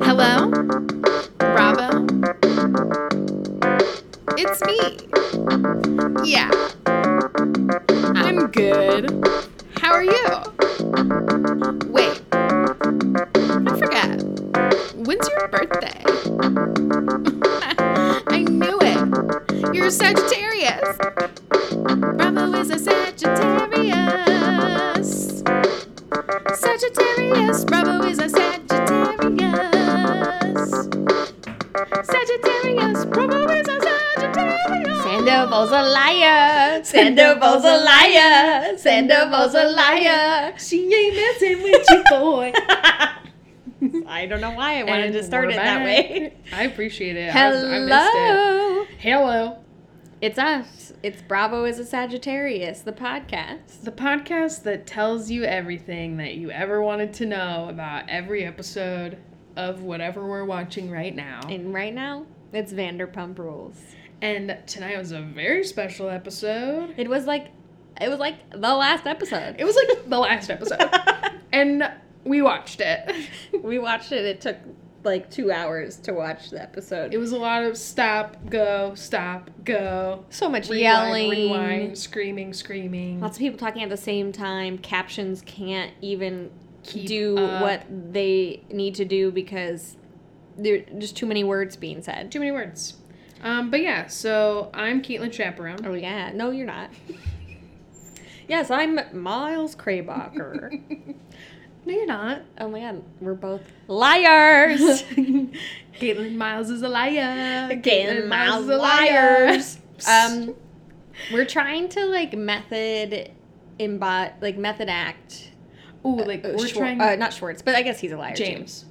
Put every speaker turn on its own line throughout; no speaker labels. Hello? Bravo? It's me. Yeah. I'm good. How are you? Wait. I forgot. When's your birthday? I knew it. You're a Sagittarius. Bravo is a Sagittarius. Sagittarius, Bravo is a Sagittarius. Sagittarius, Bravo is a Sagittarius.
Sandoval's a liar. Sandoval's a liar. Sandoval's a liar. She ain't messing with you, boy.
I don't know why I wanted
And
to start
we're
it that
back.
way.
I appreciate it. I was- I missed
Hello.
it. Hello.
It's us. It's Bravo is a Sagittarius, the podcast.
The podcast that tells you everything that you ever wanted to know about every episode of whatever we're watching right now.
And right now, it's Vanderpump Rules.
And tonight was a very special episode.
It was like it was like the last episode.
It was like the last episode. And we watched it.
we watched it. It took like 2 hours to watch the episode.
It was a lot of stop, go, stop, go.
so much
Rewind,
yelling.
rewind, screaming, screaming.
Lots of people talking at the same time. Captions can't even
Keep
do
up.
what they need to do because there just too many words being said.
Too many words. Um, but yeah, so I'm Caitlin Chaperone.
Oh yeah, no, you're not. yes, I'm Miles Krabacher.
No, you're not.
oh my god, we're both liars.
Caitlin Miles is a liar.
Caitlin Miles
is a
liars.
liar.
um, we're trying to like method embot like method act.
Ooh, like
uh,
we're
Schwar-
trying.
uh, not Schwartz, but I guess he's a liar. James.
James.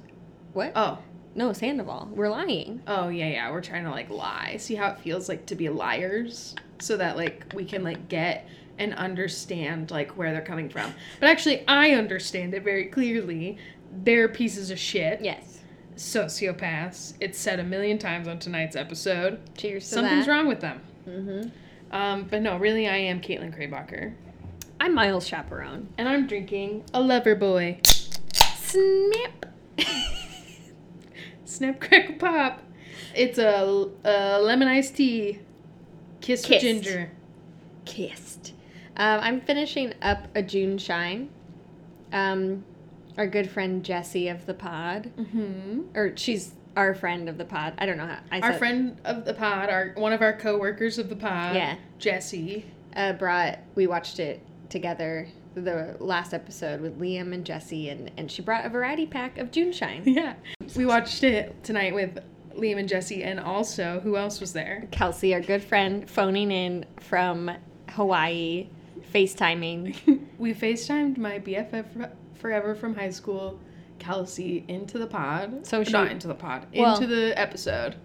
What?
Oh,
No, Sandoval. We're lying.
oh yeah, yeah. We're trying to like lie. See how it feels like to be liars, so that like we can like get and understand like where they're coming from. But actually, I understand it very clearly. They're pieces of shit.
Yes.
Sociopaths. It's said a million times on tonight's episode.
Cheers to
Something's
that.
wrong with them.
Mhm.
Um, but no, really, I am Caitlin Kraybacher,
I'm Miles Chaperone.
and I'm drinking a Lover Boy
Snip.
Snap Crackle Pop. It's a, a lemon iced tea, kiss with
Kissed.
ginger.
Kissed. Um, I'm finishing up a June Shine. Um, our good friend Jessie of the pod,
Mm-hmm.
or she's our friend of the pod. I don't know how I
Our
said-
friend of the pod, our one of our coworkers of the pod,
Yeah.
Jesse.
uh, brought. We watched it together. The last episode with Liam and Jessie, and and she brought a variety pack of June Shine.
Yeah, we watched it tonight with Liam and Jesse, and also who else was there?
Kelsey, our good friend, phoning in from Hawaii, FaceTiming.
we Facetimed my BFF fr- forever from high school, Kelsey, into the pod.
So she-
not into the pod,
Well-
into the episode,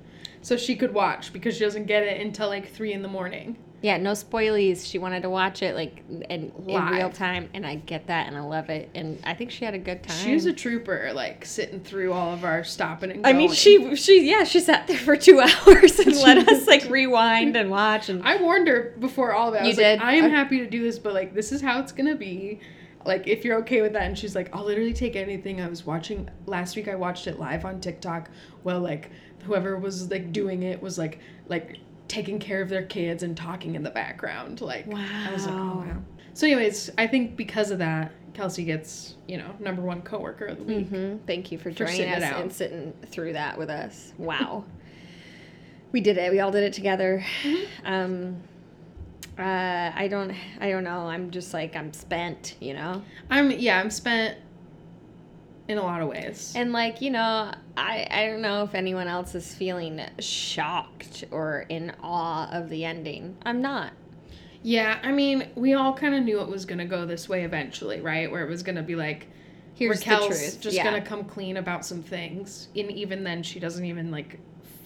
so she could watch because she doesn't get it until like three in the morning.
Yeah, no spoilies. She wanted to watch it like in, in
Live.
real time, and I get that, and I love it, and I think she had a good time.
She was a trooper, like sitting through all of our stopping and
I
going.
mean, she she yeah, she sat there for two hours and let us like rewind and watch, and
I warned her before all of it. I
You
was like,
did?
I am
Okay.
happy to do this, but like this is how it's gonna be. Like if you're okay with that, and she's like, I'll literally take anything. I was watching last week. I watched it live on TikTok. Well, like whoever was like doing it was like like taking care of their kids and talking in the background. Like I was like, oh
Wow.
wow. So, anyways, I think because of that, Kelsey gets you know number one coworker of the week.
hmm thank you for joining
sitting it
us
out.
and sitting through that with us. Wow, we did it. We all did it together.
Mm-hmm.
Um, uh, I don't I don't know. I'm just like I'm spent, you know.
I'm yeah, I'm spent in a lot of ways.
And like, you know, I I don't know if anyone else is feeling shocked or in awe of the ending. I'm not.
Yeah, I mean, we all kind of knew it was going to go this way eventually, right? Where it was going to be like
Here's
Raquel's
the truth.
just
yeah.
going to come clean about some things, and even then, she doesn't even like,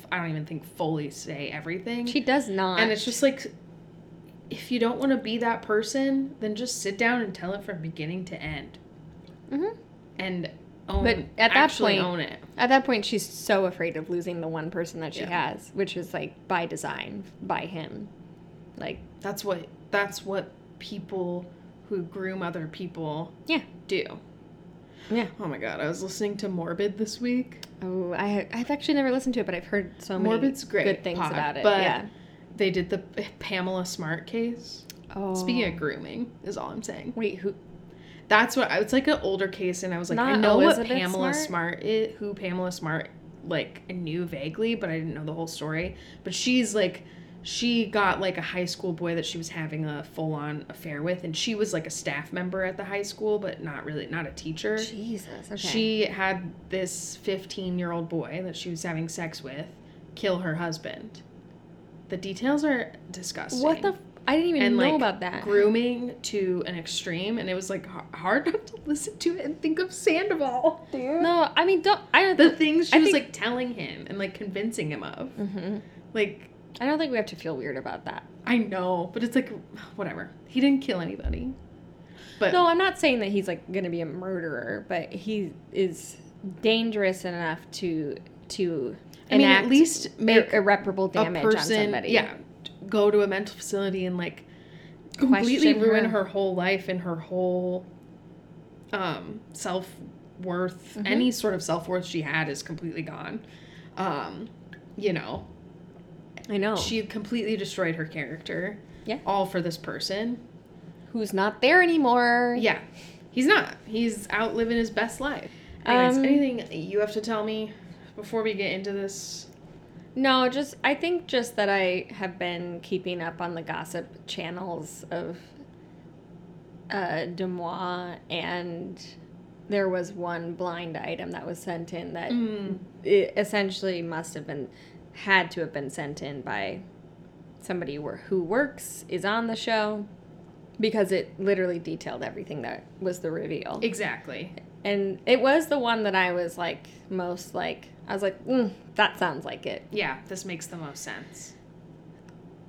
f- I don't even think fully say everything.
She does not.
and it's just like, if you don't want to be that person, then just sit down and tell it from beginning to end,
Mhm.
and own.
But at that
actually
point-
own it.
At that point, she's so afraid of losing the one person that she
Yeah.
has, which is like by design by him. Like
That's what. That's what people who groom other people
Yeah.
do.
Yeah.
Oh my god, I was listening to Morbid this week.
Oh, I I've actually never listened to it, but I've heard so many
Morbid's great.
good things
pod,
about it.
But
yeah.
they did the Pamela Smart case.
Oh.
Speaking of grooming, is all I'm saying.
wait, who?
That's what I- it's like an older case, and I was like, I
Not
know
Elizabeth
what Pamela
Smart?
Smart, is, who Pamela Smart like I knew vaguely, but I didn't know the whole story. But she's like, she got like a high school boy that she was having a full on affair with, and she was like a staff member at the high school, but not really not a teacher.
Jesus. Okay.
She had this 15 year old boy that she was having sex with kill her husband. The details are disgusting
What the? F- I didn't even
and
know
like
about that.
grooming to an extreme and it was like h- hard not to listen to it and think of sandoval dude
no, I mean don't. I don't.
the things she
I
was
think-
like telling him and like convincing him of
Mhm.
like
I don't think we have to feel weird about that.
i know but it's like whatever he didn't kill anybody but
No, I'm not saying that he's like going to be a murderer, but he is dangerous enough to to
i mean
enact
at least make
ir- irreparable damage
a person
on somebody.
yeah go to a mental facility and like completely
Question
ruin
her.
her. whole life and her whole um self worth
Mhm.
any sort of self worth she had is completely gone um you know
I know.
she completely destroyed her character
Oh. Yeah.
all for this person
Who's not there anymore?
yeah he's not he's out living his best life Anyways,
Um,
anything you have to tell me before we get into this
No, just I think just that I have been keeping up on the gossip channels of uh Demois and there was one blind item that was sent in that it essentially must have been had to have been sent in by somebody who- who works is on the show because it literally detailed everything that was the reveal
exactly
and it was the one that i was like most like i was like mm, that sounds like it
yeah this makes the most sense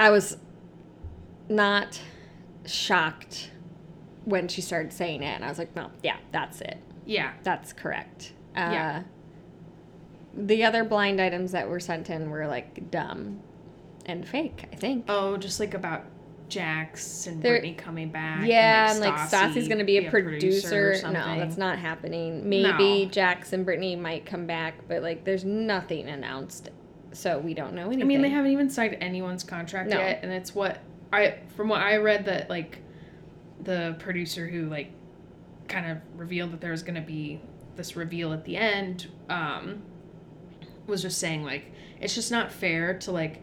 I was not shocked when she started saying it, and I was like, "No, yeah, that's it.
yeah
That's correct." Uh,
Yeah.
The other blind items that were sent in were like dumb and fake. I think.
Oh, just like about Jax and
There-
Brittany coming back.
yeah, and like Stassi's gonna be a,
be
producer.
or
no,
something.
that's not happening. Maybe
No.
Jax and Brittany might come back, but like, there's nothing announced, so we don't know anything.
I mean, they haven't even signed anyone's contract
No.
yet, and it's what I from what I read that like the producer who like kind of revealed that there was gonna be this reveal at the end um, was just saying like it's just not fair to like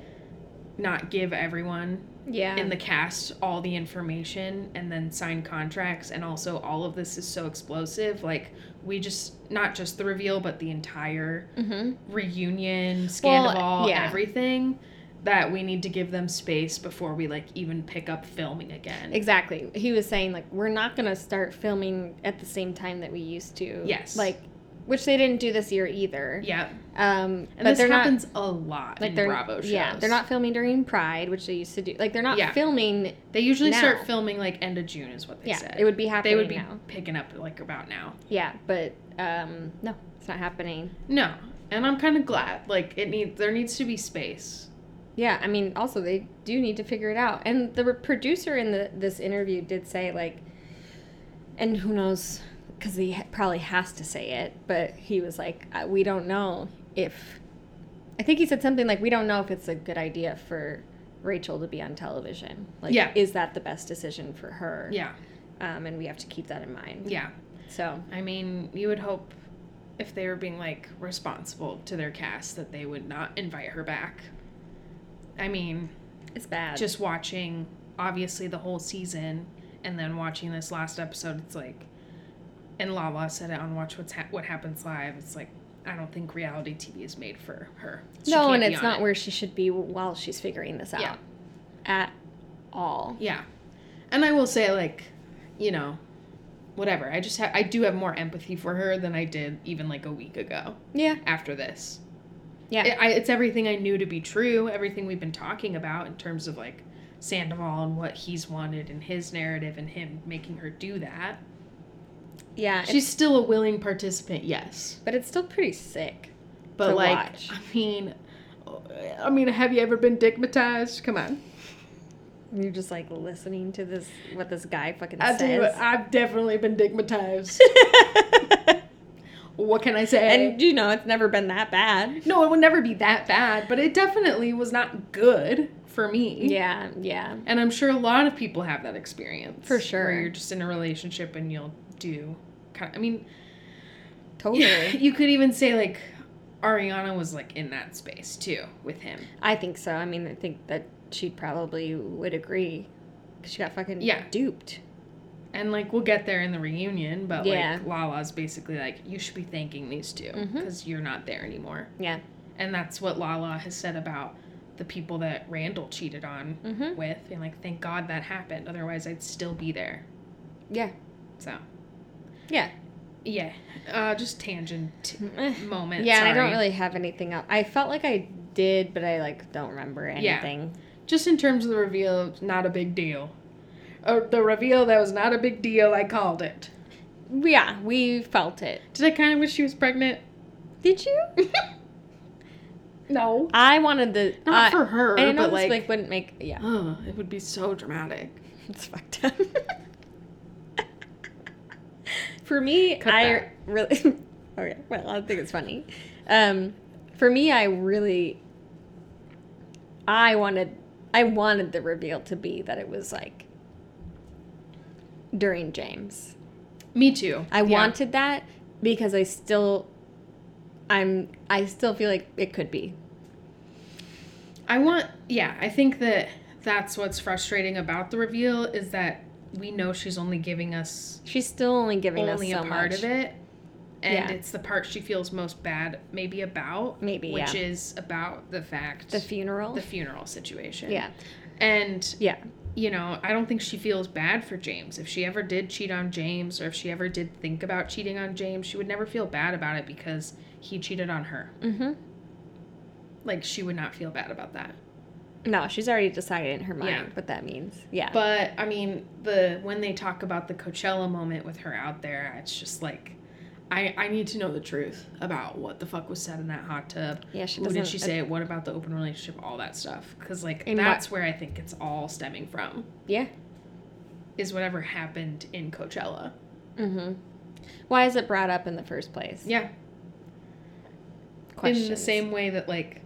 not give everyone
Yeah.
in the cast all the information and then sign contracts and also all of this is so explosive like we just not just the reveal but the entire
hmm
reunion
Well,
scandal
yeah.
everything that we need to give them space before we like even pick up filming again
Exactly. He was saying like we're not going to start filming at the same time that we used to.
Yes.
Like which they didn't do this year either.
yeah
Um
and
but
this
they're not
happens a lot
like
in
they're
bravo shows
yeah, they're not filming during Pride, which they used to do. Like they're not
Yeah.
filming
they usually
now.
start filming like end of june is what they
yeah,
said
it would be happening
they would be
now.
picking up like about now
Yeah, but um no, it's not happening.
no and i'm kind of glad like it needs there needs to be space
Yeah, I mean, also they do need to figure it out. And the re- producer in the this interview did say like, and who knows, because he ha- probably has to say it, but he was like, uh, we don't know if. I think he said something like, we don't know if it's a good idea for Rachel to be on television. Like,
Yeah.
is that the best decision for her?
yeah
Um, and we have to keep that in mind.
yeah
So
I mean, you would hope if they were being like responsible to their cast that they would not invite her back. I mean,
it's bad.
just watching obviously the whole season and then watching this last episode, it's like, and Lala said it on Watch What's ha- What Happens Live. It's like, I don't think reality TV is made for her. She
no,
can't
and
be
it's
on
not
it.
where she should be while she's figuring this out
Yeah.
at all.
Yeah, and I will say like, you know, whatever. I just ha- I do have more empathy for her than I did even like a week ago
Yeah.
after this.
Yeah.
it, I, it's everything I knew to be true, everything we've been talking about in terms of like Sandoval and what he's wanted and his narrative and him making her do that.
yeah. it's-
She's still a willing participant, yes.
But it's still pretty sick.
But
To
like,
watch.
I mean, I mean, have you ever been digmatized? Come on.
You're just like listening to this what this guy fucking
I tell you what,
says.
I've definitely been digmatized. what can I say?
and you know, it's never been that bad.
no, it would never be that bad, but it definitely was not good for me.
Yeah, yeah.
And I'm sure a lot of people have that experience.
For sure.
Where you're just in a relationship and you'll do. Kind I mean,
Totally.
you could even say like Ariana was like in that space too with him.
I think so. I mean, I think that she probably would agree. 'Cause She got fucking
Yeah.
duped.
And like we'll get there in the reunion, but
Yeah.
like Lala's basically like you should be thanking these 2
Mhm.
because you're not there anymore.
Yeah.
And that's what Lala has said about the people that Randall cheated on
Mm-hmm.
with and like thank God that happened otherwise I'd still be there.
Yeah.
So,
Yeah.
yeah. Uh just tangent
Eh.
moment.
yeah, and I
sorry.
don't really have anything else. I felt like I did, but I like don't remember
Yeah.
anything.
just in terms of the reveal, not a big deal. Uh, the reveal that was not a big deal, I called it.
Yeah, we felt it.
Did I kind of wish she was pregnant?
Did you?
No.
I wanted the
Not
I-
for her,
I didn't know
but
this,
like,
like wouldn't make yeah.
ugh, it would be so dramatic.
It's fucked up. for me,
Cut
I
that.
really. okay, well, I think it's funny. Um, for me, I really. I wanted, I wanted the reveal to be that it was like during James.
Me too.
I
Yeah.
wanted that because I still, I'm, I still feel like it could be.
I want. Yeah, I think that that's what's frustrating about the reveal is that we know she's only giving us
She's still only giving
only
us so
a part
much.
of it, and
Yeah.
it's the part she feels most bad, maybe about,
Maybe,
which
yeah.
is about the fact
The funeral.
the funeral situation.
yeah,
and
yeah,
you know, I don't think she feels bad for James. If she ever did cheat on James or if she ever did think about cheating on James, she would never feel bad about it because he cheated on her.
mm-hmm.
Like, she would not feel bad about that.
No, she's already decided in her mind
Yeah.
what that means. Yeah.
But, I mean, the when they talk about the Coachella moment with her out there, it's just like, I, I need to know the truth about what the fuck was said in that hot tub.
yeah, she
Who
doesn't.
did she say? it? What about the open relationship? All that stuff. Because, like,
And why-
that's where I think it's all stemming from,
yeah.
is whatever happened in Coachella.
Mm-hmm. Why is it brought up in the first place?
Yeah.
Questions.
In the same way that like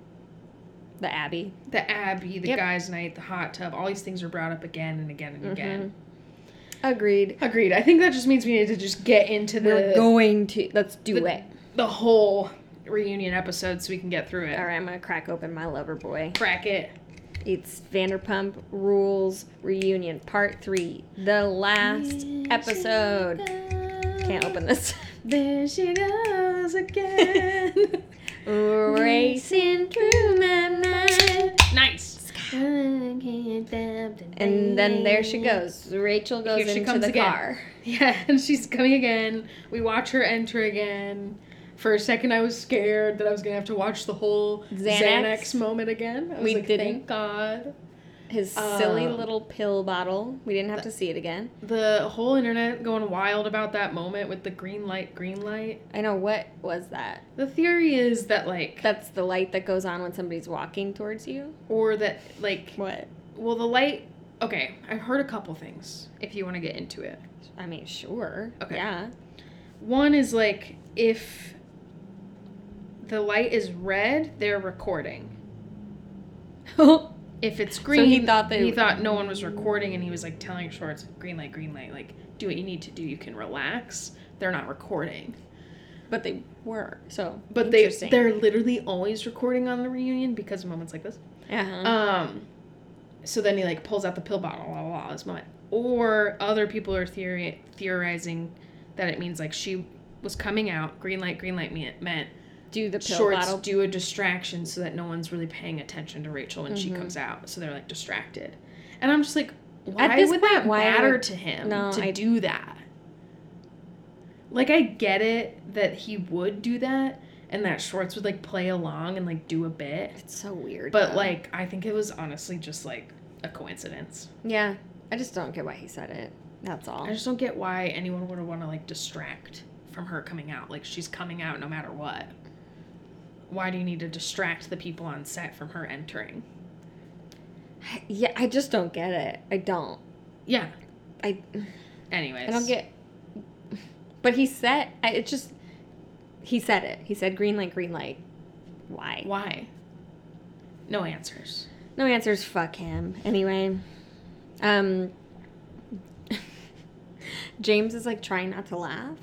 The Abbey.
the Abbey, the
Yep. Mm-hmm.
guys' night, the hot tub, all these things are brought up again and again and again.
Agreed.
Agreed. I think that just means we need to just get into
We're
the
going to. Let's do
the-
it.
the whole reunion episode so we can get through it.
All right, I'm gonna crack open my lover boy.
Bracket.
It's Vanderpump Rules reunion part three, the last episode. Can't open this.
There she goes again.
Racing through my mind.
nice.
And then there she goes. Rachel goes
Here she
into
comes
the
again.
car.
Yeah, and she's coming again. We watch her enter again. For a second, I was scared that I was gonna have to watch the whole
Xanax?
Xanax, moment again. I was
We
like,
didn't.
Thank God.
His silly
Um,
little pill bottle. We didn't have to see it again.
The whole internet going wild about that moment with the green light, green light.
I know what was that?
The theory is that like,
That's the light that goes on when somebody's walking towards you.
or that like,
What?
well, the light. Okay, I've heard a couple things. If you want to get into it,
I mean, sure.
Okay.
Yeah.
one is like if the light is red, they're recording. if it's green,
he thought they-
he thought no one was recording, and he was like telling Shorts, "Green light, green light, like do what you need to do. You can relax. They're not recording,
but they were. So.
but they
interesting.
they're literally always recording on the reunion because of moments like this.
Uh-huh.
Um, so then he like pulls out the pill bottle, blah blah, blah this moment, or other people are theory theorizing that it means like she was coming out. Green light, green light meant meant
Do the pill
shorts
bottle.
do a distraction so that no one's really paying attention to Rachel when she
Mhm.
comes out. So they're like distracted. And I'm just like, why
At this
would
point,
that
why
matter
would-
to him
No,
to
I-
do that? Like I get it that he would do that and that Schwartz would like play along and like do a bit.
It's so weird.
But
though.
like I think it was honestly just like a coincidence.
Yeah. I just don't get why he said it. That's all.
I just don't get why anyone would want to like distract from her coming out. Like she's coming out no matter what. Why do you need to distract the people on set from her entering?
Yeah, I just don't get it. I don't.
Yeah.
I
Anyways.
I don't get. But he said I, it. Just he said it. He said green light, green light. Why?
why. No answers.
No answers. Fuck him. Anyway, um, James is like trying not to laugh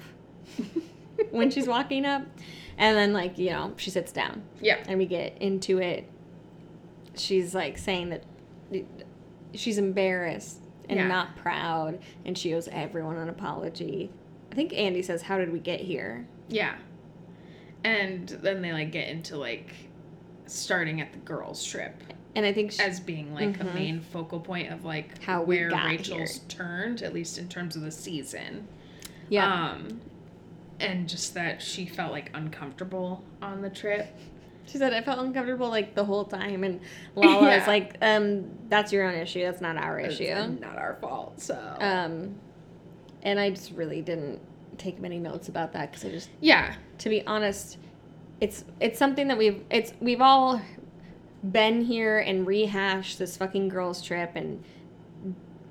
when she's walking up, and then like you know she sits down
Yeah.
and we get into it. She's like saying that she's embarrassed and
Yeah.
not proud, and she owes everyone an apology. I think Andy says, "How did we get here?"
Yeah. And then they like get into like starting at the girls trip
And I think she,
as being like
Mhm.
a main focal point of like
How we
where
got
Rachel's turned at least in terms of the season.
yeah,
Um and just that she felt like uncomfortable on the trip.
She said, I felt uncomfortable like the whole time. And Lala
Yeah.
is like, um, that's your own issue. That's not our
It's
issue.
not our fault. So
Um, and I just really didn't take many notes about that because I just,
yeah,
to be honest, it's it's something that we've it's we've all been here and rehashed this fucking girls trip and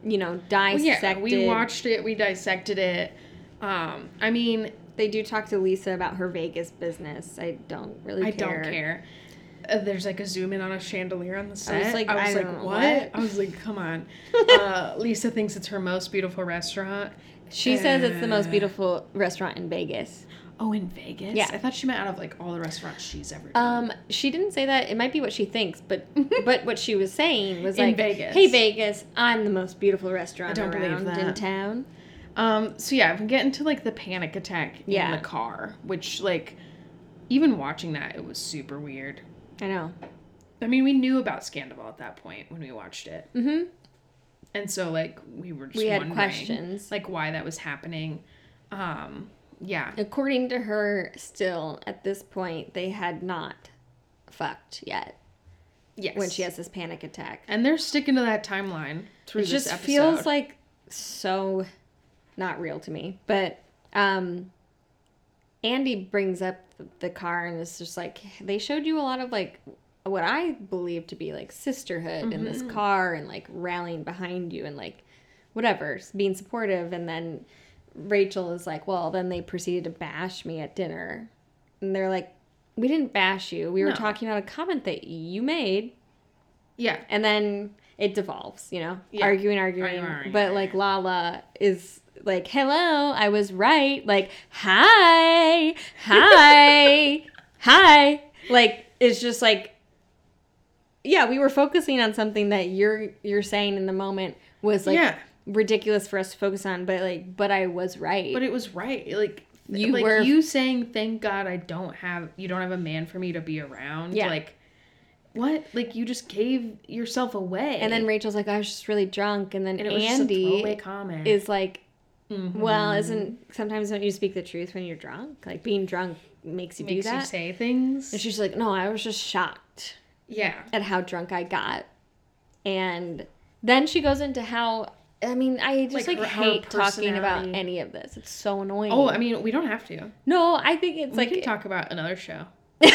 you know
Well,
dissected.
yeah. We watched it. We dissected it. Um, I mean,
They do talk to Lisa about her Vegas business. I don't really.
I
care.
don't care. Uh, there's like a zoom in on a chandelier on the set. I was like, I
I don't
like,
know
what?
what.
I was like, come on. uh, Lisa thinks it's her most beautiful restaurant.
She says it's the most
Uh.
beautiful restaurant in Vegas.
Oh, in Vegas.
Yeah.
I thought she meant out of like all the restaurants she's ever. Done.
Um, she didn't say that. It might be what she thinks, but but what she was saying was
In
like,
Vegas.
"Hey Vegas, I'm the most beautiful restaurant
don't believe
around in
that.
town."
Um, so yeah, we get into like the panic attack in
Yeah.
the car, which like even watching that, it was super weird.
I know.
I mean, we knew about Scandival at that point when we watched it,
hmm
and so like we were just
We had
wondering,
questions.
like why that was happening. Um, yeah,
According to her, still at this point, they had not fucked yet
yes.
when she has this panic attack.
and they're sticking to that timeline
It
through this
just
episode.
feels like so not real to me. But um, Andy brings up the car and it's just like they showed you a lot of like what I believe to be like sisterhood in
Mm-hmm.
this car and like rallying behind you and like whatever being supportive and then Rachel is like, well, then they proceeded to bash me at dinner, and they're like, we didn't bash you. We were
No.
talking about a comment that you made
yeah,
and then it devolves, you know,
Yeah.
arguing, arguing.
Arguing, arguing.
But like Lala is like, "Hello, I was right." Like, "Hi, hi, hi." Like, it's just like, yeah, we were focusing on something that you're you're saying in the moment was like
Yeah.
ridiculous for us to focus on, but like, but I was right.
but it was right. Like
You
you like
were-
you saying, "Thank God I don't have you don't have a man for me to be around."
Yeah.
like what? Like you just gave yourself away.
and then Rachel's like, "I was just really drunk," and then
and it was just a throwaway
Andy
comment.
is like,
Mhm.
Well, isn't sometimes don't you speak the truth when you're drunk? Like being drunk makes you
makes
do that.
you say things.
and she's like, "No, I was just shocked
yeah,
at how drunk I got." And then she goes into how I mean, I just like,
Like her- her
hate talking about
personality.
any of this. It's so annoying.
Oh, I mean, we don't have to.
no, I think it's
we
like
can talk about another show.
No,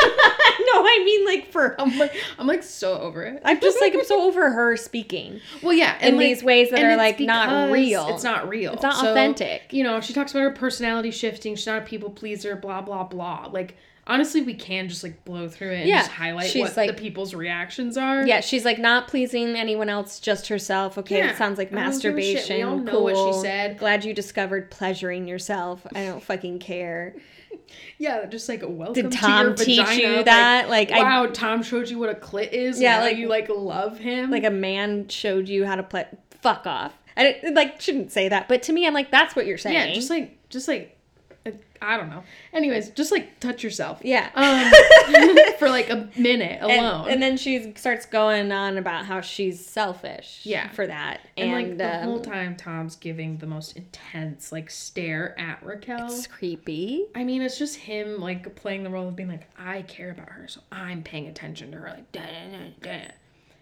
I mean like for
I'm like, I'm like so over it.
I'm just like I'm so over her speaking.
well, yeah, and
in
like-
these ways that
and
are, like,
it's
not
because
real.
It's not real.
It's not
So,
authentic.
You know, she talks about her personality shifting. She's not a people pleaser. Blah blah blah. Like honestly, we can just like blow through it and
Yeah,
just highlight
she's
what
like-
the people's reactions are.
Yeah, she's like not pleasing anyone else, just herself. Okay,
Yeah,
it sounds like
I don't give a shit.
masturbation.
We all know
cool.
what she said.
Glad you discovered pleasuring yourself. I don't fucking care.
yeah. Just like welcome.
Did
to
Tom
your
teach
vagina.
you
Like,
that? Like, I
wow, Tom showed you what a clit is.
Yeah,
Yeah,
like-
like you like love him.
like a man showed you how to play. Fuck off. I didn't, like shouldn't say that, but to me, I'm like that's what you're saying.
yeah, just like just like I don't know. Anyways, just like touch yourself.
Yeah.
Um, for like a minute
and,
alone.
and then she starts going on about how she's selfish.
Yeah.
for that.
And,
And,
like the
um,
whole time, Tom's giving the most intense like stare at Raquel.
it's creepy.
I mean, it's just him like playing the role of being like, I care about her, so I'm paying attention to her. Like, da da da da.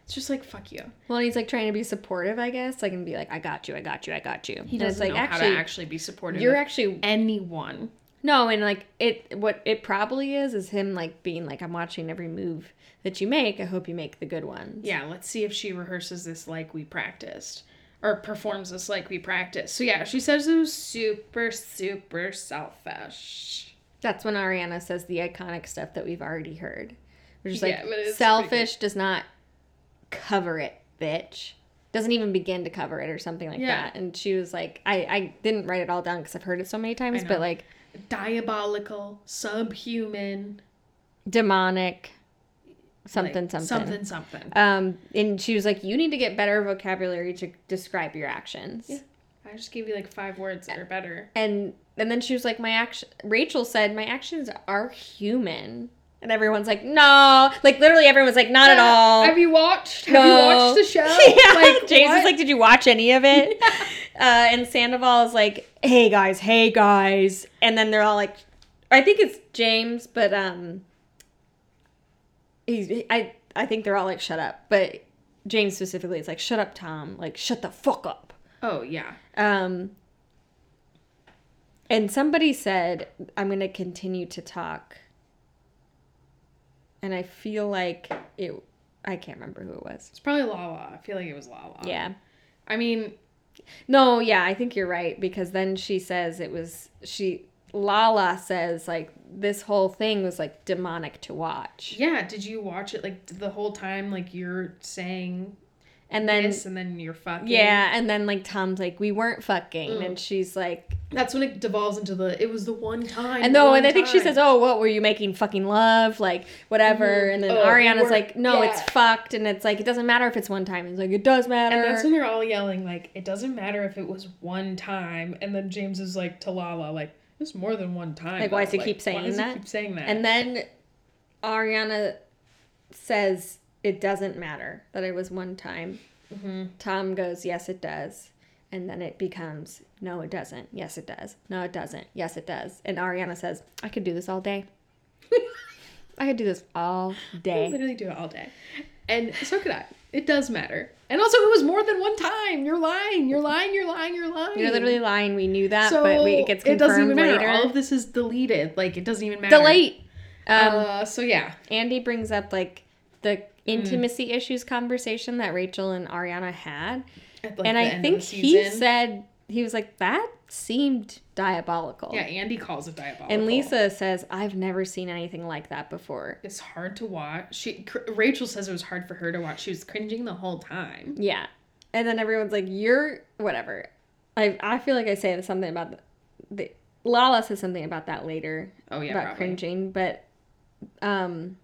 It's just like fuck you.
Well, he's like trying to be supportive, I guess. Like and be like, I got you, I got you, I got you.
He
and it's
doesn't
like
know
actually,
how to actually be supportive.
you're
of
actually
anyone.
No, and like it, what it probably is is him like being like, I'm watching every move that you make. I hope you make the good ones.
Yeah, let's see if she rehearses this like we practiced or performs this like we practiced. So yeah, she says it was super, super selfish.
That's when Ariana says the iconic stuff that we've already heard. Which is yeah, like, selfish does not cover it, bitch. Doesn't even begin to cover it or something like yeah. that. And she was like, I, I didn't write it all down because I've heard it so many times, but like,
diabolical, subhuman,
demonic, something,
like,
something,
something, something.
Um, and she was like, "You need to get better vocabulary to describe your actions."
Yeah, I just gave you like five words that are better.
And and then she was like, "My action." Rachel said, "My actions are human." And everyone's like, no, like literally everyone's like, not yeah. at all.
Have you watched? No. Have you watched the show?
yeah. Like, Jason's what? like, did you watch any of it? yeah. uh, and Sandoval is like, hey guys, hey guys. And then they're all like, I think it's James, but um, he's I I think they're all like, shut up. But James specifically is like, shut up, Tom. Like, shut the fuck up.
Oh yeah.
Um. And somebody said, I'm gonna continue to talk and I feel like it. I can't remember who it was.
It's probably Lala. I feel like it was Lala.
Yeah.
I mean,
no, yeah, I think you're right because then she says it was she. Lala says like this whole thing was like demonic to watch.
Yeah. Did you watch it like the whole time? Like you're saying.
And then,
this, and then you're fucking.
Yeah, and then like Tom's like, we weren't fucking, mm. and she's like,
that's when it devolves into the it was the one time.
And no, and I think time. she says, "Oh, what were you making fucking love, like whatever?" Mm-hmm. And then oh, Ariana's like, "No, yeah. it's fucked," and it's like it doesn't matter if it's one time. And it's like it does matter.
And that's when they're all yelling like, "It doesn't matter if it was one time." And then James is like to Lala like, "It's more than one time."
Like, though. why does he like, keep saying why does that?
He keep saying that.
And then Ariana says, "It doesn't matter that it was one time." Mm-hmm. Tom goes, "Yes, it does." and then it becomes no it doesn't yes it does no it doesn't yes it does and ariana says i could do this all day i could do this all day
I literally do it all day and so could i it does matter and also it was more than one time you're lying you're lying you're lying you're lying
you're literally lying we knew that so but wait, it gets confirmed it doesn't even
matter.
later
all of this is deleted like it doesn't even matter
delete
um, uh, so yeah
andy brings up like the intimacy mm. issues conversation that rachel and ariana had like and I think he said he was like that seemed diabolical.
Yeah, Andy calls it diabolical.
And Lisa says I've never seen anything like that before.
It's hard to watch. She Rachel says it was hard for her to watch. She was cringing the whole time.
Yeah, and then everyone's like, "You're whatever." I I feel like I say something about the, the Lala says something about that later.
Oh yeah,
about
probably.
cringing, but um.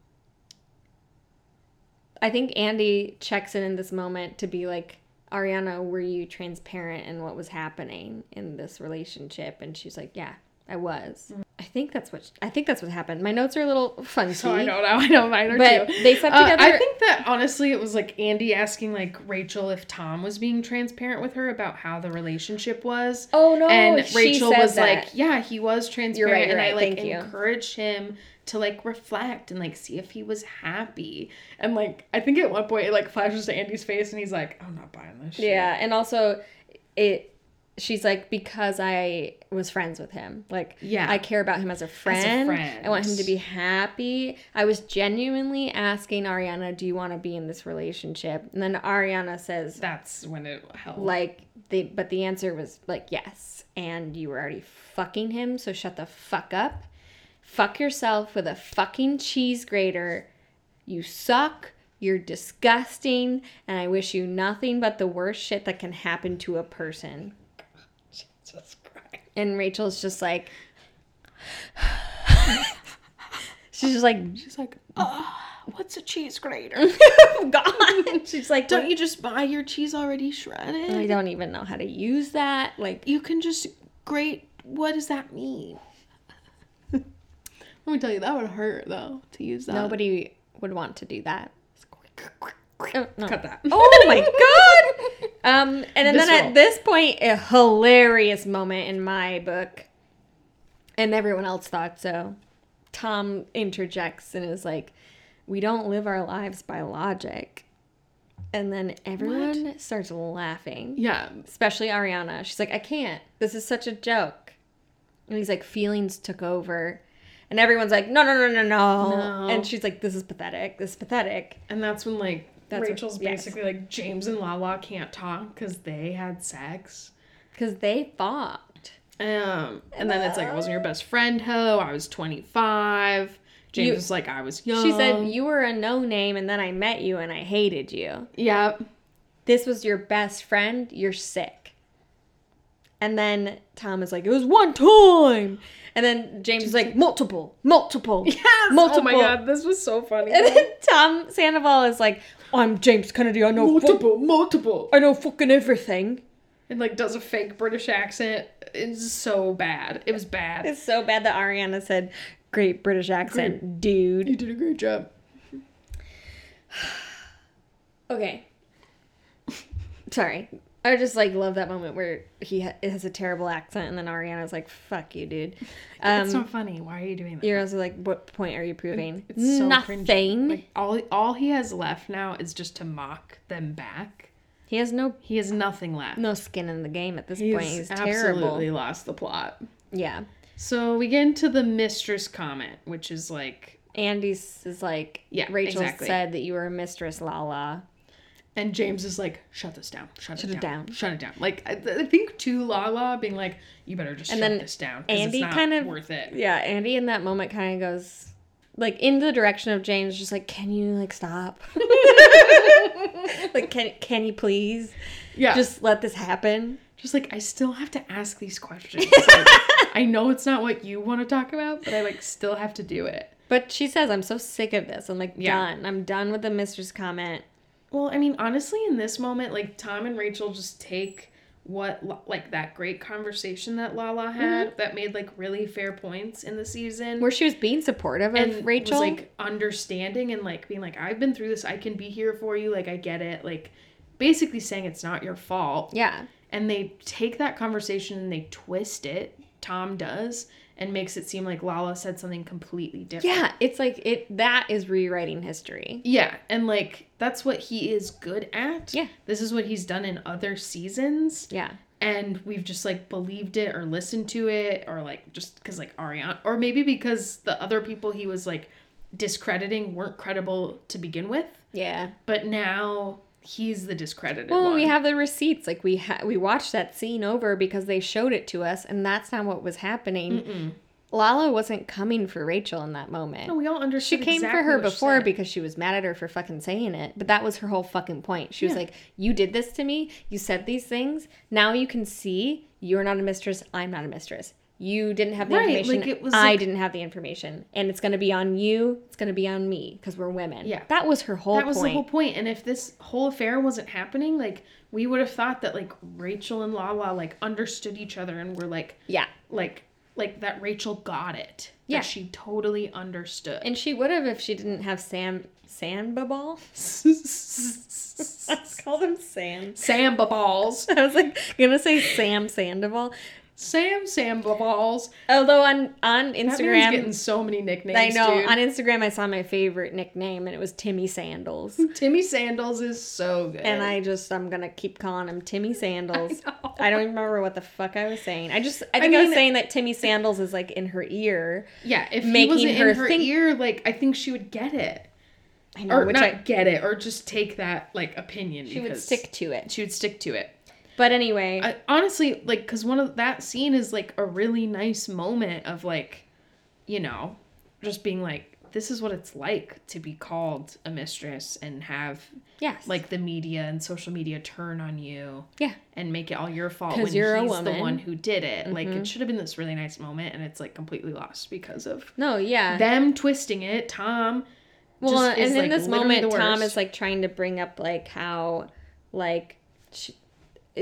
I think Andy checks in in this moment to be like, Ariana, were you transparent in what was happening in this relationship? And she's like, Yeah, I was.
Mm.
Mm-hmm. I think that's what I think that's what happened. My notes are a little funky.
So I don't know. I know mine are
but
too.
They slept together.
Uh, I think that honestly, it was like Andy asking like Rachel if Tom was being transparent with her about how the relationship was.
Oh no!
And
she
Rachel
said
was
that.
like, "Yeah, he was transparent,"
You're right, you're
and I
right.
like
Thank
encouraged him to like reflect and like see if he was happy. And like I think at one point it like flashes to Andy's face and he's like, I'm not buying this shit.
Yeah, and also it she's like, because I was friends with him. Like
yeah.
I care about him as a friend.
As a friend.
I want him to be happy. I was genuinely asking Ariana, do you want to be in this relationship? And then Ariana says
That's when it helped.
Like the but the answer was like yes. And you were already fucking him, so shut the fuck up fuck yourself with a fucking cheese grater. You suck. You're disgusting. And I wish you nothing but the worst shit that can happen to a person.
Jesus Christ.
And Rachel's just like, she's just like,
she's like, oh, what's a cheese grater?
God. She's like,
don't you just buy your cheese already shredded?
I don't even know how to use that. Like,
you can just grate. What does that mean? Let me tell you, that would hurt though to use that.
Nobody would want to do that.
Oh, no. Cut that.
oh my god! Um, and then, then at this point, a hilarious moment in my book, and everyone else thought so. Tom interjects and is like, "We don't live our lives by logic." And then everyone what? starts laughing.
Yeah.
Especially Ariana. She's like, I can't. This is such a joke. And he's like, feelings took over. And everyone's like, no, no, no, no, no.
No.
And she's like, this is pathetic. This is pathetic.
And that's when like
That's what-
Rachel's
yes.
basically like James and Lala can't talk because they had sex.
Because they fought.
Um, and then it's like I wasn't your best friend, ho. I was 25. James
You-
was like I was young.
She said, you were a no name and then I met you and I hated you.
"Yep."
This was your best friend. You're sick. And then Tom is like, it was one time. And then James is like, multiple, multiple,
Yes.
multiple.
Oh my god, this was so funny.
And then Tom Sandoval is like, I'm James Kennedy. I know fuck-
multiple, multiple,
I know fucking everything.
and like does a fake British accent. It's so bad. It was bad.
It's so bad that Ariana said, "Great British accent, dude."
you did a great job.
Okay. Sorry. I just like love that moment where he ha- has a terrible accent, and then Ariana's like, "Fuck you, dude."
it's
Um,
not funny. Why are you doing that?
you're also like, "What point are you proving?"
It's so cringy.
Nothing.
Like all all he has left now is just to mock them back.
he has no
He has nothing left.
no skin in the game at this
He's
point. He's terrible.
absolutely lost the plot.
Yeah.
So we get into the mistress comment, which is like,
Andy's is like,
Yeah,
Rachel
exactly.
said that you were a mistress, Lala.
and James is like, shut this down, shut,
Shut
it
it
down,
down.
shut it down. Like I, I think to Lala being like, you better just
And
shut
then
this down. 'cause
Andy
it's not
kind of-
worth it.
Yeah, Andy in that moment kind of goes like in the direction of James, just like, can you like stop? like, can can you please
Yeah, just
just let this happen?
just like I still have to ask these questions. Like, I know it's not what you want to talk about, but I like still have to do it.
But she says, I'm so sick of this. I'm like,
Yeah.
done. I'm done with the mistress comment.
Well, I mean, honestly, in this moment, like Tom and Rachel just take what La- like that great conversation that Lala had that made like really fair points in the season.
Mm-hmm. Where she was being supportive of
and
Rachel.
was like understanding and like being like i've been through this i can be here for you like i get it like basically saying it's not your fault
yeah.
and they take that conversation and they twist it tom does and makes it seem like lala said something completely different
Yeah. It's like it that is rewriting history.
yeah and like that's what he is good at
Yeah.
this is what he's done in other seasons
Yeah.
and we've just like believed it or listened to it or like just because like Ariana or maybe because the other people he was like discrediting weren't credible to begin with,
Yeah.
but now he's the discredited
Well,
one.
we have the receipts. Like we ha- we watched that scene over because they showed it to us, and that's not what was happening. Lala wasn't coming for Rachel in that moment.
No, we all
she
understood.
came
exactly
for her
what she
before
said.
because she was mad at her for fucking saying it, but that was her whole fucking point. She was
Yeah.
like, "You did this to me. You said these things. Now you can see you're not a mistress. I'm not a mistress." You didn't have the
Right,
information.
like, it was
I
like-
didn't have the information, and it's going to be on you. It's going to be on me because we're women.
Yeah.
that was her whole.
that was
point.
the whole point. And if this whole affair wasn't happening, like we would have thought that like Rachel and Lala like understood each other and were like
Yeah,
like like that Rachel got it.
Yeah.
That she totally understood.
And she would have if she didn't have Sam Sandoval. I called him Sam.
Samba balls.
I was like gonna say Sam Sandoval.
Sam Samba balls.
Although on on
That man's
Instagram,
getting so many nicknames.
I know
dude.
on Instagram I saw my favorite nickname and it was Timmy Sandals.
Timmy Sandals is so good.
and I just I'm gonna keep calling him Timmy Sandals.
I know.
I don't even remember what the fuck I was saying. I just I think I, was
mean-
saying that Timmy Sandals is like in her ear.
yeah, if he
making
wasn't
her
in her
think-
ear, like I think she would get it,
I know,
or
which
not
I
get it, or just take that like opinion.
she would
because
stick to it.
She would stick to it.
But anyway,
I, honestly, like because one of that scene is like a really nice moment of like, you know, just being like, this is what it's like to be called a mistress and have
yes,
like the media and social media turn on you.
yeah,
and make it all your fault
'Cause
when
you're a
he's the
woman. Mm-hmm.
one who did it. Like it should have been this really nice moment, and it's like completely lost because of
no, yeah.
them twisting it. Tom,
Well, and
just is,
in
like,
this
literally
moment,
the
Tom
worst.
is like trying to bring up like how, like, she,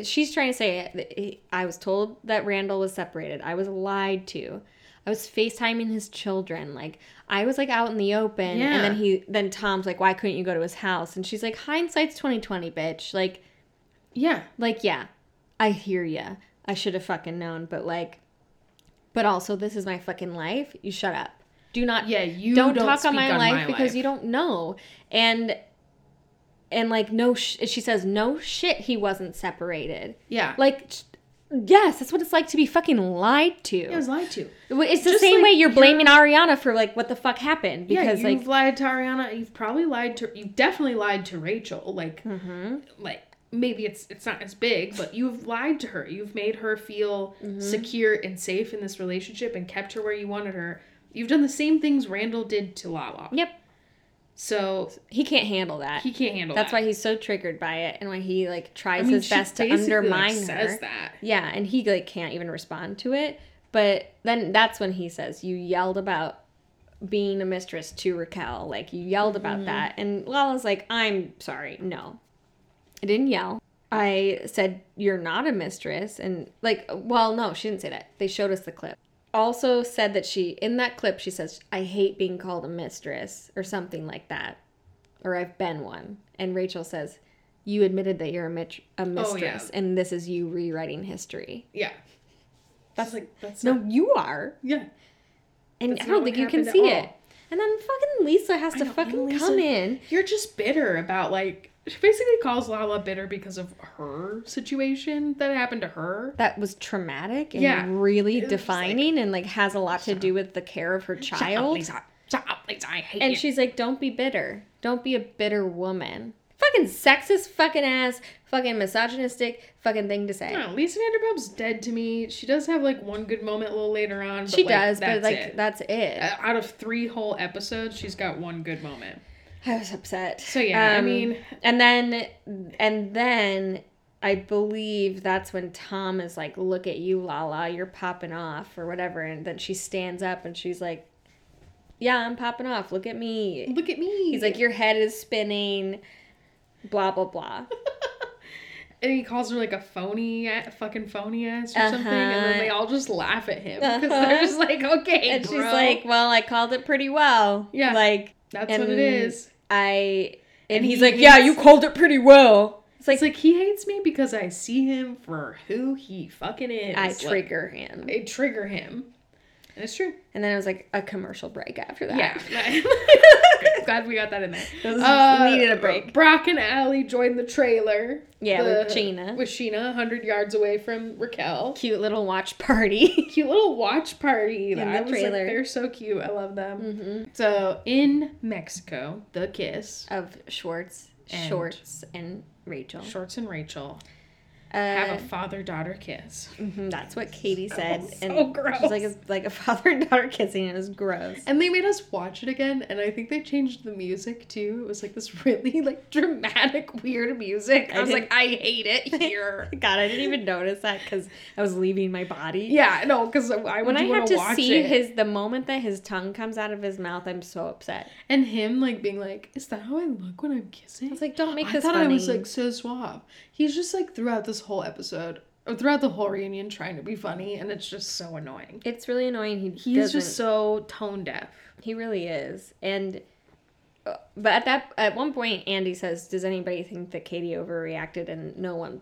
she's trying to say, I was told that Randall was separated. I was lied to. I was FaceTiming his children. Like, I was like out in the open,
Yeah.
and then he, then Tom's like, why couldn't you go to his house? And she's like, hindsight's twenty twenty, bitch. Like,
yeah,
like yeah, I hear ya. I should have fucking known, but like, but also this is my fucking life. You shut up. Do not
yeah, you
don't, talk on
speak
my life because you don't know and and like no sh- she says no shit he wasn't separated
Yeah,
like sh- Yes, that's what it's like to be fucking lied to.
It was lied to.
It's the
Just
same
like
way you're
you're-
blaming Ariana for like what the fuck happened because
yeah, you've
like
lied to Ariana. You've probably lied to. You've definitely lied to Rachel. Like,
Mm-hmm.
like maybe it's it's not as big, but you've lied to her. You've made her feel
Mm-hmm.
secure and safe in this relationship and kept her where you wanted her. You've done the same things Randall did to Lala.
yep,
So
he can't handle that.
he can't handle
that's
that.
why he's so triggered by it and why he like
I
tries
mean,
his
she
best to
basically, like,
undermine her.
says that.
Yeah, and he like can't even respond to it. But then that's when he says, "You yelled about being a mistress to Raquel. Like you yelled about that." And Lala's like, "I'm sorry. No, I didn't yell. I said you're not a mistress." And like, well, no, she didn't say that. They showed us the clip. Also said that she in that clip she says, "I hate being called a mistress" or something like that, or "I've been one." And Rachel says. You admitted that you're a, mit- a
Oh, yeah.
mistress, and this is you rewriting history.
Yeah. That's like that's
No,
not-
you are.
yeah.
And
That's
I
not
don't
what
think you can
happened at
see
all.
it. And then fucking Lisa has
I
to
know, and
fucking
Lisa-
come in.
You're just bitter about like she basically calls Lala bitter because of her situation that happened to her.
That was traumatic and
Yeah.
really
It was just like-
defining and like has a lot to do with the care of her
Shut up,
child.
Lisa. Shut up, Lisa. I hate
And
you.
she's like, don't be bitter. Don't be a bitter woman. Fucking sexist, fucking ass, fucking misogynistic, fucking thing to say.
No, Lisa Vanderpump's dead to me. She does have like one good moment a little later on. But,
she
like,
does,
that's
but like,
it.
that's it.
Uh, out of three whole episodes, she's got one good moment.
I was upset. So
yeah, I mean-
and then and then I believe that's when Tom is like, "Look at you, Lala, you're popping off or whatever." And then she stands up and she's like, "Yeah, I'm popping off. Look at me."
Look at me.
He's like, "Your head is spinning." Blah blah blah.
and he calls her like a phony, a- fucking phony ass or something, and then
Uh-huh.
they all just laugh at him because
Uh-huh.
they're just like, okay,
and she's
bro.
like, "Well, I called it pretty well."
Yeah.
like
that's
and-
what it is.
I. And,
And
he's
he
like, "Yeah,
hates-
you called it pretty well." It's like,
It's like he hates me because I see him for who he fucking is.
I
Like,
trigger him,
I trigger him, and it's true.
and then it was like a commercial break after that.
Yeah. Uh, Glad we got that in there.
This is- needed a break.
Brock and Allie joined the trailer.
Yeah,
The-
with Gina.
With Sheena, 100 yards away from Raquel.
Cute little watch party.
Cute little watch party.
In the
I was like,
trailer. Mm-hmm.
They're so cute. I love them. So in Mexico, The Kiss,
of Schwartz,
And-
Shorts, and Rachel.
Shorts and Rachel
Uh,
have a father daughter kiss.
mhm, that's what Katie said.
so
and She's like,
gross.
it's like a father and daughter kissing. It was gross.
And they made us watch it again, and I think they changed the music too. It was like this really like dramatic, weird music. I,
I
was
didn't-
like, I hate it here.
God, I didn't even notice that because I was leaving my body.
yeah, no, because I
When
would
I have
want
to
watch
see
it.
his, the moment that his tongue comes out of his mouth, I'm so upset.
And him like being like, "Is that how I look when I'm kissing?" I
was like, "Don't make this
I thought I was
funny."
like so suave. He's just like throughout this whole episode, or throughout the whole reunion, trying to be funny, and it's just so annoying.
It's really annoying. He
He's
doesn't.
just so tone deaf.
He really is. And uh, but at that at one point Andy says, "Does anybody think that Katie overreacted?" and no one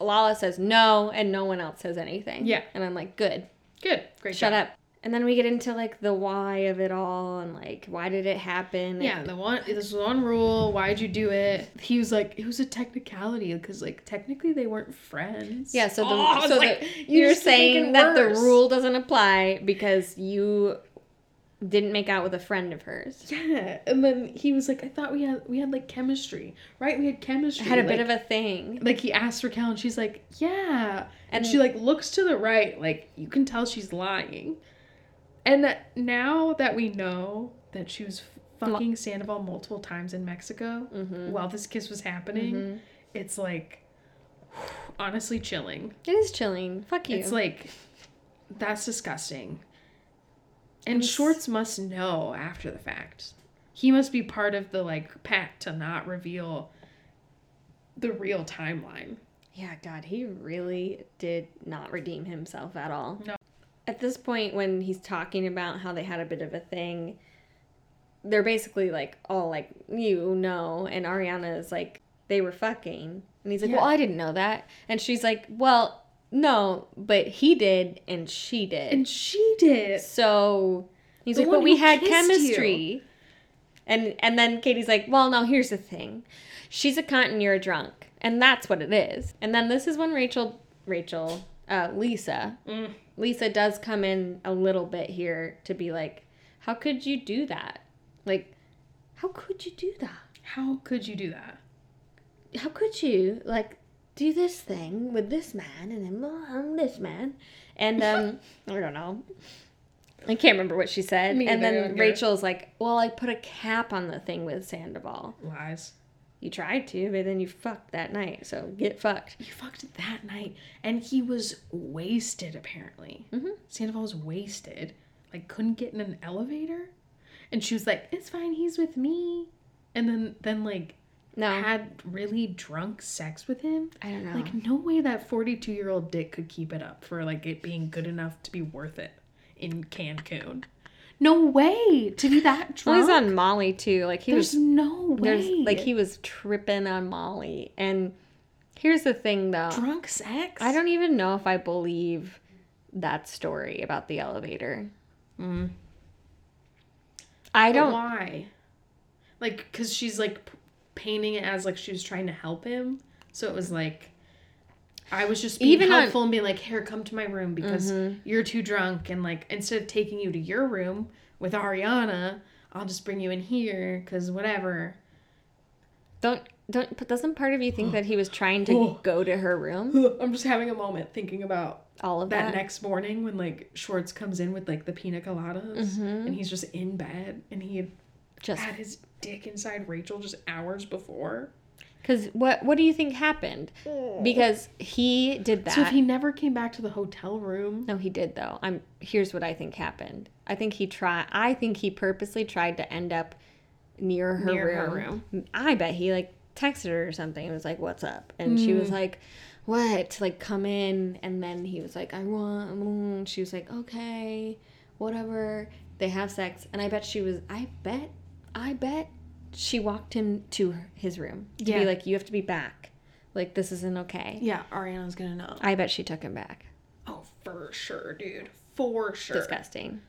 Lala says no and no one else says anything.
Yeah.
And I'm like, "Good.
Good, great.
Shut
job.
up." And then we get into like the why of it all and like why did it happen?
Yeah, the one this was one rule. Why'd you do it? He was like, it was a technicality because like technically they weren't friends.
Yeah, so the,
Oh, I was
so
like,
the,
you
you're
just keep making
saying that the
worse.
rule doesn't apply because you didn't make out with a friend of hers.
Yeah, and then he was like, I thought we had we had like chemistry, right? We had chemistry.
Had a
like-
bit of a thing.
like he asked Raquel and she's like, Yeah. And,
And-
she like looks to the right, like you can tell she's lying. And that now that we know that she was fucking Sandoval multiple times in Mexico
Mm-hmm.
while this kiss was happening, it's like honestly chilling.
It is chilling. Fuck you.
It's like that's disgusting. And
It's-
Schwartz must know after the fact. He must be part of the like pact to not reveal the real timeline.
Yeah, God, he really did not redeem himself at all.
No.
At this point, when he's talking about how they had a bit of a thing, they're basically like all like, you know, and Ariana is like, they were fucking. And he's like,
Yeah.
well, I didn't know that. And she's like, well, no, but he did and she did.
And she did.
so he's
The
like,
one
but we
who
had
kissed
chemistry. And and then Katie's like, well, no, here's the thing. She's a cunt and you're a drunk. And that's what it is. And then this is when Rachel, Rachel, uh, Lisa.
Mm.
Lisa does come in a little bit here to be like, how could you do that? Like, how could you do that?
How could you do that?
How could you like do this thing with this man and then um, this man? And um, I don't know. I can't remember what she said.
Me
and
either, I don't
then
get it.
Rachel's like, well, I put a cap on the thing with Sandoval.
Lies.
You tried to, but then you fucked that night. So get fucked.
You fucked that night, and he was wasted. Apparently,
Mhm.
Sandoval was wasted. Like couldn't get in an elevator, and she was like, "It's fine, he's with me," and then then like
No,
had really drunk sex with him.
I don't know.
Like no way that forty-two year old dick could keep it up for like it being good enough to be worth it in Cancun. No way to be that
well,
drunk.
he's on Molly too. Like he
There's
was,
no
there's,
way.
like he was tripping on Molly. And here's the thing, though.
drunk sex.
I don't even know if I believe that story about the elevator.
Mm. Oh,
I
But
don't.
why like because she's like p- painting it as like she was trying to help him so it was like i was just being
Even on- Mm-hmm.
helpful and being like here come to my room because you're too drunk and like instead of taking you to your room with ariana i'll just bring you in here because whatever
Don't don't. But doesn't part of you think that he was trying to
Oh.
go to her room?
i'm just having a moment thinking about
All of
that
that.
next morning when like schwartz comes in with like the pina coladas
Mhm.
and he's just in bed and he had
Just
had his dick inside rachel just hours before
because what what do you think happened? Because he did that.
Oh. So if he never came back to the hotel room,
No, he did though. I'm here's what I think happened. I think he try I think he purposely tried to end up near her,
Near her
room. I bet he like texted her or something and was like, What's up? And she
Mm.
was like, What? Like come in and then he was like, I want mm." she was like, Okay, whatever. They have sex and I bet she was I bet I bet she walked him to her, his room. To
Yeah.
be like, You have to be back. Like this isn't okay.
yeah, Ariana's gonna know.
I bet she took him back.
Oh, for sure, dude, for sure. Mm-hmm.
Disgusting.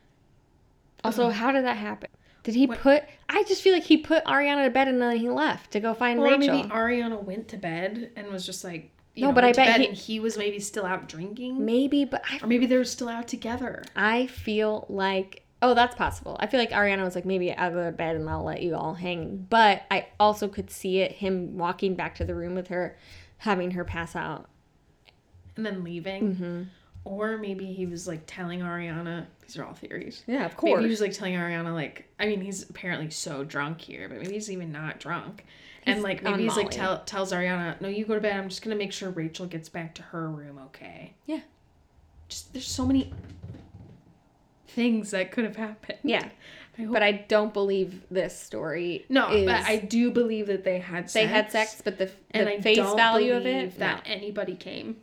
Also, how did that happen? Did he put? I just feel like he put Ariana to bed and then he left to go find
Or
Rachel.
maybe Ariana went to bed and was just like, you
No,
know,
but
went
I
to
bet
bed
he-
and he was maybe still out drinking,
Maybe, but I,
or maybe they were still out together.
I feel like oh, that's possible. I feel like Ariana was like, maybe I'll go to bed and I'll let you all hang. But I also could see it him walking back to the room with her, having her pass out.
and then leaving.
Mm-hmm.
Or maybe he was like telling Ariana. These are all theories.
Yeah, of
Maybe he was like telling Ariana, like, I mean, he's apparently so drunk here, but maybe he's even not drunk. and
He's
like,
on
maybe he's like
Molly.
tell, tells Ariana, no, you go to bed. I'm just gonna make sure Rachel gets back to her room, okay?
Yeah.
Just there's so many things that could have happened.
Yeah,
I hope-
but I don't believe this story.
no,
is-
but I do believe that they had sex.
they had sex, but the,
and
the
I
face
don't
value of
believe
it no.
that anybody came.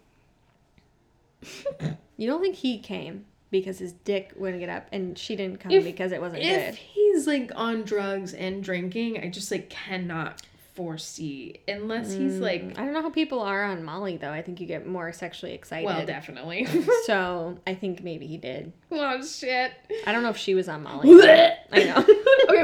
You don't think he came because his dick wouldn't get up, and she didn't come
If-
because it wasn't
if
good.
he's like on drugs and drinking, I just like cannot foresee unless he's like
I don't know how people are on Molly though. I think you get more sexually excited.
well, definitely.
so I think maybe he did.
oh shit.
I don't know if she was on Molly.
okay,
I know.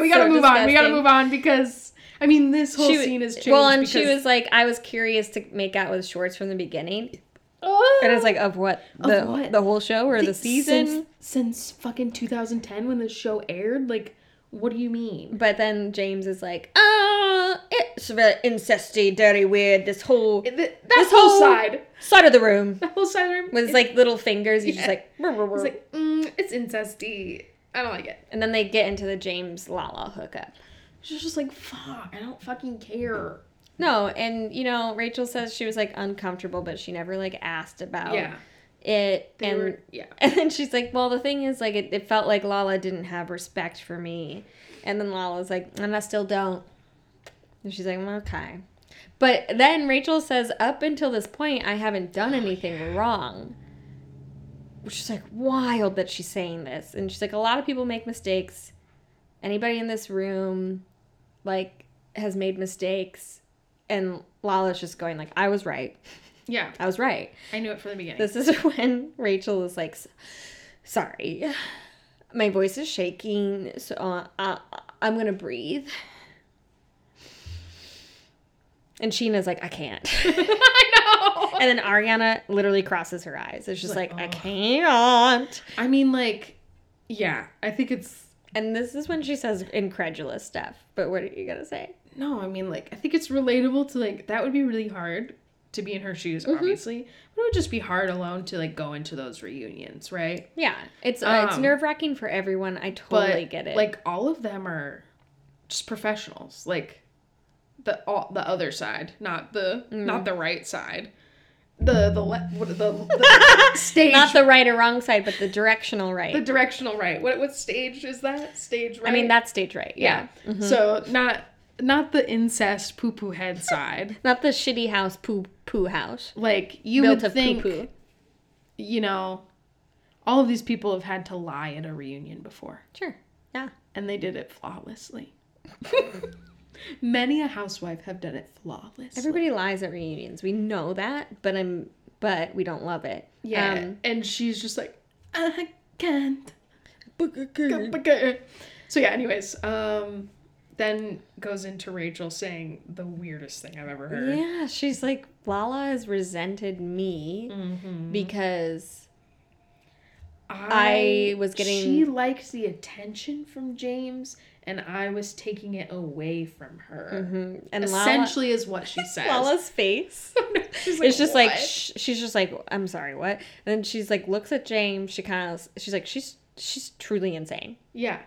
we gotta
So
move on. We gotta
disgusting.
move on because I mean this whole
wa-
scene is changed.
Well, and she
because-
was like, I was curious to make out with Schwartz from the beginning,
oh,
and I was like, of what the
what?
the whole show or the,
Like,
season?
since, since fucking 2010 when this show aired. Like, what do you mean?
But then James is like, oh, it's very incesty, dirty, weird. This whole
It- th- that
This
whole,
whole-
side,
side of the room
that whole side room
with
is-
his like little fingers. He's just
Yeah.
like, "Brr, brr, brr."
is like, mm, it's incesty. I don't like it.
and then they get into the James Lala hookup.
She's just like, fuck, I don't fucking care.
No, and you know, Rachel says she was like uncomfortable, but she never like asked about
Yeah,
it.
they
and
were, yeah.
and then she's like, well, the thing is, like, it, it felt like Lala didn't have respect for me, and then Lala's like, and I still don't. And she's like, well, okay. But then Rachel says, up until this point, I haven't done anything wrong. Which is like wild that she's saying this. And she's like, a lot of people make mistakes. Anybody in this room, like, has made mistakes. And Lala's just going, like, I was right.
Yeah,
I was right.
I knew it from the beginning.
This is when Rachel is like, "S- "Sorry, my voice is shaking, so uh, I, I'm gonna breathe." And Sheena's like, "I can't."
I know.
and then Ariana literally crosses her eyes. It's just like,
oh.
I can't.
I mean, like, yeah, I think it's
And this is when she says incredulous stuff. But what are you gonna say?
no. I mean, like, I think it's relatable to like that would be really hard to be in her shoes,
Mm-hmm.
obviously. But it would just be hard alone to like go into those reunions, right?
Yeah, it's uh, it's
Um,
nerve wracking for everyone. I
But
totally get it.
like all of them are just professionals, like the all, the other side, not the
Mm-hmm.
not the right side, the the left, what the, the stage,
not the right or wrong side, but the directional right.
the directional right. What what stage is that? Stage right.
I mean, that's stage right. Yeah. Mm-hmm.
yeah. So not not the incest poo poo head side.
Not the shitty house, poo poo house
Like you
built
would
of poo
think.
poo.
you know, all of these people have had to lie at a reunion before,
Sure. Yeah.
and they did it flawlessly. Many a housewife have done it flawlessly. Um,
Everybody lies at reunions. We know that, but I'm but we don't love it.
yeah,
Um,
and she's just like, I can't.
Burger
So yeah. Anyways, um, then goes into Rachel saying the weirdest thing I've ever heard.
Yeah, she's like Lala has resented me
Mm-hmm.
because I was getting-
She liked the attention from James, and I was taking it away from her.
and Mm-hmm. Lala,
essentially is what she says.
Lala's face.
She's
it's just like
"What?"
sh- she's just like I'm sorry, what? And then she's like looks at James. She kind of she's like she's she's truly insane.
yeah,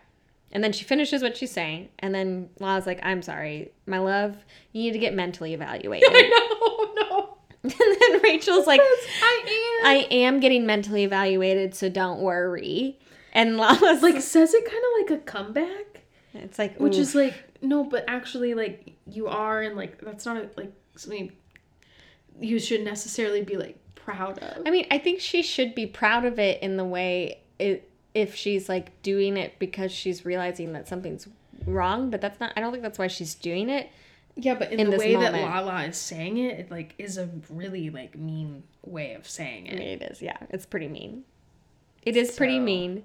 And then she finishes what she's saying, and then Lala's like, "I'm sorry, my love. You need to get mentally evaluated."
I know, no,
and then Rachel's like,
I am.
"I am getting mentally evaluated, so don't worry." And Lala's
like
like,
says it kind of like a comeback,
"It's like
which
oof.
is like no, but actually like you are, and like that's not like something you should necessarily be like proud of.
I mean, I think she should be proud of it in the way it, if she's like doing it because she's realizing that something's wrong, but that's not, I don't think that's why she's doing it.
Yeah, but in,
in
the
this
way that
moment.
Lala is saying it, it like is a really like mean way of saying
I mean,
it.
it is, yeah, it's pretty mean. It is pretty
So-
mean,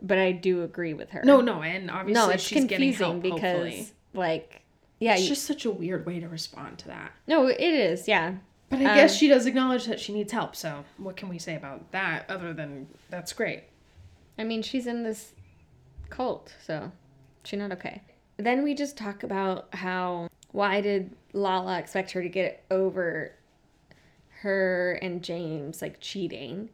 but I do agree with her.
No, no, and obviously
no, it's
she's getting
confusing
help.
because,
hopefully,
like, yeah,
it's
you-
just such a weird way to respond to that.
no, it is, yeah.
But
Um,
I guess she does acknowledge that she needs help. So what can we say about that other than that's great?
I mean, she's in this cult, so she's not okay. Then we just talk about how why did Lala expect her to get over her and James like cheating?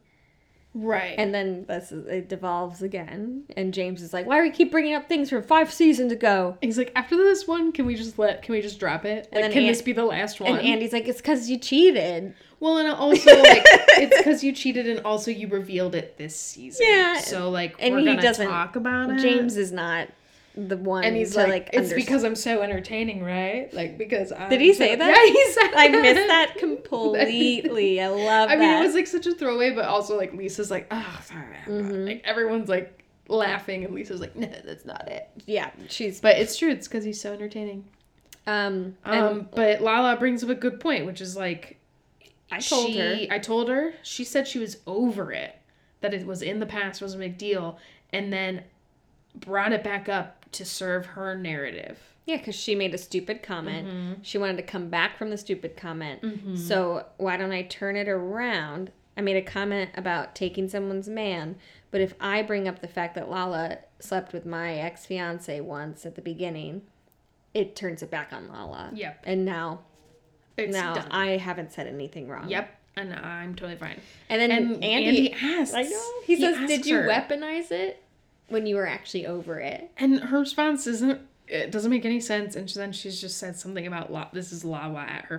Right.
And then this is, it devolves again, and James is like, "Why do we keep bringing up things from five seasons ago?"
he's like, after this one, can we just let? Can we just drop it? Like,
then
can
An-
this be the last one?
And Andy's like, "It's because you cheated."
well, and also like it's because you cheated, and also you revealed it this season.
Yeah,
So like,
and
we're
he
gonna
doesn't-
talk about it.
James is not the one.
and he's
to,
like,
like,
it's
underst-
because I'm so entertaining, right? Like because I
Did he say that?
Yeah, he said.
I missed that completely. I love
I
that.
mean, it was like such a throwaway, but also like Lisa's like, oh, sorry, I'm not-"
Mm-hmm.
like everyone's like laughing, and Lisa's like, no, that's not it.
yeah, she's
But it's true. It's because he's so entertaining.
um
Um,
and
but Lala brings up a good point, which is like
I told
she,
her
I told her. She said she was over it, that it was in the past, was a big deal, and then brought it back up to serve her narrative.
Yeah, because she made a stupid comment.
Mm-hmm.
She wanted to come back from the stupid comment. So why don't I turn it around? I made a comment about taking someone's man, but if I bring up the fact that Lala slept with my ex fiance once at the beginning, it turns it back on Lala.
Yep.
And now,
It's
now
done.
I haven't said anything wrong.
yep, and I'm totally fine.
And then
And Andy,
Andy,
asks.
I know. He, says, "Did
asks
you
her."
weaponize it when you were actually over it?"
And her response isn't. It doesn't make any sense. And then she's just said something about La- this is Lala at her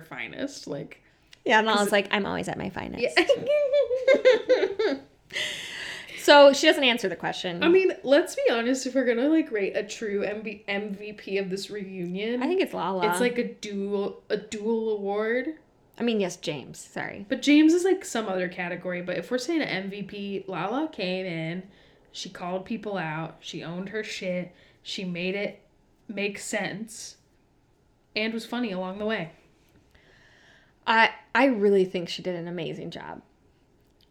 finest. Like
Yeah, and I was like, "I'm always at my finest."
yeah.
So she doesn't answer the question.
I mean, let's be honest. If we're gonna like rate a true MB- MVP of this reunion,
I think it's Lala.
it's like a dual a dual award.
I mean, yes, James. Sorry.
But James is like some other category. But if we're saying an MVP, Lala came in, she called people out, she owned her shit, she made it make sense, and was funny along the way.
I I really think she did an amazing job.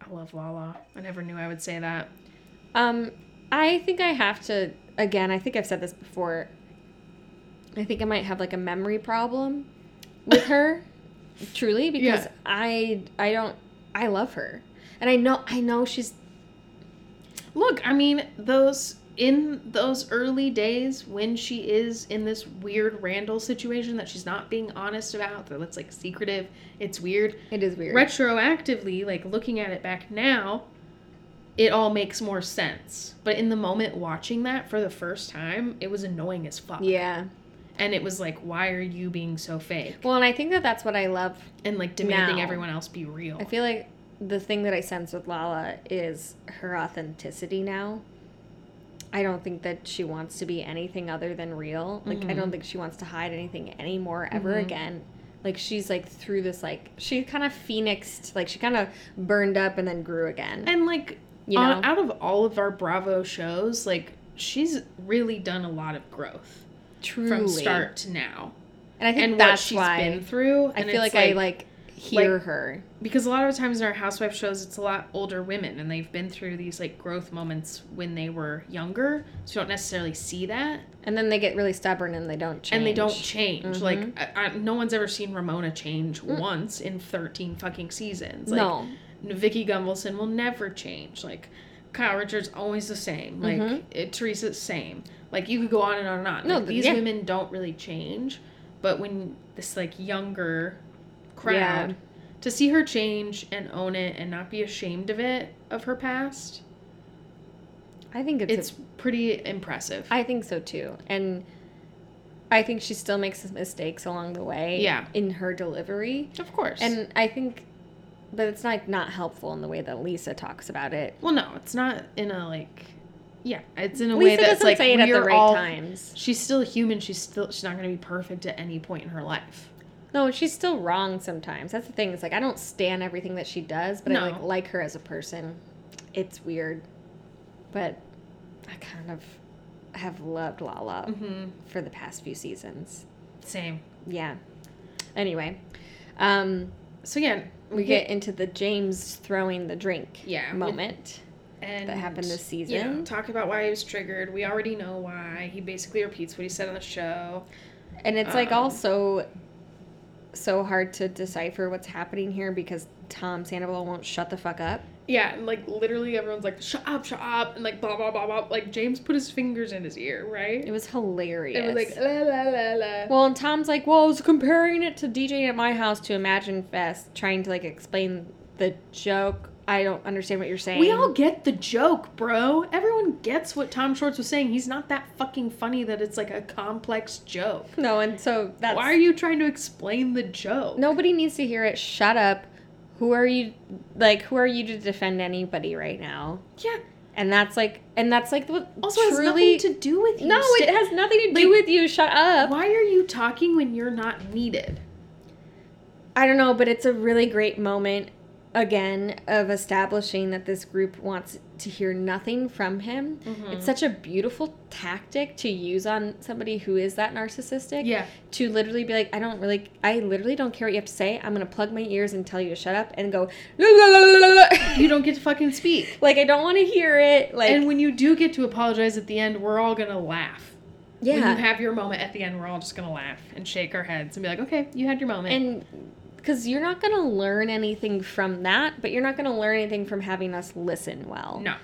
I love Lala. I never knew I would say that.
Um, I think I have to again. I think I've said this before. I think I might have like a memory problem with her. truly because
Yeah.
I I don't I love her. And I know I know she's
Look, I mean, those in those early days when she is in this weird Randall situation that she's not being honest about, that it's like secretive, it's weird.
it is weird.
Retroactively, like looking at it back now, it all makes more sense. But in the moment watching that for the first time, it was annoying as fuck.
Yeah.
And it was like, why are you being so fake?
Well, and I think that that's what I love.
And like demanding
Now.
everyone else be real.
I feel like the thing that I sense with Lala is her authenticity now. I don't think that she wants to be anything other than real. Like I
Mm-hmm.
don't think she wants to hide anything anymore ever again. Like she's like through this like she kind of phoenixed, like she kind of burned up and then grew again.
and like
You
on-
know?
out of all of our Bravo shows, like she's really done a lot of growth
Truly.
from start to now,
And I think
and what
that's
she's
why
been through.
I
and
feel like,
it's,
I like hear her.
because a lot of times in our housewife shows, it's a lot older women, and they've been through these like growth moments when they were younger, so you don't necessarily see that,
And then they get really stubborn and they don't change.
and they don't change. Like I, I, no one's ever seen Ramona change once in thirteen fucking seasons. Like,
no.
Vicky Gumbelson will never change. Like Kyle Richards always the same. Like it, Teresa's same. Like you could go on and on and on.
Mm-hmm. No,
Like,
th-
these
yeah.
women don't really change, but when this like younger
Yeah.
crowd to see her change and own it and not be ashamed of it of her past,
I think it's,
it's pretty impressive.
I think so too. And I think she still makes mistakes along the way.
Yeah.
In her delivery.
of course. And
And I think but it's like not helpful in the way that Lisa talks about it.
well, no, it's not in a like. Yeah, it's in a way
Lisa
that's
doesn't
like
say it at the
we're
right
all.
times.
She's still human. She's still she's not going to be perfect at any point in her life.
No, she's still wrong sometimes. That's the thing. It's like I don't stand everything that she does, but
No.
I like like her as a person. It's weird, but I kind of have loved Lala
Mm-hmm.
for the past few seasons.
Same.
Yeah. Anyway, um,
So yeah,
we get into the James throwing the drink
Yeah, with-
moment.
and
that happened this
you know,
season.
talk about why he was triggered. We already know why. He basically repeats what he said on the show.
And it's like
Um,
also so hard to decipher what's happening here because Tom Sandoval won't shut the fuck up.
Yeah, and like literally everyone's like, "Shut up, shut up," and like blah blah blah blah. Like James put his fingers in his ear, right?
It was hilarious.
It was like la la la la.
Well, and Tom's like, well, I was comparing it to DJing at my house to Imagine Fest, trying to like explain the joke. I don't understand what you're saying.
we all get the joke, bro. Everyone gets what Tom Shorts was saying. He's not that fucking funny that it's like a complex joke.
no, and so that's
Why are you trying to explain the joke?
nobody needs to hear it. Shut up. Who are you? Like, who are you to defend anybody right now?
Yeah.
And that's like, and that's like what
Also, it has
truly.
nothing to do with you.
no,
Sti-
it has nothing to do
Like,
with you. Shut up.
Why are you talking when you're not needed?
I don't know, but it's a really great moment again of establishing that this group wants to hear nothing from him. It's such a beautiful tactic to use on somebody who is that narcissistic.
Yeah.
To literally be like, I don't really, I literally don't care what you have to say. I'm gonna plug my ears and tell you to shut up and go. "La, la, la, la, la, la."
You don't get to fucking speak.
like I don't want to hear it. Like
and when you do get to apologize at the end, we're all gonna laugh. When
yeah,
you have your moment at the end, we're all just gonna laugh and shake our heads and be like, okay, you had your moment.
and because you're not gonna learn anything from that, but you're not gonna learn anything from having us listen well.
no.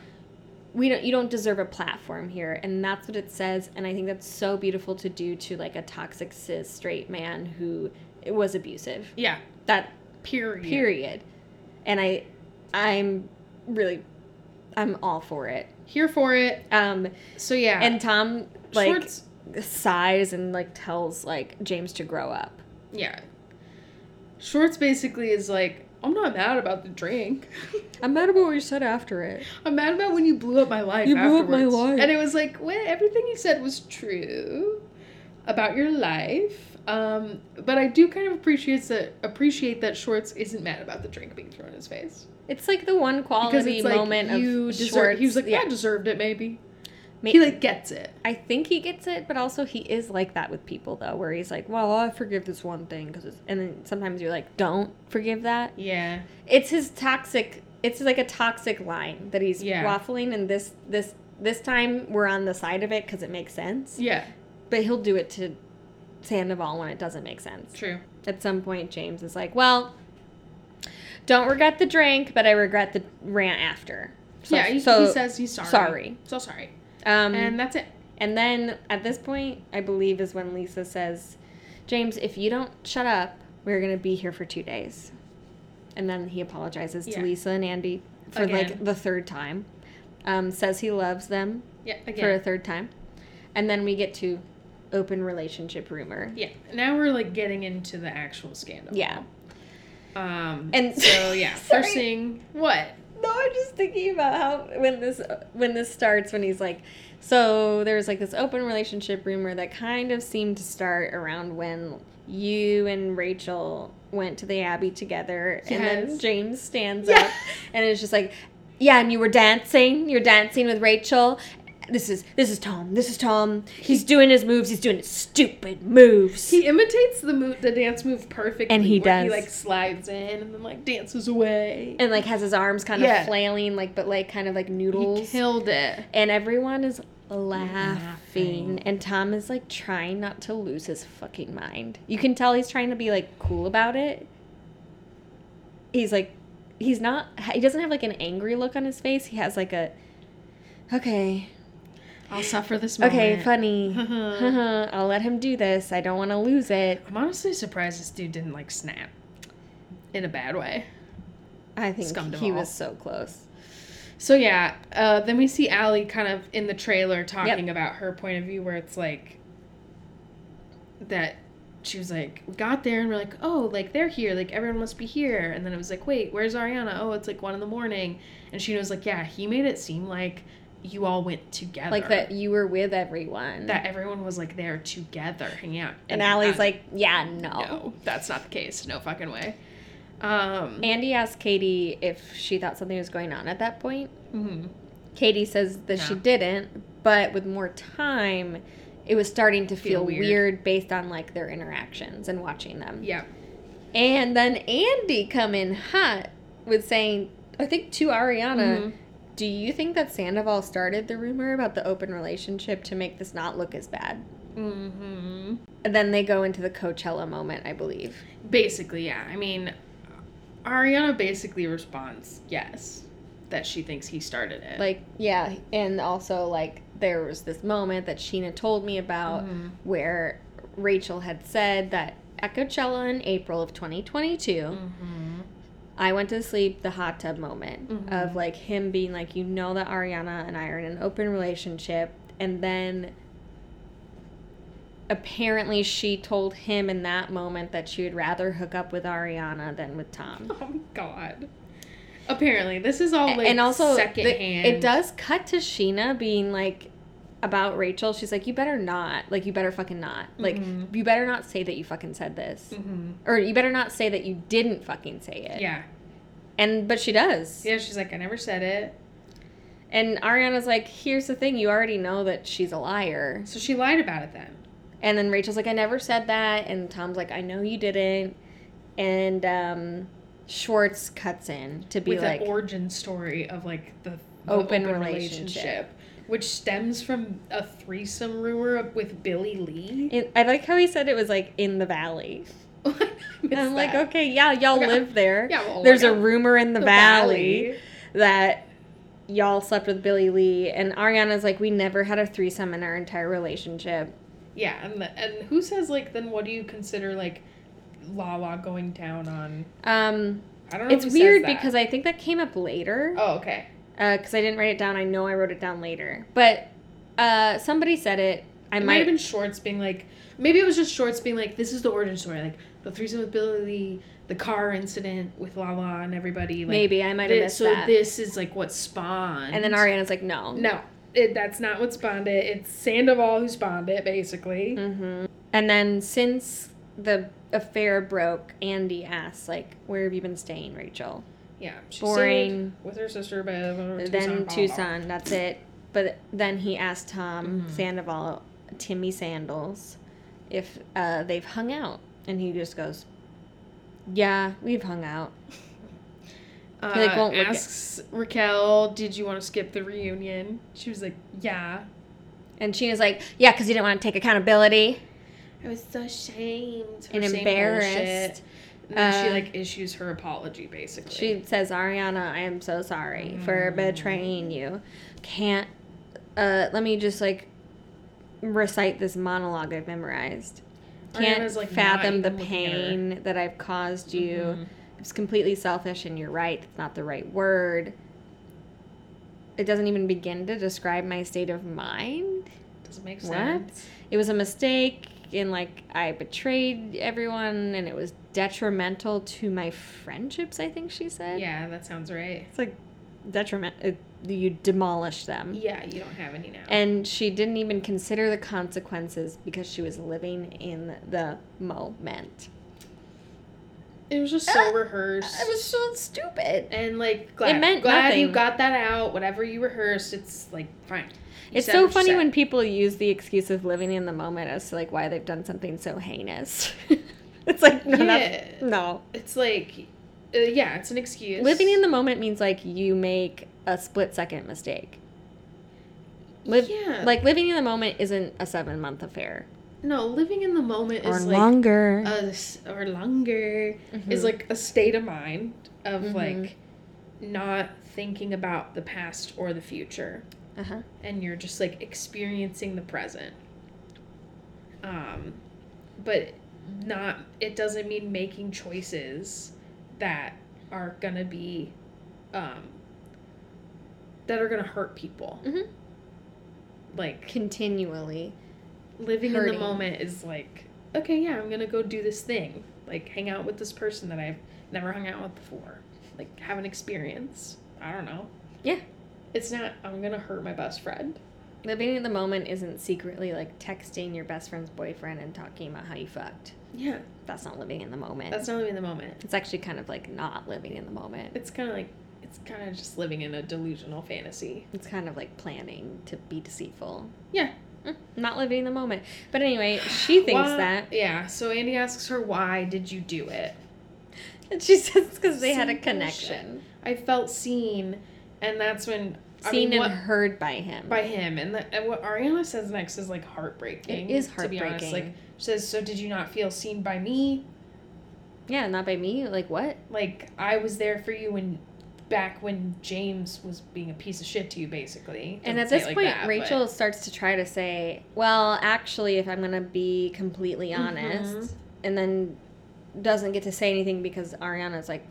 we don't you don't deserve a platform here and that's what it says and i think that's so beautiful to do to like a toxic cis straight man who was abusive
Yeah.
that
Period.
period and i i'm really i'm all for it
Here for it.
um
So yeah.
and tom like
Shorts.
sighs and like tells like james to grow up
Yeah. Shorts basically is like, I'm not mad about the drink.
i'm mad about what you said after it
I'm mad about when you blew up my life.
You blew up my
afterwards.
life.
And it was like, well, everything you said was true about your life. Um, but I do kind of appreciate that appreciate that Schwartz isn't mad about the drink being thrown in his face
it's like the one quality moment
you
of
deserve.
shorts.
He was like,
yeah,
I deserved it. Maybe
ma-
he like gets it.
I think he gets it, but also he is like that with people though, where he's like, "Well, I forgive this one thing," because and then sometimes you're like, "Don't forgive that."
Yeah,
It's his toxic. It's like a toxic line that he's
Yeah.
waffling, and this this this time we're on the side of it because it makes sense.
yeah.
But he'll do it to Sandoval when it doesn't make sense.
True.
At some point, James is like, well, don't regret the drink, but I regret the rant after. So,
yeah, he,
so
he says he's sorry.
sorry.
So sorry.
Um,
and that's it.
and then at this point, I believe is when Lisa says, James, if you don't shut up, we're going to be here for two days. And then he apologizes
Yeah.
to Lisa and Andy for
Again.
like the third time. Um, says he loves them
Yeah,
for
again.
a third time. And then we get to open relationship rumor.
yeah. Now we're like getting into the actual scandal.
Yeah.
Um.
And-
so yeah,
Sorry.
first thing, what?
No, I'm just thinking about how when this when this starts when he's like, so there's like this open relationship rumor that kind of seemed to start around when you and Rachel went to the Abbey together, and then
Yes.
James stands
Yeah.
up and it's just like, yeah, and you were dancing, you're dancing with Rachel. This is this is Tom. This is Tom. He's doing his moves. He's doing his stupid moves.
He imitates the move, the dance move perfectly,
And he
where
does.
He like slides in and then like dances away.
and like has his arms kind
Yeah.
of flailing, like but like kind of like
he
noodles.
killed it.
and everyone is
Laughing.
laughing and tom is like trying not to lose his fucking mind you can tell he's trying to be like cool about it he's like he's not he doesn't have like an angry look on his face he has like a okay
I'll suffer this moment.
okay funny Uh-huh,
I'm
i'll let him do this i don't want to lose it
honestly surprised this dude didn't like snap in a bad way.
i think
Scum
he
Duval.
was so close
So yeah, uh, then we see Allie kind of in the trailer talking about her point of view, where it's like that she was like, we got there and we're like, oh, like they're here, like everyone must be here, and then it was like, wait, where's Ariana? Oh, it's like one in the morning, and she was like, yeah, he made it seem like you all went together,
like that you were with everyone
that everyone was like there together, hanging out,
and Allie's
I-
like yeah no.
no, that's not the case, no fucking way. Um,
andy asked katie if she thought something was going on at that point
mhm.
Katie says that she
Yeah.
didn't, but with more time, it was starting to
Feel
feel,
weird.
weird. based on like their interactions and watching them.
yeah,
And then Andy come in hot with saying, I think to Ariana,
Mhm.
do you think that Sandoval started the rumor about the open relationship to make this not look as bad?
hmm
And then they go into the Coachella moment, I believe.
Basically, yeah. I mean, Ariana basically responds yes, that she thinks he started it.
Like, yeah, and also like there was this moment that Sheena told me about
Mhm.
where Rachel had said that at Coachella in April of 2022,
Mhm.
I went to sleep the hot tub moment
Mhm.
of like him being like, you know, that Ariana and I are in an open relationship. And then apparently she told him in that moment that she would rather hook up with Ariana than with Tom.
oh my god. Apparently, this is all
A-
like
and also, the-
secondhand.
it does cut to Sheena being like, about Rachel, she's like, you better not. Like, you better fucking not. Like,
Mhm.
you better not say that you fucking said this.
hmm
or you better not say that you didn't fucking say it.
Yeah,
And but she does.
yeah. She's like, I never said it.
And Ariana's like, here's the thing, you already know that she's a liar.
So she lied about it then.
And then Rachel's like, I never said that. And Tom's like, I know you didn't. And um, Schwartz cuts in to be
with
like,
the origin story of like the, the
Open relationship.
which stems from a threesome rumor with Billy Lee.
in, I like how he said it was like in the valley.
I
And I'm
missed
like,
that.
okay, yeah, y'all
Okay.
live there.
Yeah, well,
There's
look
a
up
rumor in the,
Oh the
valley. that y'all slept with Billy Lee. And Ariana's like, we never had a threesome in our entire relationship.
Yeah, and the, and who says like then what do you consider like Lala going down on?
Um,
I don't know.
It's
who
weird
says that.
because I think that came up later.
oh okay,
Because I didn't write it down. I know I wrote it down later. But uh, somebody said it. I
it might have been Shorts being like maybe it was just Shorts being like this is the origin story like the threesome with Billy, Lee, the car incident with Lala and everybody. Like,
maybe I might have
thi-
missed
so
that.
this is like what spawned.
and then Ariana's like, no.
no, it, that's not what spawned it. It's Sandoval who spawned it basically.
hmm And then since the affair broke, Andy asks like, where have you been staying, Rachel?
Yeah, she stayed
Boring.
with her sister, but uh,
then
Tucson, blah, blah, blah.
Tucson. That's it. But then he asked Tom
Mm-hmm.
Sandoval, Timmy Sandals, if uh, they've hung out, and he just goes, "Yeah, we've hung out."
Uh,
He, like, won't look at-
asks Raquel, "Did you want to skip the reunion?" She was like, "Yeah."
And Sheena's like, yeah, because you didn't want to take accountability.
I
I was so shamed
and
saying
embarrassed.
bullshit. And then she
Uh,
like issues her apology basically.
She says, Ariana, I am so sorry for
Mm-hmm.
betraying you. Can't, uh, let me just like recite this monologue I've memorized. Can't
Ariana's, like, not
fathom the
even looking at her. Mm-hmm.
pain that I've caused you. It's completely selfish, and you're right. It's not the right word. It doesn't even begin to describe my state of mind.
doesn't make
What?
sense.
It was a mistake, and like I betrayed everyone, and it was detrimental to my friendships, I think she said.
Yeah, that sounds right.
It's like detriment. It, you demolish them.
Yeah, you don't have any now.
And she didn't even consider the consequences because she was living in the moment.
it was just
Uh,
so rehearsed.
It was so stupid.
and like glad,
meant
glad you
nothing.
got that out. Whatever you rehearsed, it's like fine. You
It's
said
so
what you
funny
said.
when people use the excuse of living in the moment as to like why they've done something so heinous. it's like no, that's,
Yeah.
no.
it's like, uh, yeah, it's an excuse.
Living in the moment means like you make a split second mistake. Live,
Yeah.
Like living in the moment isn't a seven month affair
no living in the moment
or
is like
longer.
a s- or longer
Mhm.
is like a state of mind of
Mhm.
like not thinking about the past or the future
uh-huh.
and you're just like experiencing the present um but not it doesn't mean making choices that are gonna be um that are gonna hurt people
Mhm.
like
Continually.
living in
hurting.
the moment is like okay yeah i'm gonna go do this thing like hang out with this person that i've never hung out with before like have an experience i don't know
Yeah.
it's not i'm gonna hurt my best friend
Living in the moment isn't secretly like texting your best friend's boyfriend and talking about how you fucked.
yeah
That's not living in the moment.
that's not living in the moment
it's actually kind of like not living in the moment.
it's kind of like it's kind of just living in a delusional fantasy
It's kind of like planning to be deceitful.
Yeah.
Mm, Not living in the moment. But anyway, she thinks
Why-
that.
yeah so andy asks her why did you do it
And she says because they had a
Some
connection.
i felt seen and that's when I
Seen
mean,
and
what-
heard by him.
by him and, the, and what ariana says next is like heartbreaking
It is
to be honest like
heartbreaking.
She says, So did you not feel seen by me?
yeah, not by me. Like what?
Like, I was there for you when back when James was being a piece of shit to you, basically.
And
Doesn't
at
say it
this
like
point,
that, but-
Rachel starts to try to say, well, actually, if I'm going to be completely honest,
Mhm.
and then doesn't get to say anything because Ariana's like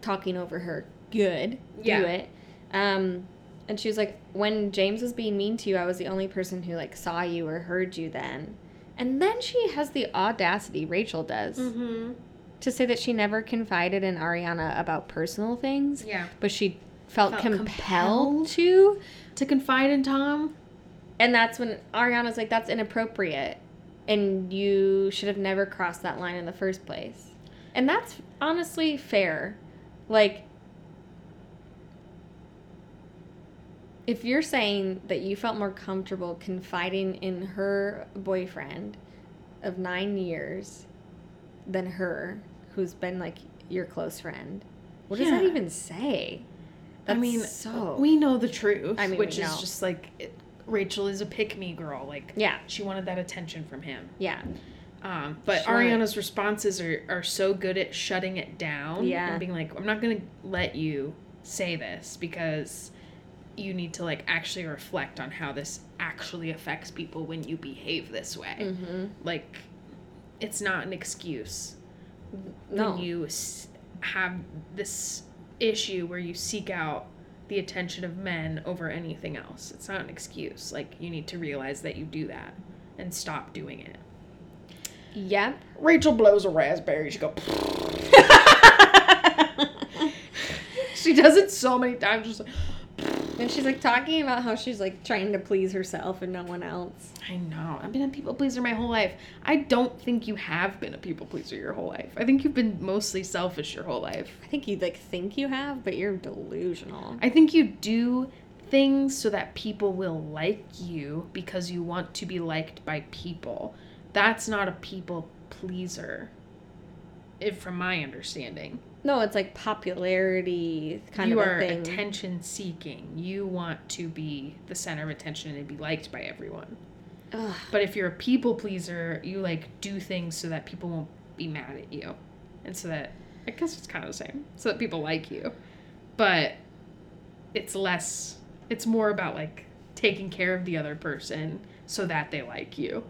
talking over her good.
Yeah.
Do it. Um, and she was like, when James was being mean to you, I was the only person who like saw you or heard you then. And then she has the audacity, Rachel does,
Mhm.
to say that she never confided in Ariana about personal things,
Yeah.
but she felt,
Felt
compelled,
compelled?
to.
To confide in Tom?
And that's when Ariana's like, that's inappropriate. And you should have never crossed that line in the first place. And that's honestly fair. Like, if you're saying that you felt more comfortable confiding in her boyfriend of nine years than her, who's been like your close friend, what does that
Yeah.
even say? That's
I mean,
so.
we know the truth.
I mean, we
which
know.
is just like it, Rachel is a pick me girl. Like,
yeah,
she wanted that attention from him.
yeah.
Um, but
Sure.
Ariana's responses are, are so good at shutting it down
Yeah.
and being like, I'm not going to let you say this because you need to like actually reflect on how this actually affects people when you behave this way.
Mm-hmm.
Like, it's not an excuse
No.
when you s- have this issue where you seek out the attention of men over anything else. It's not an excuse. Like, you need to realize that you do that and stop doing it.
Yep.
Rachel blows a raspberry. She go. she does it so many times. Just like,
and she's like talking about how she's like trying to please herself and no one else.
I know. I've been a people pleaser my whole life. I don't think you have been a people pleaser your whole life. I think you've been mostly selfish your whole life.
I think you like think you have, but you're delusional.
I think you do things so that people will like you because you want to be liked by people. That's not a people pleaser. If from my understanding,
No, it's like popularity kind
you
of
are
a thing.
attention seeking. You want to be the center of attention and be liked by everyone.
Ugh.
But if you're a people pleaser, you like do things so that people won't be mad at you. And so that I guess it's kind of the same. So that people like you. But it's less it's more about like taking care of the other person so that they like you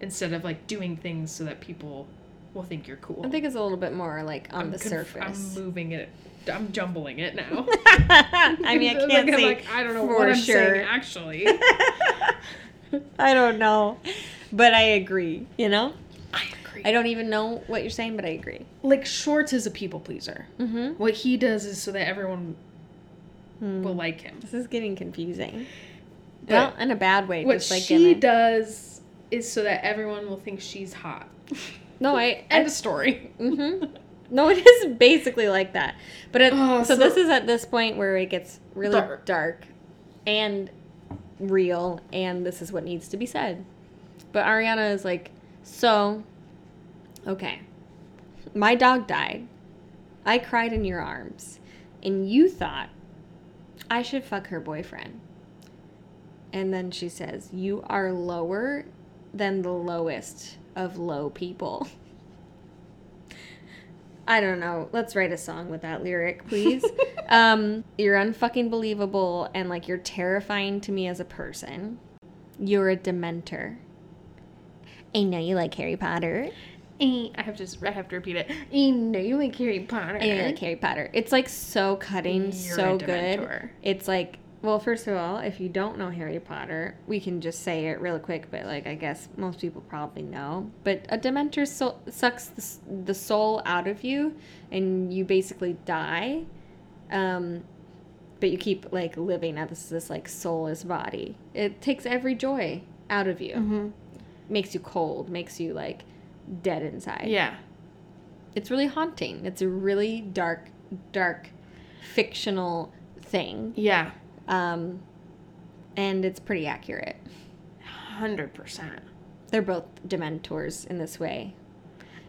instead of like doing things so that people will think you're cool.
I think it's a little bit more like on
I'm
the
conf-
surface.
I'm moving it. I'm jumbling it now.
I mean, I
Like,
can't
I'm
see.
like,
I don't know
for
what I'm
sure.
saying actually.
I don't know, but I agree. You know,
I agree.
I don't even know what you're saying, but I agree.
like Schwartz is a people pleaser.
Mm-hmm.
What he does is so that everyone will like him.
This is getting confusing.
But
well, in a bad way.
what
just like
she
in a-
does is so that everyone will think she's hot.
no, I.
End of story.
hmm No, it is basically like that. But it,
Oh,
so,
so-
this is at this point where it gets really
Dark.
dark. and real, and this is what needs to be said. But Ariana is like, so, okay, my dog died. I cried in your arms, and you thought I should fuck her boyfriend. And then she says, You are lower than the lowest of low people. I don't know. Let's write a song with that lyric, please. um, you're unfucking believable and like you're terrifying to me as a person. You're a dementor. I know you like Harry Potter.
Eh, I have to I have to repeat it. Eh, No, you like Harry Potter.
I know you like Harry Potter. It's like so cutting,
You're
so
a
good.
Dementor.
It's like, well, first of all, if you don't know Harry Potter, we can just say it real quick, but like, I guess most people probably know. But a Dementor so- sucks the, s- the soul out of you and you basically die. Um, but you keep like living at this, this like soulless body. It takes every joy out of you,
Mm-hmm.
makes you cold, makes you like dead inside
Yeah.
it's really haunting. It's a really dark, dark, fictional thing,
Yeah.
um, and it's pretty accurate.
100%.
They're both Dementors in this way.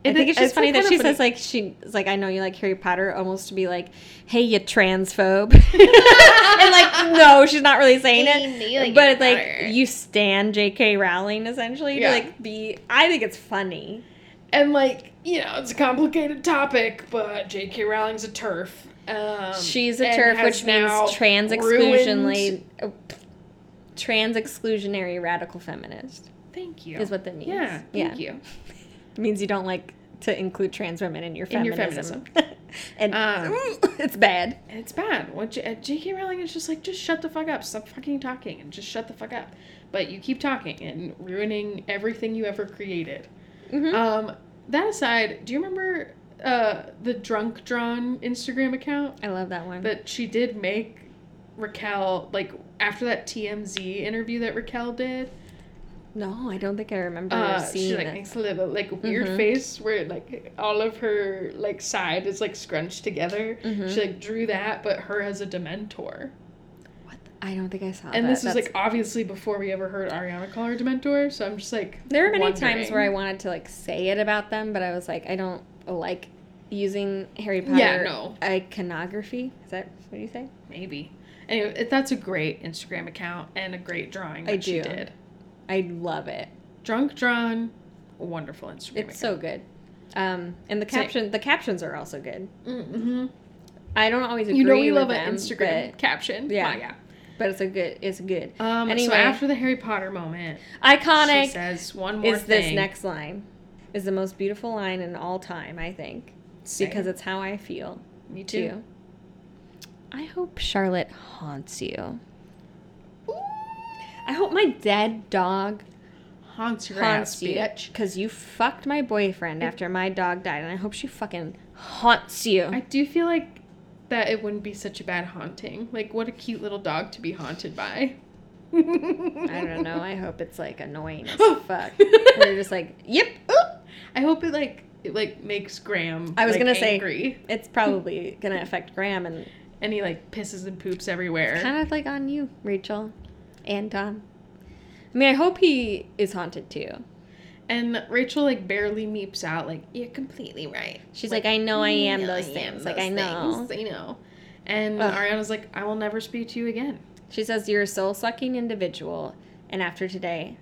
I
It
think it's
is-
just
it's
funny that
kinda
she
funny.
says like she's like I know you like Harry Potter almost to be like, hey you transphobe, and like no she's not really saying
Hey,
it,
no, you like
but
Harry
it's like
Potter.
you stand J.K. Rowling essentially
Yeah.
to like be. I think it's funny.
And like, you know, it's a complicated topic, but J.K. Rowling's a turf. Um,
She's a
and
turf,
has
which
now
means trans
ruined-
exclusionary, uh, trans exclusionary radical feminist
Thank you.
is what that means.
yeah, thank you.
It means you don't like to include trans women in your
In your
feminism. and
Um,
it's bad.
It's bad. What J- uh, J.K. Rowling is just like, just shut the fuck up. Stop fucking talking and just shut the fuck up. But you keep talking and ruining everything you ever created.
Mhm.
Um, that aside, do you remember uh, the Drunk Drawn Instagram account
I love that one.
that she did make Raquel like after that TMZ interview that Raquel did?
no, I don't think I remember
Uh, she
seeing
like
this.
makes a little like weird
Mhm.
face where like all of her like side is like scrunched together.
Mm-hmm.
She like drew that, but her as a Dementor.
What? the- I don't think I saw
And
that.
this was
That's-
like obviously before we ever heard Ariana call her Dementor, so I'm just like
There were many times
wondering.
where I wanted to like say it about them, but I was like, I don't like using Harry Potter
Yeah, no.
iconography. Is that what you say?
maybe. Anyway, it- that's a great Instagram account and a great drawing that
I
she
do.
did.
I love it.
Drunk drawn, a wonderful Instagram.
It's so good. Um, and the
Same.
caption the captions are also good.
hmm
I don't always agree
You know we
with
love
them,
an Instagram caption.
yeah.
My God.
but, but it's a good it's good.
Um,
Anyway.
so after the Harry Potter moment, she
Iconic
says one more
is
thing.
this next line. Is the most beautiful line in all time, I think,
Same.
because it's how I feel
me too.
too. I hope Charlotte haunts you. I hope my dead dog
Haunts your
haunts
ass,
you
bitch.
because you fucked my boyfriend after my dog died, and I hope she fucking haunts you.
I do feel like that it wouldn't be such a bad haunting. Like, what a cute little dog to be haunted by. I
I
don't
don't know. I hope it's like annoying as fuck. We're just like, yep. oop."
I hope it like it like makes Graham.
I was
like,
gonna say-
angry,
It's probably gonna affect Graham, and
and he like pisses and poops everywhere.
kind of like on you, Rachel, and Tom. I mean, I hope he is haunted too.
and Rachel like barely meeps out like you're completely right.
She's like, I know I am
"Yeah,
those
I
things.
am
like
those
I know.
things, I know. And
Ugh.
Ariana's like, I will never speak to you again.
She says you're a soul sucking individual, and after today,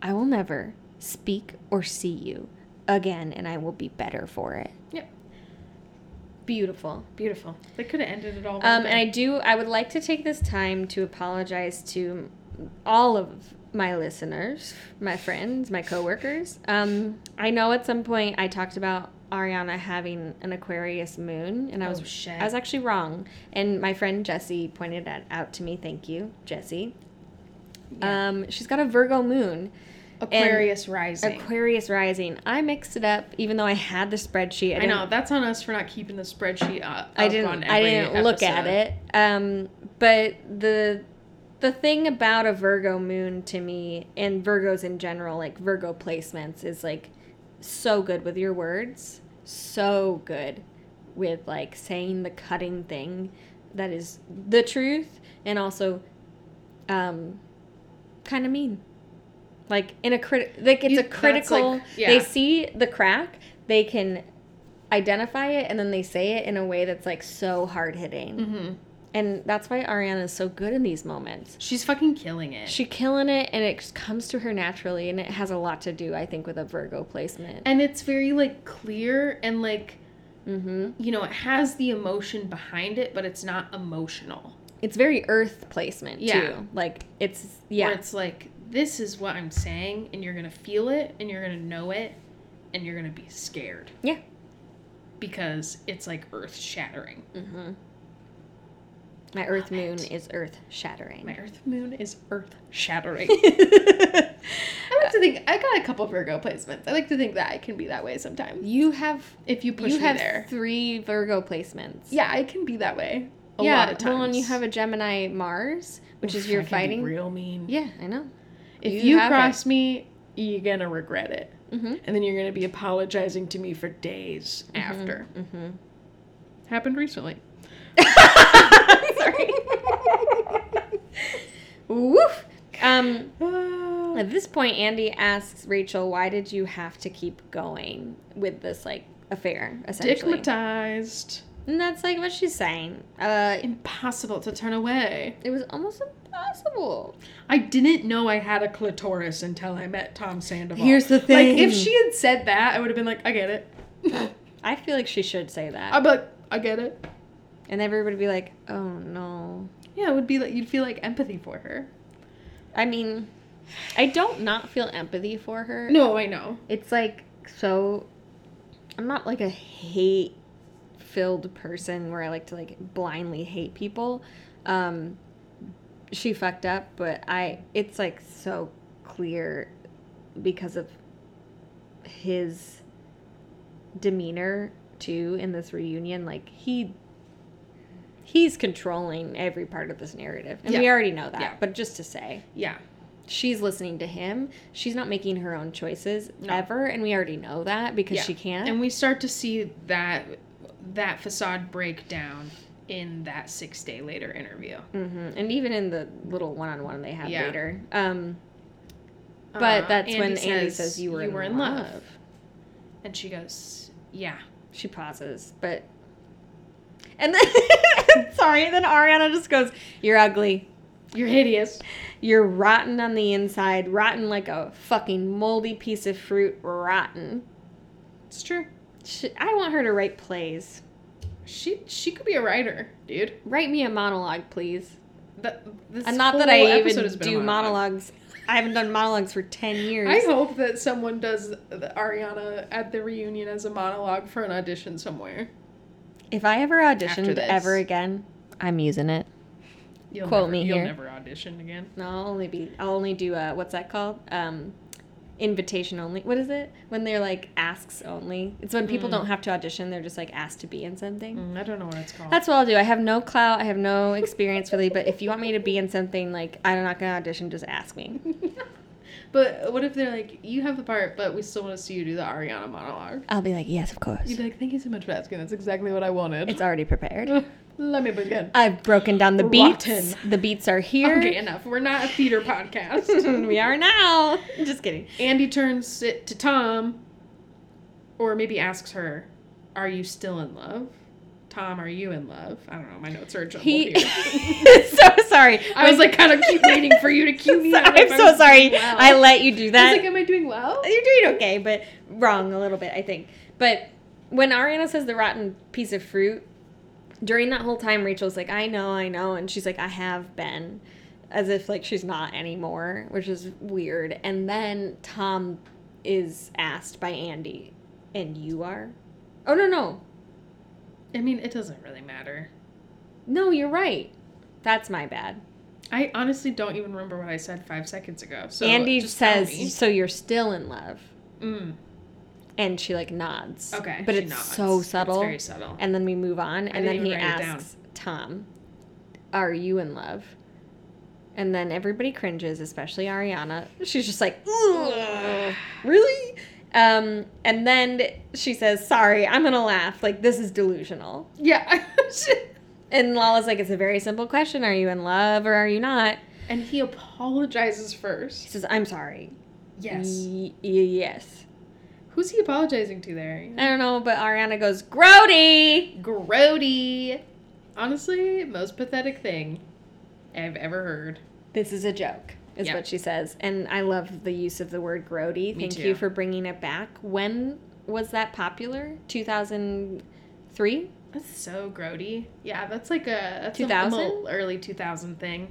I will never speak or see you again, and I will be better for it.
Yep.
Beautiful.
Beautiful. They could have ended it all. right
Um, and
there.
I do, I would like to take this time to apologize to all of my listeners, my friends, my coworkers. Um, I know at some point I talked about Ariana having an Aquarius moon, and I was
oh shit.
I was actually wrong, and my friend Jesse pointed that out to me. Thank you, Jesse.
Yeah.
Um, she's got a Virgo moon,
Aquarius rising.
Aquarius rising. I mixed it up, even though I had the spreadsheet.
I
didn't-
know that's on us for not keeping the spreadsheet up.
I
up
didn't.
on
I
every
didn't look at it.
episode.
Um, but the the thing about a Virgo moon to me and Virgos in general, like Virgo placements, is like so good with your words, so good with like saying the cutting thing that is the truth, and also um, kind of mean. Like in a crit, like it's
You-
a
that's, like,
critical.
yeah.
They see the crack. They can identify it and then they say it in a way that's like so hard hitting.
Mhm.
And that's why Ariana is so good in these moments.
She's fucking killing it.
She killing it and it just comes to her naturally and it has a lot to do I think with a Virgo placement.
And it's very like clear and like
hmm
you know it has the emotion behind it, but it's not emotional.
It's very earth placement
Yeah.
too. Like it's
Where
yeah.
it's like this is what I'm saying, and you're gonna feel it, and you're gonna know it, and you're gonna be scared.
Yeah.
Because it's like earth shattering.
hmm My earth
Love
moon
it.
is earth
My
shattering.
earth moon is earth shattering.
you
I like to think I got a couple Virgo placements. I like to think that I can be that way sometimes.
have
If you push
you
me
have
there,
three Virgo placements.
yeah, I can be that way. A lot of times.
Well, and you have a Gemini Mars, which
Oof,
is your
I can be
fighting.
real mean.
Yeah, I know.
If
You
you,
have it.
cross me, you're gonna regret it,
Mm-hmm.
and then you're gonna be apologizing to me for days after.
Mm-hmm.
Happened recently.
Sorry. Woof. Um,
Uh,
at this point, Andy asks Rachel, "Why did you have to keep going with this like affair?" Essentially,
Stigmatized.
and that's like what she's saying. Uh,
Impossible to turn away.
it was almost impossible.
I didn't know I had a clitoris until I met Tom Sandoval.
Here's the
Like,
thing.
if she had said that, I would have been like, I get it.
I feel like she should say that,
I'd be like, I get it.
and everybody would be like, "Oh no."
Yeah, it would be like, you'd feel like empathy for her.
I mean, I don't not feel empathy for her.
No, I know.
It's like so I'm not like a hate filled person where I like to like blindly hate people. Um she fucked up, but I it's like so clear because of his demeanor too in this reunion like he he's controlling every part of this narrative and we
Yeah.
already know that
Yeah.
but just to say
Yeah.
she's listening to him. She's not making her own choices
No.
ever, and we already know that because
Yeah.
she can't.
And we start to see that that facade break down in that six day later interview.
hmm And even in the little one-on-one they have
Yeah.
later, um, but
Uh,
that's when Uh-huh. Andy says, "You were, in, love.
And she goes, Yeah.
She pauses, but and then sorry, then Ariana just goes, "You're ugly.
You're hideous.
You're rotten on the inside. Rotten like a fucking moldy piece of fruit. Rotten."
It's true.
She, I want her to write plays.
She she could be a writer, dude.
Write me a monologue, please.
That, this
And not that
whole
I
episode
even
has been a
do
monologue.
monologues. I haven't done monologues for ten years.
I hope that someone does the Ariana at the reunion as a monologue for an audition somewhere.
if I ever
After
auditioned
this.
ever again, I'm using it.
You'll
Quote
never,
me
You'll
here.
never audition again.
No, I'll only be. I'll only do. Uh, what's that called? Um, invitation only. What is it? When they're like asks only. It's when people don't have to audition. They're just like asked to be in something.
Mm, I don't know what it's called.
That's what I'll do. I have no clout. I have no experience really. But if you want me to be in something, like I'm not gonna audition. Just ask me.
but what if they're like, you have the part, but we still want to see you do the Ariana monologue?
I'll be like, yes, of course.
You'd be like, thank you so much for asking. That's exactly what I wanted.
It's already prepared.
Let me begin.
I've broken down the beats.
Rotten.
The beats are here.
Okay, enough. We're not a theater podcast.
we are now. Just kidding.
Andy turns it to Tom, or maybe asks her, Are you still in love? Tom, are you in love? I don't know. My notes are jumbled
He.
here.
so sorry.
I was like, kind of keep waiting for you to cue me. out
I'm
if I
so
was
sorry.
doing well.
I let you do
I
that.
was like, am I doing well?
You're doing okay, but wrong a little bit, I think. But when Ariana says the rotten piece of fruit, during that whole time, Rachel's like, I know, I know. And she's like, I have been. As if, like, she's not anymore, which is weird. And then Tom is asked by Andy, and you are? Oh, no, no.
I mean, it doesn't really matter.
No, you're right. That's my bad.
I honestly don't even remember what I said five seconds ago. So
Andy
just tell me.
says, So you're still in love.
Mm,
And she, like, nods.
okay,
But
she
it's
nods.
so subtle.
It's very subtle.
and then we move on and then
didn't
he
even write it down.
asks tom are you in love and then everybody cringes especially ariana she's just like "Ugh, really um, and then she says sorry i'm gonna laugh like this is delusional
yeah.
and lala's like it's a very simple question are you in love or are you not
and he apologizes
he
first.
says i'm sorry
Yes.
"Y- y- yes
Who's he apologizing to there?
i don't know but ariana goes grody
Grody. Honestly, most pathetic thing I've ever heard.
This is a joke, is
Yeah.
what she says. And I love the use of the word grody.
Me
Thank
too.
you for bringing it back. When was that popular? 2003?
That's so grody. Yeah, that's like a that's a- a
2000?
mil- early 2000 thing.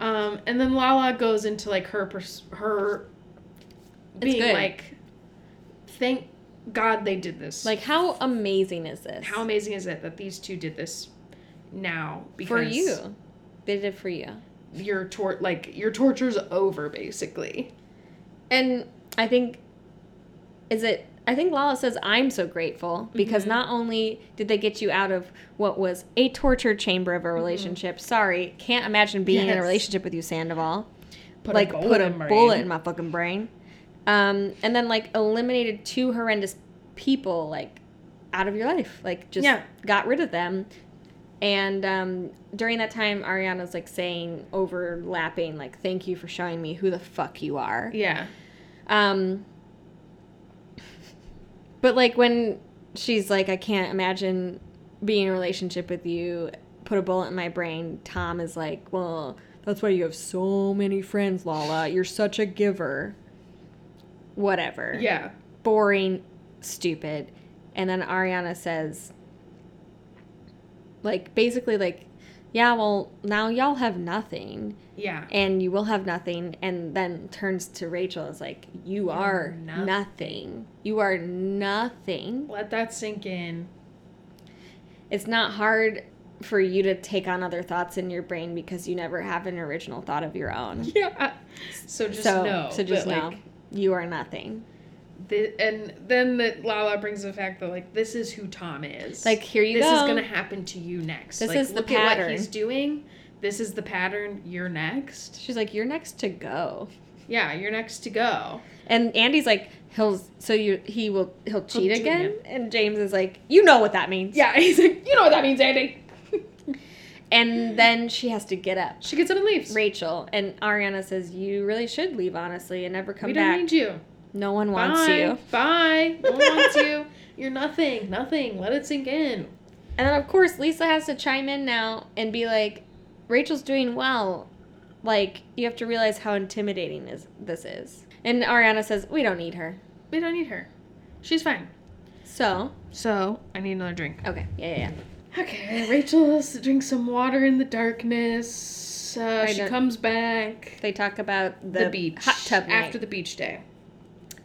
Um, and then Lala goes into like her pers- her
It's
being
good.
like, thank God they did this.
Like, how amazing is this?
how amazing is it that these two did this now?
For you. They did it for you.
your tor- like your torture's over basically.
And I think, is it, I think Lala says, I'm so grateful because
Mm-hmm.
not only did they get you out of what was a torture chamber of a relationship, sorry, can't imagine being in a
Mm-hmm. Yes.
relationship with you, Sandoval.
Put
like
bullet
put a
in my
bullet
brain.
in my fucking brain. Um, and then like eliminated two horrendous people like out of your life. Like just
Yeah.
got rid of them. And um, during that time, Ariana's like saying overlapping like "Thank you for showing me who the fuck you are."
Yeah.
Um, but like when she's like, I can't imagine being in a relationship with you, put a bullet in my brain, Tom is like, Well, that's why you have so many friends, Lala. You're such a giver. Whatever.
Yeah.
Boring, stupid. And then Ariana says, like, basically, like, yeah, well, now y'all have nothing
Yeah.
and you will have nothing and then turns to rachel and is like you are
nothing.
nothing. you are nothing
Let that sink in.
it's not hard for you to take on other thoughts in your brain because you never have an original thought of your own
Yeah. So just
so
know.
so just
that,
know
like,
you are nothing
the, and then that Lala brings the fact that like this is who Tom is.
like here you
this
go
is gonna happen to you next.
This
Like,
is the
look at what
pattern.
he's doing. This is the pattern. You're next.
she's like you're next to go
Yeah, you're next to go.
and andy's like he'll so you he will he'll cheat
do
again
it.
and james is like you know what that means
Yeah, he's like, you know what that means, Andy.
and then she has to get up
She gets up and leaves.
Rachel and Ariana says you really should leave honestly and never come
we
back.
don't need you.
No one wants
Bye.
you.
Bye. No one wants you. You're nothing. Nothing. Let it sink in.
And then of course Lisa has to chime in now and be like, Rachel's doing well. Like you have to realize how intimidating is this is. And Ariana says we don't need her.
We don't need her. She's fine.
So
So I need another drink.
okay, yeah, yeah. yeah.
Okay, Rachel has to drink some water in the darkness. Uh,
I
she
don't-
comes back.
They talk about the,
The, beach.
hot tub
after
after.
the beach day.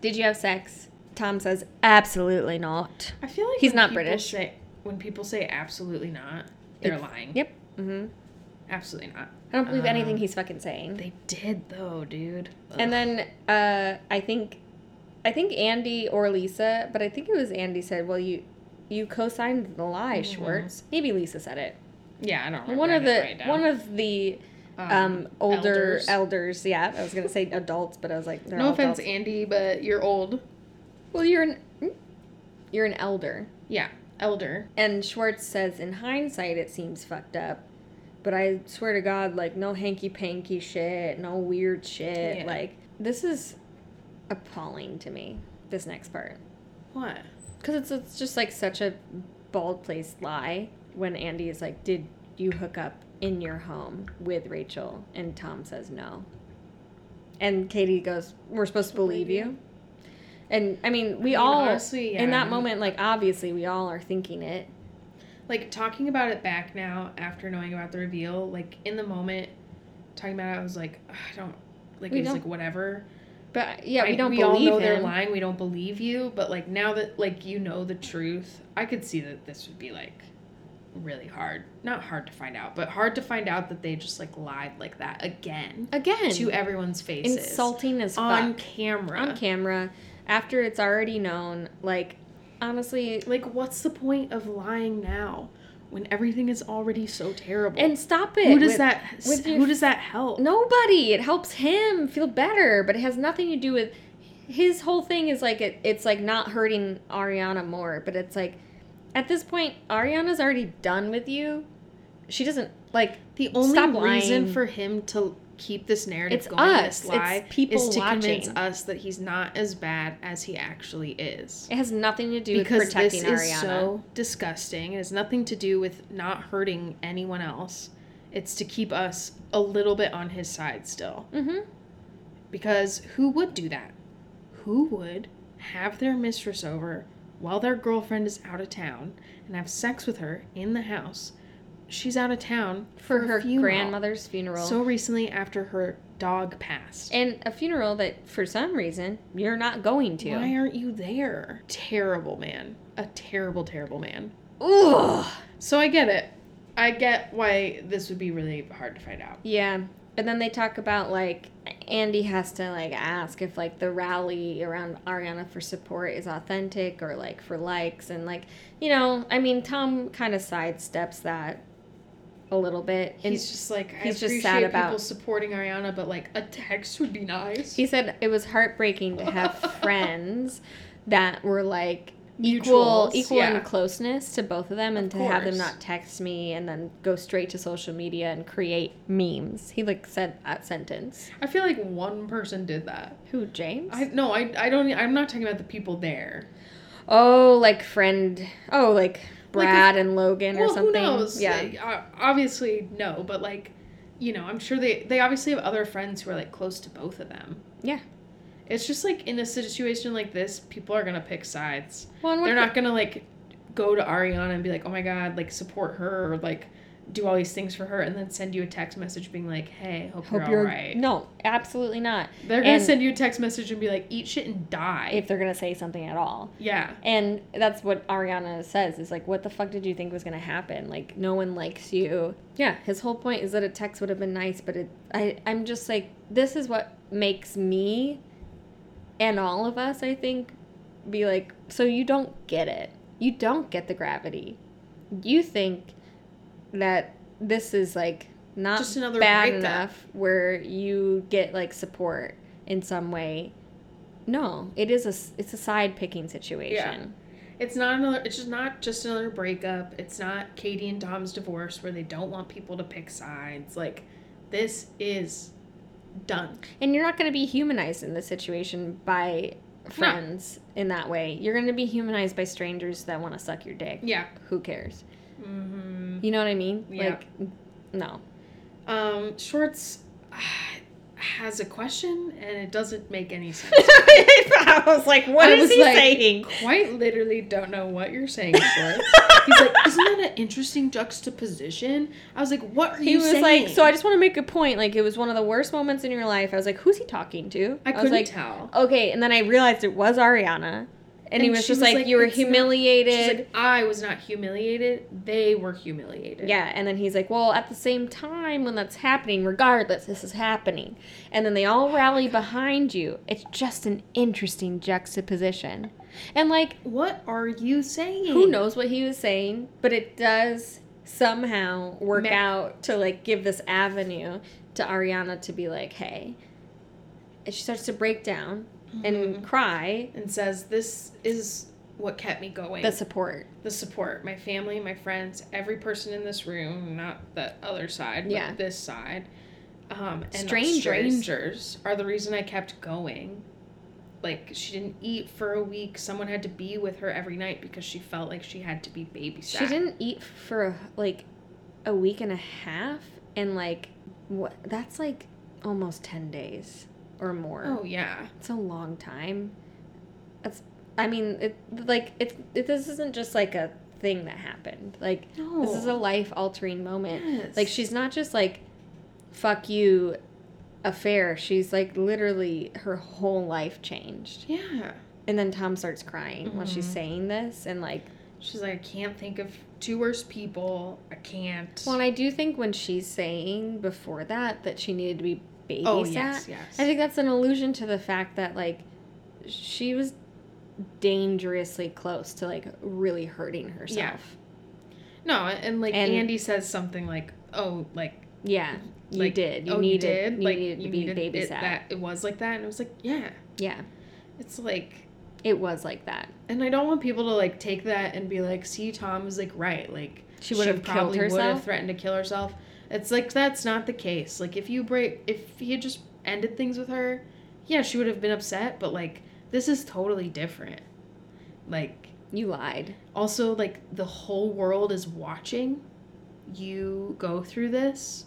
Did you have sex? Tom says absolutely not.
I feel like
He's
when
not
people
British.
Say, when people say absolutely not, they're
It's-
lying.
Yep. Mm-hmm.
Absolutely not.
I don't believe
Um,
anything he's fucking saying.
They did though, dude.
And then uh, I think, I think Andy or Lisa, but I think it was Andy said, "Well, you, you co-signed the lie,
Mhm.
Schwartz." Maybe Lisa said it.
yeah, I don't. Remember.
One
I
of
didn't
the
write it down.
one of the um, older elders. Yeah, I was gonna say adults, but I was like, they're
no
all
offense,
adults.
Andy, but you're old.
Well, you're an hmm? you're an elder,
Yeah, elder.
and Schwartz says, "In hindsight, it seems fucked up." But I swear to God, like no hanky panky shit, no weird shit.
Yeah.
Like this is appalling to me. This next part.
What?
Because it's, it's just like such a bald faced lie when Andy is like, Did you hook up in your home with Rachel? And Tom says no. And Katie goes, We're supposed to believe you. And I mean, we
I mean,
all,
honestly,
in that
yeah.
moment, like, obviously, we all are thinking it.
like talking about it back now after knowing about the reveal like in the moment talking about it i was like "Ugh, i don't like
We
it's
don't-
like whatever
But yeah,
I-
we don't
we all
believe
know they're
him.
lying we don't believe you but like now that like you know the truth i could see that this would be like really hard not hard to find out but hard to find out that they just like lied like that again
Again,
to everyone's faces
insulting as
on
fuck.
camera
on camera after it's already known. Like, honestly,
like what's the point of lying now when everything is already so terrible
and stop it.
who does
with-
that
with your-
who does that help
Nobody. It helps him feel better, but it has nothing to do with his whole thing is like it, it's like not hurting Ariana more, but it's like at this point Ariana's already done with you. She doesn't like
The only
Stop
reason
lying.
for him to keep this narrative
It's
going,
us.
this lie,
It's people
is to convince
watching.
us that he's not as bad as he actually is.
it has nothing to do with
Because this
protecting
is
Ariana.
so disgusting. It has nothing to do with not hurting anyone else. It's to keep us a little bit on his side still.
Mhm.
Because who would do that? Who would have their mistress over while their girlfriend is out of town and have sex with her in the house? She's out of town
for
a
her
funeral.
grandmother's funeral.
So recently, after her dog passed.
and a funeral that for some reason you're not going to.
Why aren't you there? Terrible man. A terrible, terrible man.
Ugh.
So I get it. I get why this would be really hard to find out.
Yeah. And then they talk about like Andy has to like ask if like the rally around Ariana for support is authentic or like for likes and like you know, I mean Tom kind of sidesteps that a little bit. And
He's just like, I
he's just
appreciate
sad about-
people supporting Ariana, but like a text would be nice.
he said it was heartbreaking to have friends that were like equal
Mutuals,
equal
yeah.
in closeness to both of them and
Of
to have them
course.
not text me and then go straight to social media and create memes. He like said that sentence.
I feel like one person did that.
Who, James?
I no, I, I don't. e, I'm not talking about the people there.
Oh, like friend. Oh, like
Like if-
Brad and Logan or
well,
something.
who knows?
Yeah.
Like, uh, obviously no, but like, you know, I'm sure they they obviously have other friends who are like close to both of them.
yeah.
It's just like in a situation like this, people are gonna pick sides.
Well, and what
They're
the-
not gonna like go to Ariana and be like, oh my god, like support her or like do all these things for her and then send you a text message being like, hey, hope,
hope
you're,
you're
all right.
No, absolutely not.
They're gonna
and-
send you a text message and be like, eat shit and die.
If they're going to say something at all.
yeah.
And that's what Ariana says is like, what the fuck did you think was going to happen? Like, no one likes you. Yeah. His whole point is that a text would have been nice, but it, I, I'm just like, this is what makes me and all of us, I think, be like, so you don't get it. You don't get the gravity. You think that this is like not
Just another
bad
breakup.
enough where you get like support in some way. No, it is a s- it's a side picking situation.
It's not another it's just not just another breakup. It's not Katie and Tom's divorce where they don't want people to pick sides. Like this is done.
And you're not going to be humanized in this situation by friends in that way. You're going to be humanized by strangers that want to suck your dick.
Yeah.
Who cares?
Mm-hmm.
You know what I mean?
Yeah.
Like no.
Um, Schwartz uh, has a question, and it doesn't make any sense.
I was like, what
I
is
was
he
like-
saying?
Quite literally, don't know what you're saying, Schwartz. He's like, isn't that an interesting juxtaposition? I was like, what are
he
you
was
saying?
like, so I just want to make a point. Like, it was one of the worst moments in your life. I was like, who's he talking to?
I
was
couldn't
like,
tell.
okay. And then I realized it was Ariana. And, he
And
was
she
just
was
like,
like,
you were
"It's not-" She's
humiliated.
like, I was not humiliated. They were humiliated.
yeah. And then he's like, well, at the same time when that's happening, regardless, this is happening. And then they all rally behind you. It's just an interesting juxtaposition. And like,
What are you saying?
who knows what he was saying, but it does somehow work
Ma-
out to like give this avenue to Ariana to be like, hey. And she starts to break down and cry.
And says, this is what kept me going.
The support.
the support my family my friends every person in this room not the other side but
Yeah.
this side um and
Strangers.
strangers are the reason i kept going like she didn't eat for a week. Someone had to be with her every night because she felt like she had to be babysat.
She didn't eat for a- like a week and a half, and like what? That's like almost ten days or more.
Oh yeah.
It's a long time. That's. I mean, it like it, it. This isn't just like a thing that happened. Like
No.
this is a life altering moment.
Oh. Yes.
Like she's not just like, fuck you, affair. She's like literally her whole life changed.
Yeah.
And then Tom starts crying while she's
Mhm.
saying this, and like.
She's like, I can't think of two worse people. I can't.
Well, and I do think when she's saying before that that she needed to be babysat,
oh yes, yes.
I think that's an allusion to the fact that like she was dangerously close to like really hurting herself.
no, and like
And-
Andy says something like, "Oh, like
Yeah, you
Like,
did. You
oh,
needed.
you did, like
needed to
you
be
needed
babysat.
it, that it was like that," and I was like, "Yeah,
Yeah,
it's like."
it was like that.
And I don't want people to like take that and be like, "See, Tom is like right." Like
She would have killed
probably would
herself.
have threatened to kill herself. It's like that's not the case. Like if you break, if he had just ended things with her, yeah, she would have been upset. But like this is totally different. Like
You lied.
also like the whole world is watching you go through this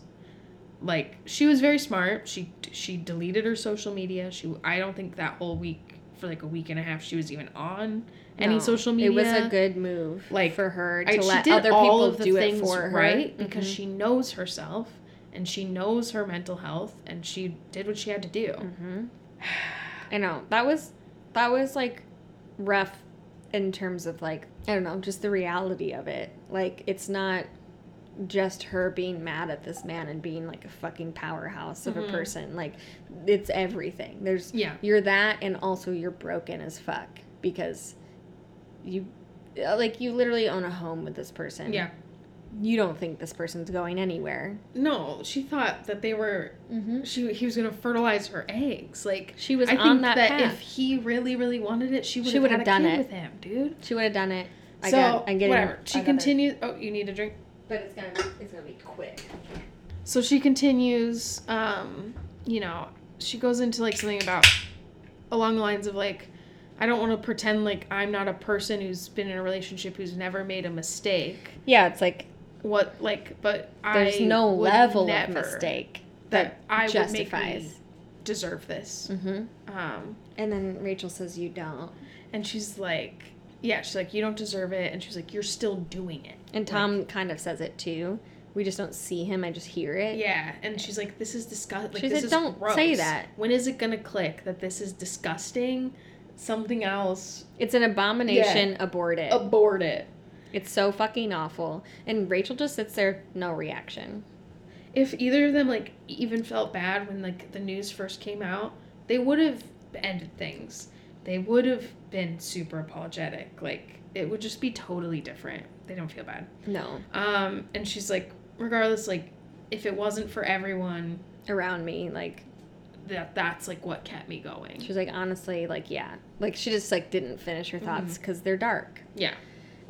like she was very smart she she deleted her social media she i don't think that whole week for like a week and a half she was even on any
No.
social media
It was a good move,
like,
like for her to
I-
let
she did
other
all
people
of the
do
things
it for her,
right because
Mhm.
she knows herself and she knows her mental health and she did what she had to do
hmm I know that was that was like rough in terms of like I don't know, just the reality of it. Like it's not just her being mad at this man and being like a fucking powerhouse of
Mhm.
a person. Like it's everything. There's
yeah
you're that and also you're broken as fuck because you uh, like you literally own a home with this person.
yeah
You don't think this person's going anywhere.
no she thought that they were
Mm-hmm.
she he was gonna fertilize her eggs like
She was
I
on
think
that,
that,
path.
if he really, really wanted it, she would
She
have
would've
had a
done
kid
it.
with him, dude.
she would have done it. I
so
got, I'm getting
whatever. She
another-
continues. Oh, you need a drink.
But it's gonna it's gonna be quick.
So she continues. Um, you know, she goes into like something about along the lines of like, I don't want to pretend like I'm not a person who's been in a relationship who's never made a mistake.
Yeah, it's like
What like, but
there's
I
no
would
level of
never
mistake
that,
that,
I would make me
justifies.
deserve this.
Mm-hmm.
Um,
And then Rachel says you don't,
And she's like, yeah, she's like, you don't deserve it. And she's like, you're still doing it.
and Tom kind of says it too. We just don't see him. I just hear it.
Yeah. And she's like, this is disgusting. Like,
She
this
said,
is
"Don't
gross.
say that."
When is it going to click that this is disgusting? Something else.
It's an abomination. Abort it.
Abort it.
it's so fucking awful. And Rachel just sits there, no reaction.
If either of them, like, even felt bad when, like, the news first came out, they would have ended things. They would have been super apologetic. Like, it would just be totally different. They don't feel bad.
No,
Um, and she's like, regardless, like, if it wasn't for everyone,
around me, like
that that's like what kept me going.
she's like honestly, like yeah, like she just like didn't finish her thoughts because they're dark.
Yeah.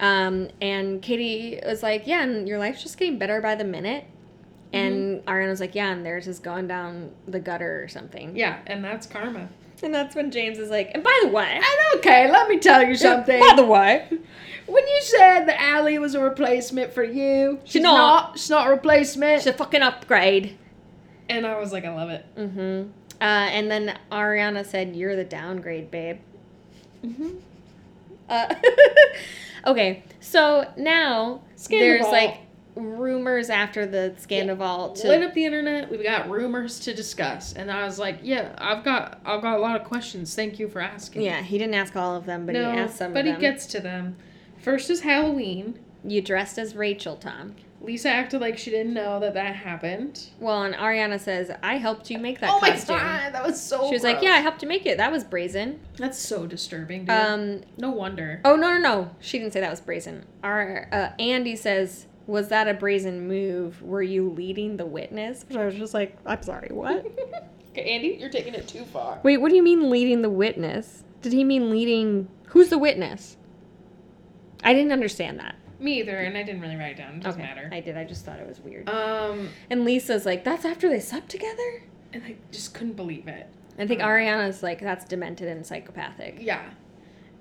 Um, and Katie was like, Yeah, and your life's just getting better by the minute. And Ariana was like, Yeah, and theirs is going down the gutter or something.
Yeah, and that's karma.
And that's when James is like, And by the way,
And okay, let me tell you something.
by Uh, the way,
when you said that Allie was a replacement for you, she's,
not.
not. She's not a replacement.
it's a fucking upgrade.
and I was like, I love it.
Mm-hmm. Uh, and then Ariana said, You're the downgrade, babe.
Mm-hmm.
Uh, okay, so now there's
Scandival.
like rumors after the Scandival
Lit
to.
up the internet. We've got rumors to discuss, and I was like, yeah, I've got I've got a lot of questions. Thank you for asking.
Yeah, he didn't ask all of them, but
no,
he asked some
but
of
he
them.
gets to them. First is Halloween.
you dressed as Rachel, Tom.
Lisa acted like she didn't know that that happened.
Well, and Ariana says, I helped you make that
oh
costume.
my god, that was so.
She was like,
gross.
Yeah, I helped you make it. That was brazen.
That's so disturbing, dude.
Um,
no wonder.
oh, no, no, no. She didn't say that was brazen. Our, uh, Andy says, Was that a brazen move? Were you leading the witness? Which I was just like, I'm sorry, what?
Okay, Andy, you're taking it too far.
Wait, what do you mean leading the witness? Did he mean leading. Who's the witness? I didn't understand that.
Me either, and I didn't really write it down. It doesn't matter.
I did. I just thought it was weird.
Um,
And Lisa's like, That's after they slept together?
and I just couldn't believe it.
I think Ariana's like that's demented and psychopathic,
Yeah.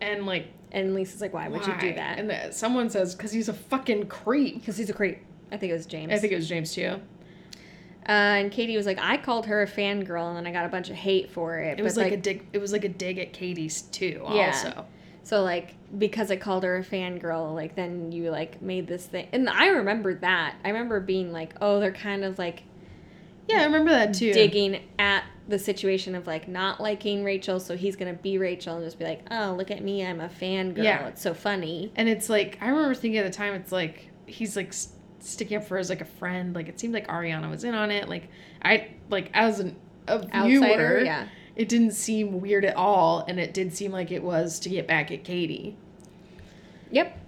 And like,
and Lisa's like, why would you
why?
do that?
And the, someone says, because he's a fucking creep.
Because he's a creep. I think it was James.
I think it was James too.
uh, and Katie was like, I called her a fangirl, and then I got a bunch of hate for it.
It was like, a dig. It was like a dig at Katie's too.
Yeah.
Also,
So like because I called her a fangirl, like then you like made this thing and I remember that. I remember being like, oh, they're kind of like
yeah, I remember that too.
digging at the situation of like not liking Rachel, so he's gonna be Rachel and just be like, Oh, look at me, I'm a fangirl.
Yeah.
It's so funny.
And it's like I remember thinking at the time, it's like he's like s- sticking up for her as like a friend. Like it seemed like Ariana was in on it. Like I like as an a
Outsider.
viewer,
Yeah.
it didn't seem weird at all, and it did seem like it was to get back at Katie,
Yep.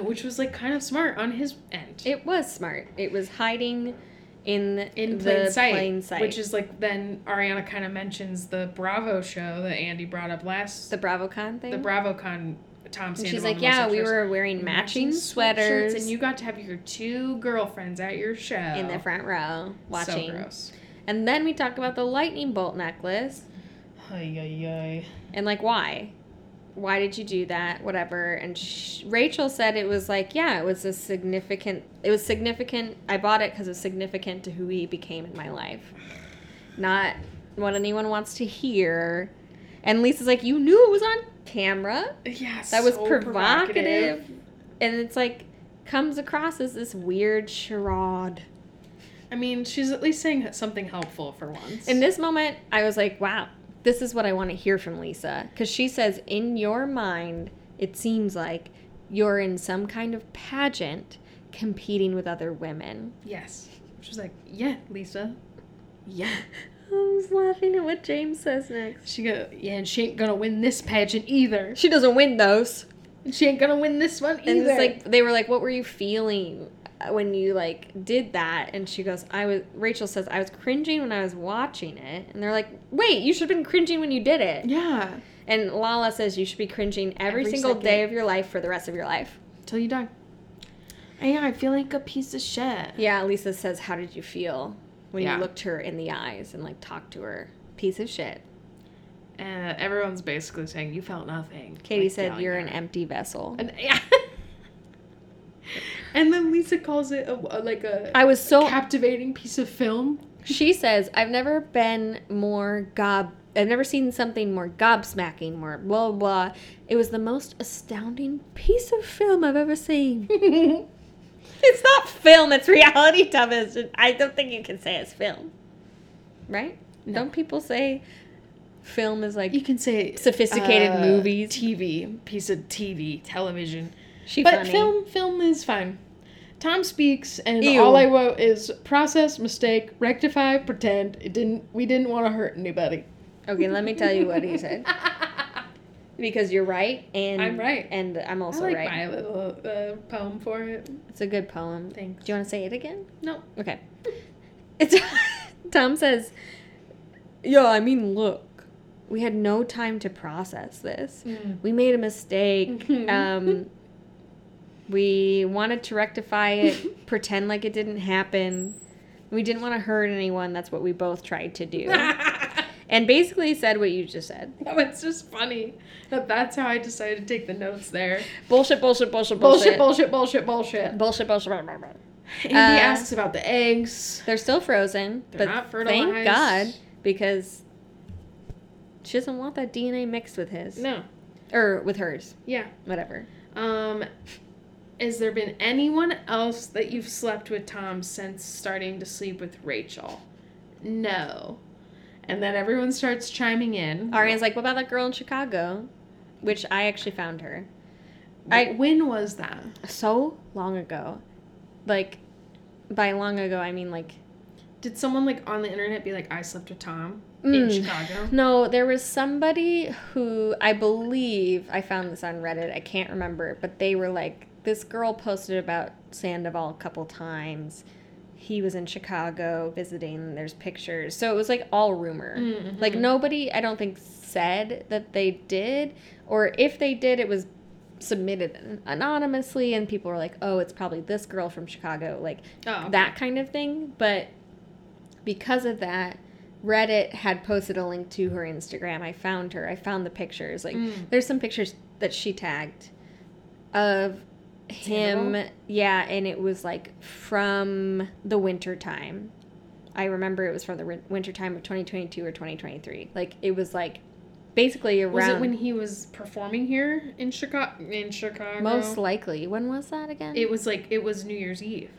which was like kind of smart on his end.
It was smart. It was hiding in
in
the
plain sight,
plain sight.
which is like then Ariana kind of mentions the Bravo show that Andy brought up last
the BravoCon thing.
the BravoCon Tom
and
Sandoval.
she's like,
and
Yeah,
Melissa
we
Trist-
were wearing matching
sweatshirts,
sweaters
and you got to have your two girlfriends at your show
in the front row watching.
Oh. So gross.
And then we talk about the lightning bolt necklace
Ay, ay, ay.
and like why? Why did you do that? Whatever. And sh- Rachel said it was like, yeah, it was a significant. It was significant. I bought it because it was significant to who he became in my life, not what anyone wants to hear. And Lisa's like, you knew it was on camera.
Yes,
That was
so
provocative. And it's like comes across as this weird charade.
I mean, she's at least saying something helpful for once.
In this moment, I was like, wow, this is what I want to hear from Lisa. Because she says, in your mind, it seems like you're in some kind of pageant competing with other women.
yes, she's like, yeah, Lisa, yeah.
I was laughing at what James says next.
She go, yeah, and she ain't gonna win this pageant either.
She doesn't win those.
And She ain't gonna win this one either.
And it's like, they were like, what were you feeling? uh, when you like did that and she goes i was rachel says i was cringing when i was watching it and they're like wait you should have been cringing when you did it
yeah,
And Lala says you should be cringing every,
Every
single
second.
day of your life for the rest of your life.
till you die. Yeah, I feel like a piece of shit.
Yeah, Lisa says, How did you feel when
Yeah.
you looked her in the eyes and like talked to her? Piece of shit.
Uh, everyone's basically saying you felt nothing.
Katie
Like,
said,
yelling
You're
at
an
her.
empty vessel.
And, yeah. and then Lisa calls it a, a- like a
I was so.
captivating piece of film.
she says, I've never been more gob. I've never seen something more gobsmacking, more blah blah. It was the most astounding piece of film I've ever seen. it's not film, it's reality television. I don't think you can say it's film. Right?
No.
Don't people say film is like
You can uh, say
Sophisticated movies.
TV, piece of TV, television.
she
but
funny?
film, film is fine. Tom speaks, and
Ew.
all I wrote is process, mistake, rectify, pretend. It didn't. We didn't want to hurt anybody.
Okay, let me tell you what he said. Because you're right and
I'm right.
And I'm also
I like
right.
my little uh, poem for it.
It's a good poem.
Thanks.
Do you want to say it again?
No.
Okay. It's Tom says, "Yeah, I mean, look, we had no time to process this.
Hmm.
We made a mistake. Um, we wanted to rectify it, pretend like it didn't happen. We didn't want to hurt anyone. That's what we both tried to do. and basically said what you just said.
No, it's just funny that that's how I decided to take the notes there.
Bullshit, bullshit, bullshit,
Bullshit,
bullshit,
bullshit, bullshit, bullshit.
bullshit, bullshit. bullshit, bullshit.
Andy
Uh,
asks about the eggs.
They're still frozen,
They're
but
not fertilized.
thank God because she doesn't want that DNA mixed with his
No.
or with hers,
Yeah.
whatever.
Um, has there been anyone else that you've slept with Tom since starting to sleep with Rachel? No. And then everyone starts chiming in.
Arian's like, "What about that girl in Chicago?" Which I actually found her I-
when was that?
so long ago. Like, by long ago, I mean like
Did someone like on the internet be like, I slept with Tom in
Mm.
Chicago?
No, there was somebody who I believe I found this on Reddit. I can't remember, but they were like, this girl posted about Sandoval a couple times. He was in Chicago visiting. There's pictures. So it was like all rumor.
Mhm.
Like nobody, I don't think, said that they did. Or if they did, it was submitted an- anonymously, and people were like, oh, it's probably this girl from Chicago. Like,
Oh, okay.
that kind of thing. But because of that, Reddit had posted a link to her Instagram. I found her. I found the pictures. Like
Mm.
there's some pictures that she tagged of him.
Hannibal?
Yeah, and it was like from the winter time. I remember it was from the win- winter time of 2022 or 2023. Like it was like basically around
Was it when he was performing here in Chicago? In Chicago,
most likely. When was that again?
it was like it was New Year's Eve.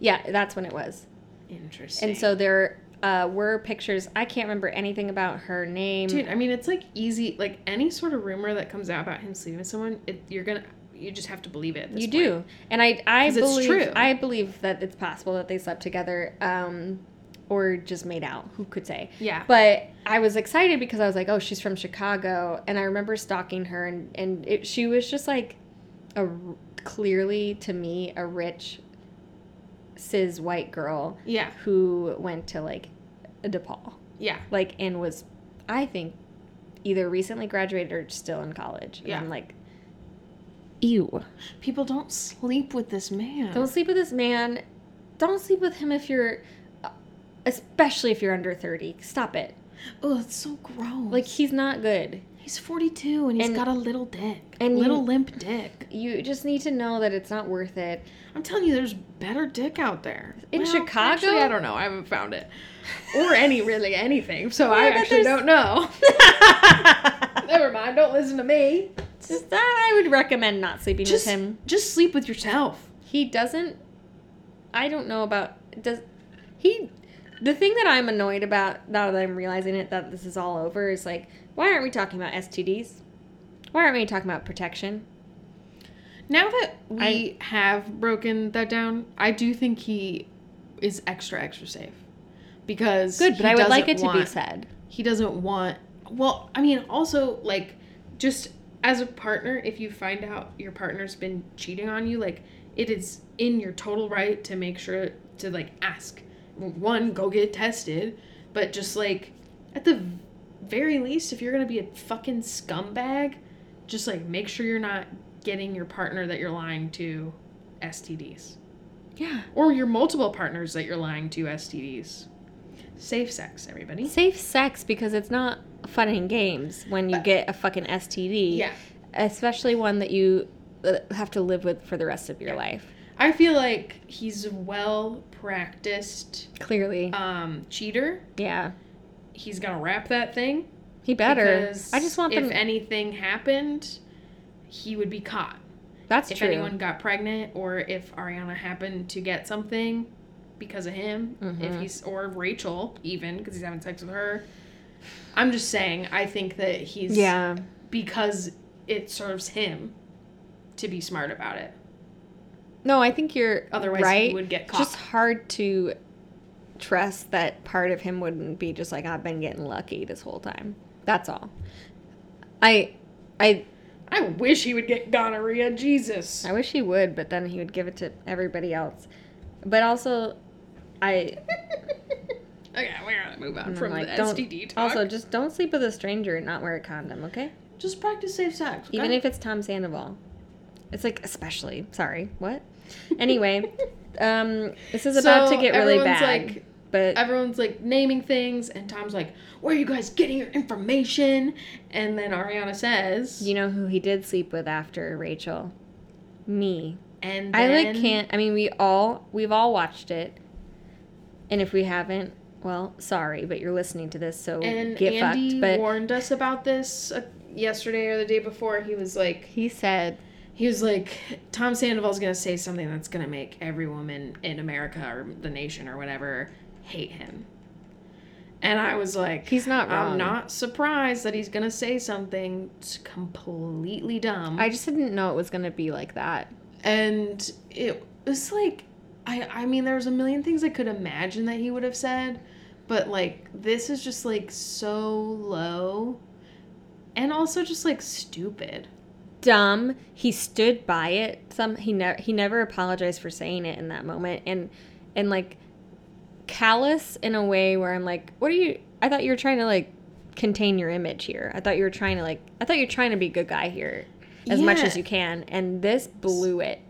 yeah, that's when it was.
Interesting.
And so there uh, were pictures. I can't remember anything about her name.
Dude, I mean, it's like easy. Like any sort of rumor that comes out about him sleeping with someone, it, you're gonna, you just have to believe it. At this
you
point.
do, and I I
'Cause it's
believe
true.
I believe that it's possible that they slept together, um, or just made out. Who could say?
Yeah.
But I was excited because I was like, oh, she's from Chicago, and I remember stalking her, and and it, she was just like, a r- clearly to me a rich, cis white girl
yeah,
who went to like, DePaul.
yeah,
like and was i think either recently graduated or still in college and
Yeah.
i'm like ew
people don't sleep with this man.
don't sleep with this man don't sleep with him if you're especially if you're under 30 stop it
oh, it's so gross.
like
Like
he's not good
he's 42 and he's
And-
got a little dick,
and
little
you-
limp dick.
you just need to know that it's not worth it
I'm telling you, there's better dick out there
In Chicago?
Actually, I don't know. I haven't found it, or any really anything. So I
but
actually
there's-
don't know. Never mind. Don't listen to me.
Just- i would recommend not sleeping
Just,
with him
just sleep with yourself.
he doesn't i don't know about does he the thing that i'm annoyed about now that i'm realizing it that this is all over is like why aren't we talking about stds why aren't we talking about protection
Now that we have broken that down, I do think he is extra extra safe because
good but
he
i would like it
doesn't
to be
want-
said
He doesn't want. Well, I mean, also like just as a partner, if you find out your partner's been cheating on you, like it is in your total right to make sure to like ask one go get tested, but just like at the very least, if you're gonna be a fucking scumbag, just like make sure you're not getting your partner that you're lying to STDs
yeah
or your multiple partners that you're lying to STDs. Safe sex, everybody.
safe sex because it's not fun and games when you
But-
get a fucking std
Yeah.
especially one that you uh, have to live with for the rest of your
Yeah.
life
I feel like he's a well practiced
clearly
um, cheater.
yeah
He's gonna wrap that thing.
he better
because
i just want
if
them
anything happened, he would be caught.
that's
if
true
anyone got pregnant or if Ariana happened to get something because of him, if
Mhm.
he's or Rachel even because he's having sex with her. I'm just saying. I think that he's
yeah
because it serves him to be smart about it.
No, I think you're
Otherwise,
right.
he would get caught.
Just hard to trust that part of him wouldn't be just like I've been getting lucky this whole time. That's all. I, I,
I wish he would get gonorrhea. Jesus.
I wish he would, but then he would give it to everybody else. But also, I
Okay, we gotta move on
I'm
from
like,
the
don't-
STD talk.
also just don't sleep with a stranger and not wear a condom, okay?
just practice safe sex.
Even if it's Tom Sandoval. It's like especially. Sorry, what? Anyway, um, this is about
So
to get really
everyone's
bad.
like-
but
everyone's like naming things, and Tom's like, "Where are you guys getting your information?" And then Ariana says,
You know who he did sleep with after Rachel? Me.
"And
I
then-
like can't. I mean, we all we've all watched it, and if we haven't, well, sorry, but you're listening to this, so
And
get
Andy
fucked. But
warned us about this uh, yesterday or the day before. He was like,
he said,
he was like, Tom Sandoval's gonna say something that's gonna make every woman in America or the nation or whatever hate him. And I was like,
He's not wrong.
I'm Um, not surprised that he's gonna say something s- completely dumb.
I just didn't know it was gonna be like that.
and it was like, I I mean, there's a million things I could imagine that he would have said, but like this is just like so low, and also just like stupid.
Dumb. He stood by it. Some he never he never apologized for saying it in that moment, and and like callous in a way where I'm like, what are you? I thought you were trying to like contain your image here. I thought you were trying to like, I thought you were trying to be a good guy here as much
Yeah.
as you can. And this blew it.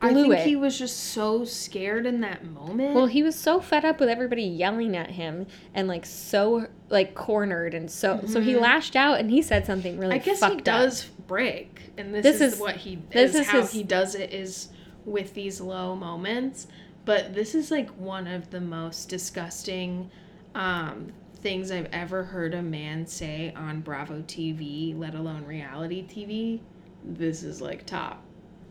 I
blew
think
it.
he was just so scared in that moment.
Well, he was so fed up with everybody yelling at him and like so like cornered and so so he lashed out and he said something really
Mm-hmm. I guess
fucked
he
up.
does break, and this,
This
is,
is-
what he
this
is,
is
how
his-
he does it is with these low moments. But this is like one of the most disgusting um, things I've ever heard a man say on Bravo TV, let alone reality TV. This is like top,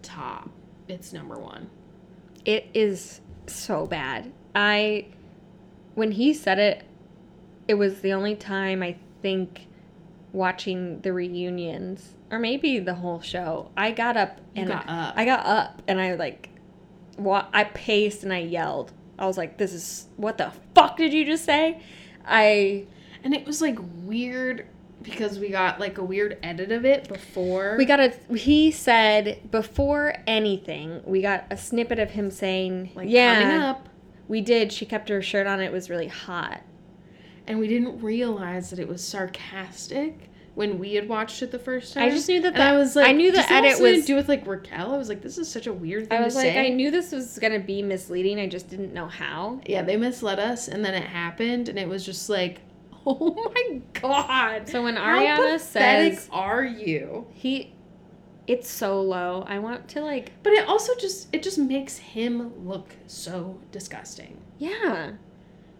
top. It's number one.
It is so bad. I when he said it it was the only time I think watching the reunions or maybe the whole show I got up
You
and
got up.
I got up and I like wa- I paced and I yelled. I was like this is what the fuck did you just say? I
and it was like weird because we got like a weird edit of it before.
We got a. He said before anything, we got a snippet of him saying,
like coming
"Yeah,
up.
we did. She kept her shirt on. It was really hot."
and we didn't realize that it was sarcastic when we had watched it the first time.
I just knew that.
and I
the-
was like,
I knew
does
the
that have
edit
something
was.
to do with like Raquel. I was like, this is such a weird thing
I was
to
like,
say.
I knew this was gonna be misleading. I just didn't know how.
yeah, they misled us, and then it happened, and it was just like, oh my god.
So when
How
Ariana
pathetic
says
"Are you?"
he, it's so low. I want to like,
But it also just it just makes him look so disgusting.
yeah,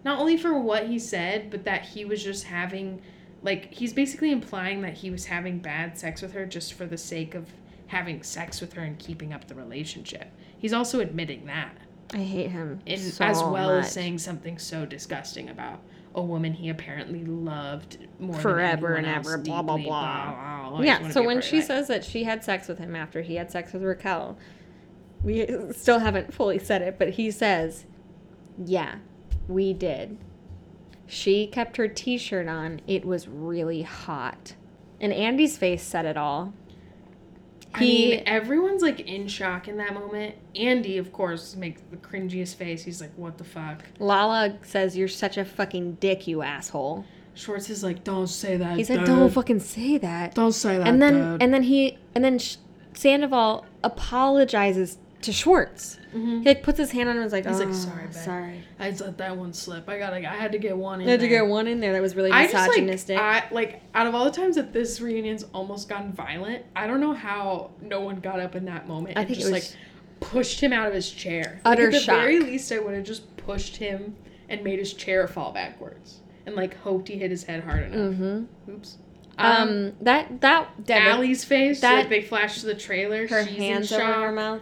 Not only for what he said, but that he was just having, like, he's basically implying that he was having bad sex with her just for the sake of having sex with her and keeping up the relationship. He's also admitting that.
I hate him
in,
so
as well
much.
as saying something so disgusting about a woman he apparently loved more than
Forever and
anyone else,
ever, blah, blah,
deeply,
blah.
blah, blah. I just
yeah.
wanna
So
be a
when
part of
she
that.
says that she had sex with him after he had sex with Raquel, we still haven't fully said it, but he says, "Yeah, we did." She kept her T-shirt on. It was really hot, and Andy's face said it all.
I
He
mean, everyone's like in shock in that moment. Andy, of course, makes the cringiest face. He's like, "What the fuck?"
Lala says, "You're such a fucking dick, you asshole."
Schwartz is like, don't say that.
He said,
dude.
"Don't fucking say that."
Don't say that.
and then
dude."
and then he and then Sh- Sandoval apologizes to Schwartz.
Mm-hmm.
He like puts his hand on him and is like,
He's
oh,
like, "Sorry, babe."
sorry."
I just let that one slip. I got. I had to get one in.
I had to
there.
get one in there that was really
I just
misogynistic.
like, I like out of all the times that this reunion's almost gotten violent, I don't know how no one got up in that moment
I
and
think it
just
was-
like pushed him out of his chair.
Utter
like, at
shock.
the very least, I would have just pushed him and made his chair fall backwards and like hoped he hit his head hard enough.
mm-hmm.
Oops.
um,
Um,
that that devi-
Allie's face
that-
that they flash to the trailer.
her
she's
hands
in
over
shock.
her mouth,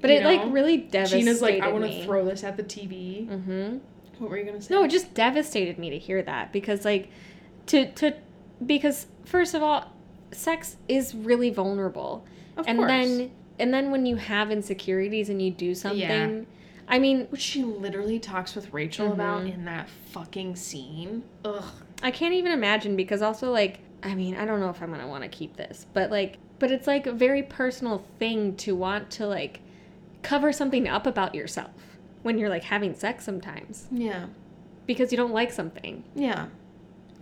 but
you
it like
know?
really devastated
Gina's like, I want
me.
to throw this at the TV.
Mm-hmm.
What were you gonna say?
No, it just devastated me to hear that because like to to because first of all, sex is really vulnerable.
of
and
course.
then and then when you have insecurities and you do something
Yeah.
i mean
Which she literally talks with Rachel about
Mhm.
in that fucking scene. Ugh.
i can't even imagine because also like i mean i don't know if i'm gonna want to keep this but like but it's like a very personal thing to want to like cover something up about yourself when you're like having sex sometimes
Yeah.
because you don't like something
Yeah.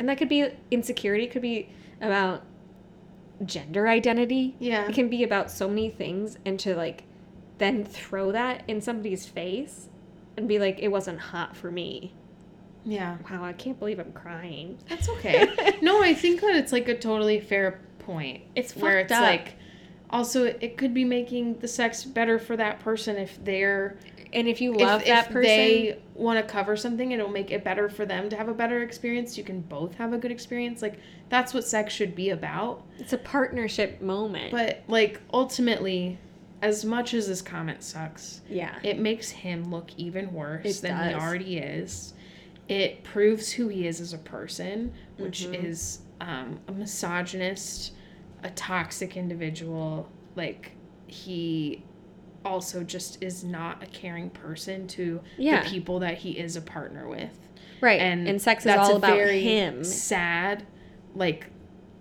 and that could be insecurity it could be about gender identity
Yeah.
it can be about so many things and to like then throw that in somebody's face and be like it wasn't hot for me
Yeah.
wow i can't believe i'm crying
That's okay. no, I think that it's like a totally fair point
it's
where
fucked
it's
up.
like also it could be making the sex better for that person if they're
and if you
if-
love
if,
that person
they want to cover something it'll make it better for them to have a better experience you can both have a good experience like that's what sex should be about
it's a partnership moment
but like ultimately as much as this comment sucks
yeah
it makes him look even worse
It
than he
does.
already is. It proves who he is as a person, which
Mhm.
is um, a misogynist, a toxic individual. Like, he also just is not a caring person to
yeah
the people that he is a partner with.
right and,
and
sex is
That's
all
a
about
very
him
sad, like,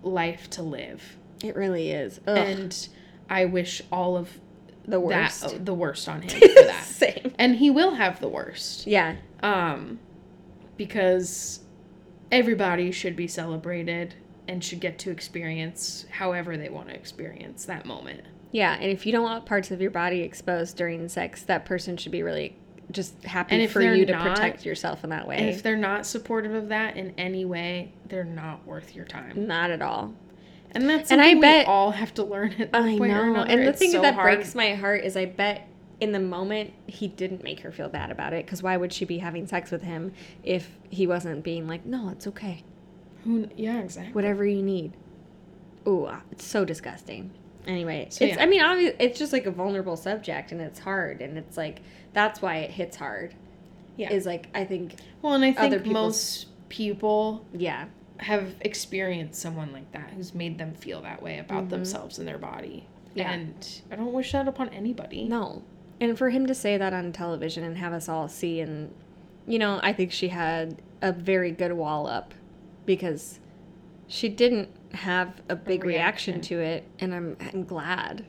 life to live.
it really is Ugh,
And I wish all of
the
that,
worst
the worst on him for that.
Same.
And he will have the worst.
yeah
um, because everybody should be celebrated and should get to experience however they want to experience that moment.
Yeah, and if you don't want parts of your body exposed during sex, that person should be really just
And
happy
if
for
they're
you to
not-
protect yourself in that way.
And if they're not supportive of that in any way, they're not worth your time.
Not at all.
And that's
And
something
I bet-
we all have to learn at one
I
point or
know.
another.
And the
It's
thing
so
that
hard.
breaks my heart is I bet in the moment he didn't make her feel bad about it because why would she be having sex with him if he wasn't being like, no, it's okay.
Who, kn- yeah, exactly.
Whatever you need. Ooh, ah, it's so disgusting. Anyway,
So,
it's,
yeah.
I mean, obvi- it's just like a vulnerable subject and it's hard. And it's like, that's why it hits hard.
Yeah.
Is like, I think,
Well, and I
other
think
people's-
most people
yeah.
have experienced someone like that who's made them feel that way about themselves and their body.
Mm-hmm. Yeah.
And I don't wish that upon anybody.
No. And for him to say that on television and have us all see and you know, I think she had a very good wall up because she didn't have a big reaction.
reaction.
to it and I'm I'm glad.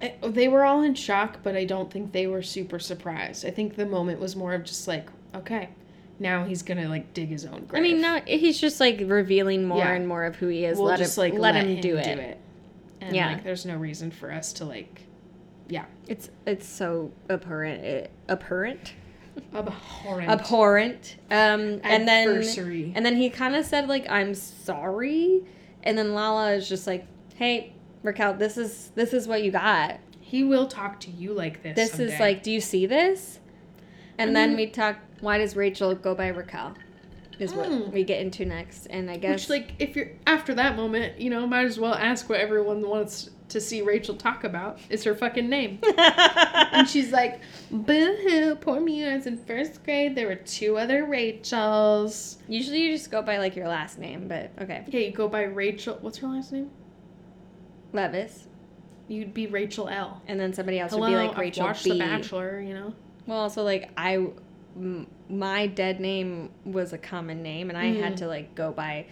I, they were all in shock, but I don't think they were super surprised. I think the moment was more of just like, okay, now he's going to like dig his own
I
grave.
mean, now he's just like revealing more
Yeah.
and more of who he is.
we'll
let
just
him,
like
let, him, do, it.
And
Yeah.
like there's no reason for us to like
It's it's so abhorrent, it, abhorrent,
abhorrent
abhorrent. Um, and then
adversary.
And then he kind of said like I'm sorry, and then Lala is just like, "Hey, Raquel, this is this is what you got.
he will talk to you like this.
This is
someday.
like, do you see this?" And
I
then
mean-
we talk. Why does Rachel go by Raquel? Is what
Mm.
we get into next, and I guess
Which, like, if you're after that moment, you know, might as well ask what everyone wants to see Rachel talk about. It's her fucking name. and she's like, boo hoo, poor me. I was in first grade. There were two other Rachels.
usually you just go by like your last name, but okay,
Yeah, you go by Rachel. What's her last name?
Levis,
You'd be Rachel L.
and then somebody else
Hello,
would be like
I've
Rachel
watched
B.
The Bachelor, you know?
Well, also like I, m- my dead name was a common name, and I had
Mm.
to like go by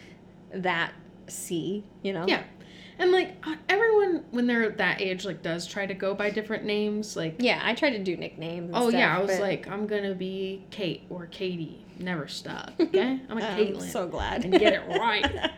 that C. You know.
Yeah. And, like, uh, everyone, when they're that age, like, does try to go by different names. Like,
Yeah, I tried to do nicknames. And
oh, yeah,
stuff,
I was
but
like, I'm going to be Kate or Katie. Never stop, okay? I'm a Caitlin.
I'm um, so glad
and get it right.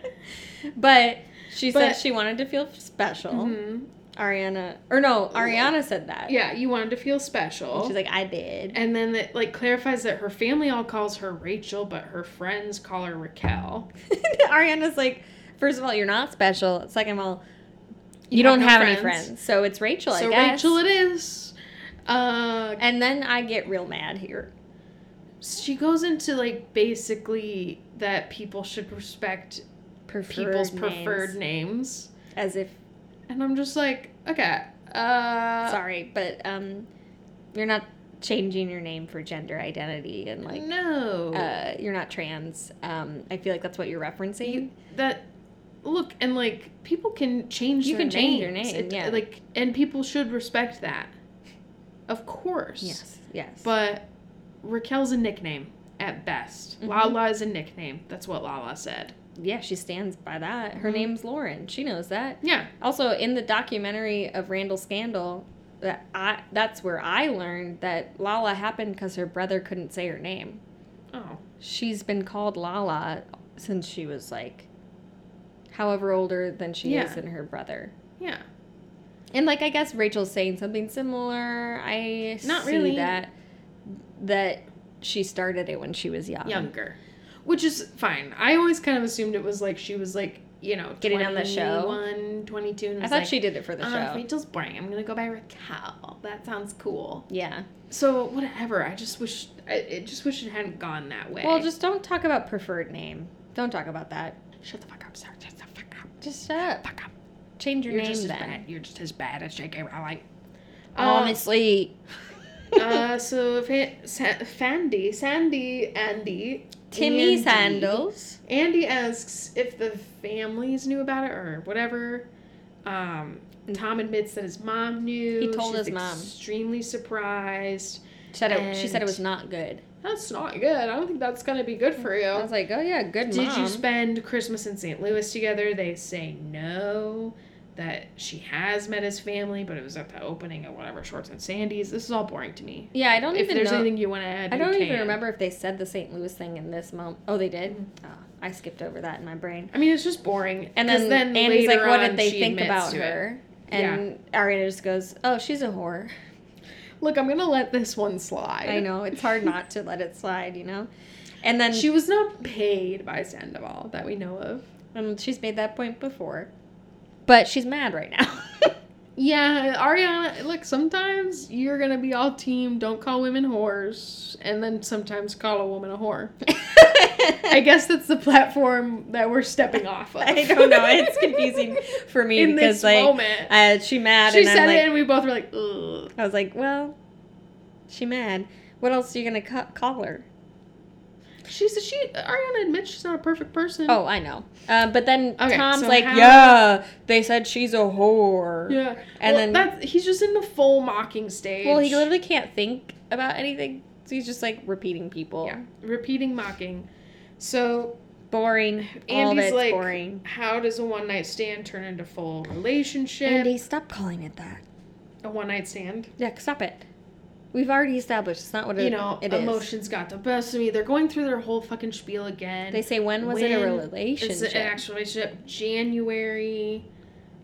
but she said
But-
she wanted to feel special.
Mhm.
Ariana, or no, Ariana said that.
Oh. Yeah, you wanted to feel
And
special.
she's like, I did.
and then it like clarifies that her family all calls her Rachel, but her friends call her Raquel.
Ariana's like, first of all, you're not special. Second of all, you,
You have
don't
no
have, any
friends."
friends. So it's Rachel, I
so
guess.
Rachel it is. Uh,
and then I get real mad here.
she goes into like basically that people should respect people's preferred
names.
names,
As if
and I'm just like, okay, uh,
sorry, but um, you're not changing your name for gender identity and like
no,
uh, you're not trans. Um, I feel like that's what you're referencing.
You- that look and like people can change
You
their
can change your
names.
name, yeah.
like and people should respect that of course
yes, yes.
but raquel's a nickname at best
Mhm.
lala is a nickname that's what lala said
yeah, she stands by that. Her
Mhm.
name's Lauren. She knows that.
yeah
Also, in the documentary of Randall Scandal, that I that's where I learned that Lala happened because her brother couldn't say her name.
oh
She's been called Lala since she was like, however older than she
Yeah.
is than her brother.
yeah
And like I guess Rachel's saying something similar. I
Not
see
really.
that that she started it when she was young.
younger um, which is fine i always kind of assumed it was like she was like you know
Getting on the show.
21, 22 and
I
was
thought
like,
she did it for the
"Uh,
show.
rachel's boring i'm gonna go by raquel that sounds cool
Yeah.
So whatever. I just wish. I, I just wish it hadn't gone that way.
Well, just don't talk about preferred name. Don't talk about that.
shut the fuck up, sir. Shut the fuck up.
Just shut up.
Fuck up.
Change your
You're
name
just as
then. Oh,
bad. You're just as bad as J.K. Rowling. Um,
Honestly.
uh, so fa- Sa- Fandy, Sandy, Andy,
Timmy
Andy-
Sandals.
Andy asks if the families knew about it or whatever. Um, Tom admits that his mom
Mm.
knew.
He told
She's
his mom.
Extremely surprised.
Said it, she said it
And-
was not good.
That's not good. I don't think that's gonna be good for you.
I was like, oh yeah, good
Did
mom.
you spend Christmas in St. Louis together? They say no, that she has met his family, but it was at the opening of whatever Shorts and Sandy's. This is all boring to me.
yeah, I don't
If
even
there's
know.
anything you want to add,
I
you
don't even
can.
remember if they said the St. Louis thing in this moment. Oh, they did. Oh, I skipped over that in my brain.
I mean, it's just boring.
And
'cause
then, Andy's like,
later
what
on
did they
she
think
admits
about
to it.
her? And Ariana just goes, "Oh, she's a whore."
Look, I'm gonna let this one slide.
I know it's hard not to let it slide, you know. And then
She was not paid by Sandoval that we know of.
um, she's made that point before, but she's mad right now.
Yeah, Ariana, look, sometimes you're gonna be all team, don't call women whores, and then sometimes call a woman a whore. I guess that's the platform that we're stepping off of.
I don't know. It's confusing for me
In
because
this
like
moment.
uh, she mad
she
and
said
I'm
it,
like
and we both were like, ugh.
I was like, well, she mad. What else are you gonna ca- call her?
She said she, Ariana admits she's not a perfect person.
Oh, I know. Uh, but then
Okay,
Tom's
so
like,
how-
yeah, they said she's a whore.
Yeah.
And
And
then-
then that's, he's just in the full mocking stage.
Well, he literally can't think about anything. So he's just like repeating people.
yeah, repeating mocking. So
Boring. All
Andy's
that's
like,
boring.
how does a one night stand turn into full relationship?
Andy, stop calling it that.
a one night stand.
Yeah, stop it. We've already established it's not what it,
You know,
it is.
emotions got the best of me. They're going through their whole fucking spiel again.
They say when was it a
When
relationship?
It's an actual relationship. January.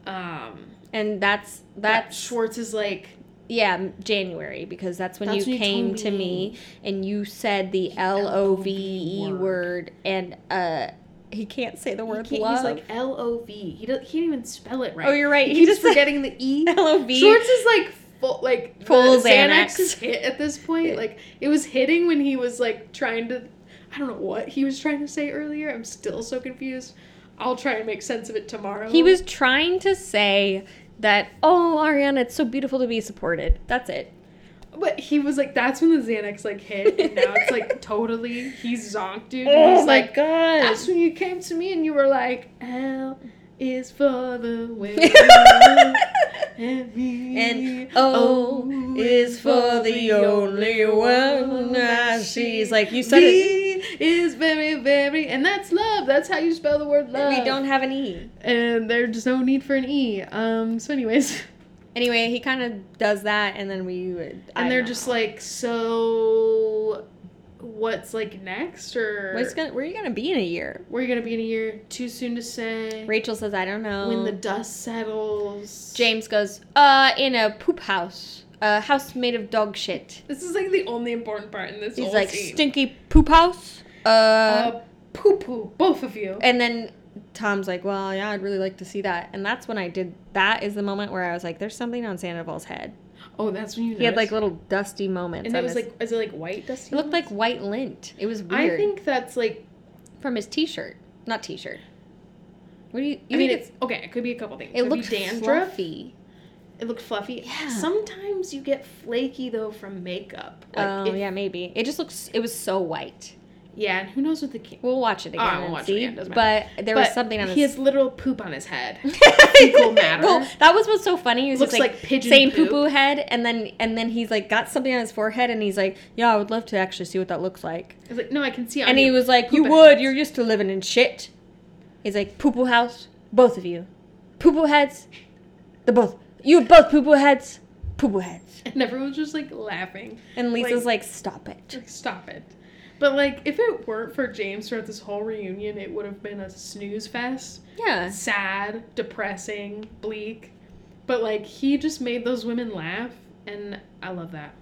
Um,
and that's
that
that's
Schwartz is like,
Yeah, m- January because that's when
That's
you
when you
came
told
to me
me.
and you said the L O V E word and uh he can't say the
he
word
can't-
love.
he's like L O V. He does, he can't even spell it right.
oh, you're right.
He's
He just said
forgetting the E.
L O V.
Schwartz is like full, like
Full
the
Xanax.
is hit at this point. Like it was hitting when he was like trying to, I don't know what he was trying to say earlier. I'm still so confused. I'll try and make sense of it tomorrow.
He was trying to say that oh Ariana, it's so beautiful to be supported. That's it.
but he was like, that's when the Xanax like hit, and now it's like totally he's zonked, dude. And he's like,
Oh god.
that's when you came to me and you were like, L is for the way.
"Ah."
And, me.
and O is for the only one I see. It's like you said it.
V is very, very, and that's love. That's how you spell the word love.
We don't have an E.
and there's no need for an e. Um. So, anyways,
Anyway, he kind of does that, and then we would.
and they're just like, so, what's like next, or
Where's gonna, where are you gonna be in a year?
where you gonna be in a year? Too soon to say.
Rachel says, I don't know.
When the dust settles.
James goes, uh, in a poop house, a house made of dog shit.
This is like the only important part in this.
He's
whole
like
scene.
stinky poop house. Uh,
Uh, poo poo, both of you.
and then Tom's like, well, yeah, I'd really like to see that. And that's when I did. That is the moment where I was like, there's something on Sandoval's head.
Oh, that's when you.
He had like
noticed?
little dusty moments.
and
on
it was
his-
like, is it like white dusty?
it looked like white lint. It was weird
I think that's like.
from his t-shirt, not t-shirt. What do you? you
I mean,
think
it's okay. It could be a couple things.
It
could be
looked fluffy.
It looked fluffy.
Yeah.
Sometimes you get flaky though from makeup.
oh
if-
yeah, maybe. It just looks. It was so white.
Yeah, and who knows what the kid.
We'll watch it again.
I won't
and
watch it
see.
again, doesn't
But there was something on his.
his. He has literal poop on his head.
fecal
matter.
Well, that was what's so funny. He was
Looks
just like,
like pigeon
saying poo
poop.
poo head, and then and then he's like got something on his forehead, and he's like, yeah, I would love to actually see what that looks like.
He's like, no, I can see. on
and he
you."
was like, you
Oh, poop
would.
heads.
You're used to living in shit. He's like, poo poo house, both of you, poo poo heads, the both. You both poo poo heads, poo poo heads.
And everyone's just like laughing.
And
Like-
Lisa's like, stop it.
Like, stop it. But like, if it weren't for James throughout this whole reunion, it would have been a snooze fest.
Yeah.
sad, depressing, bleak. But like he just made those women laugh and I love that.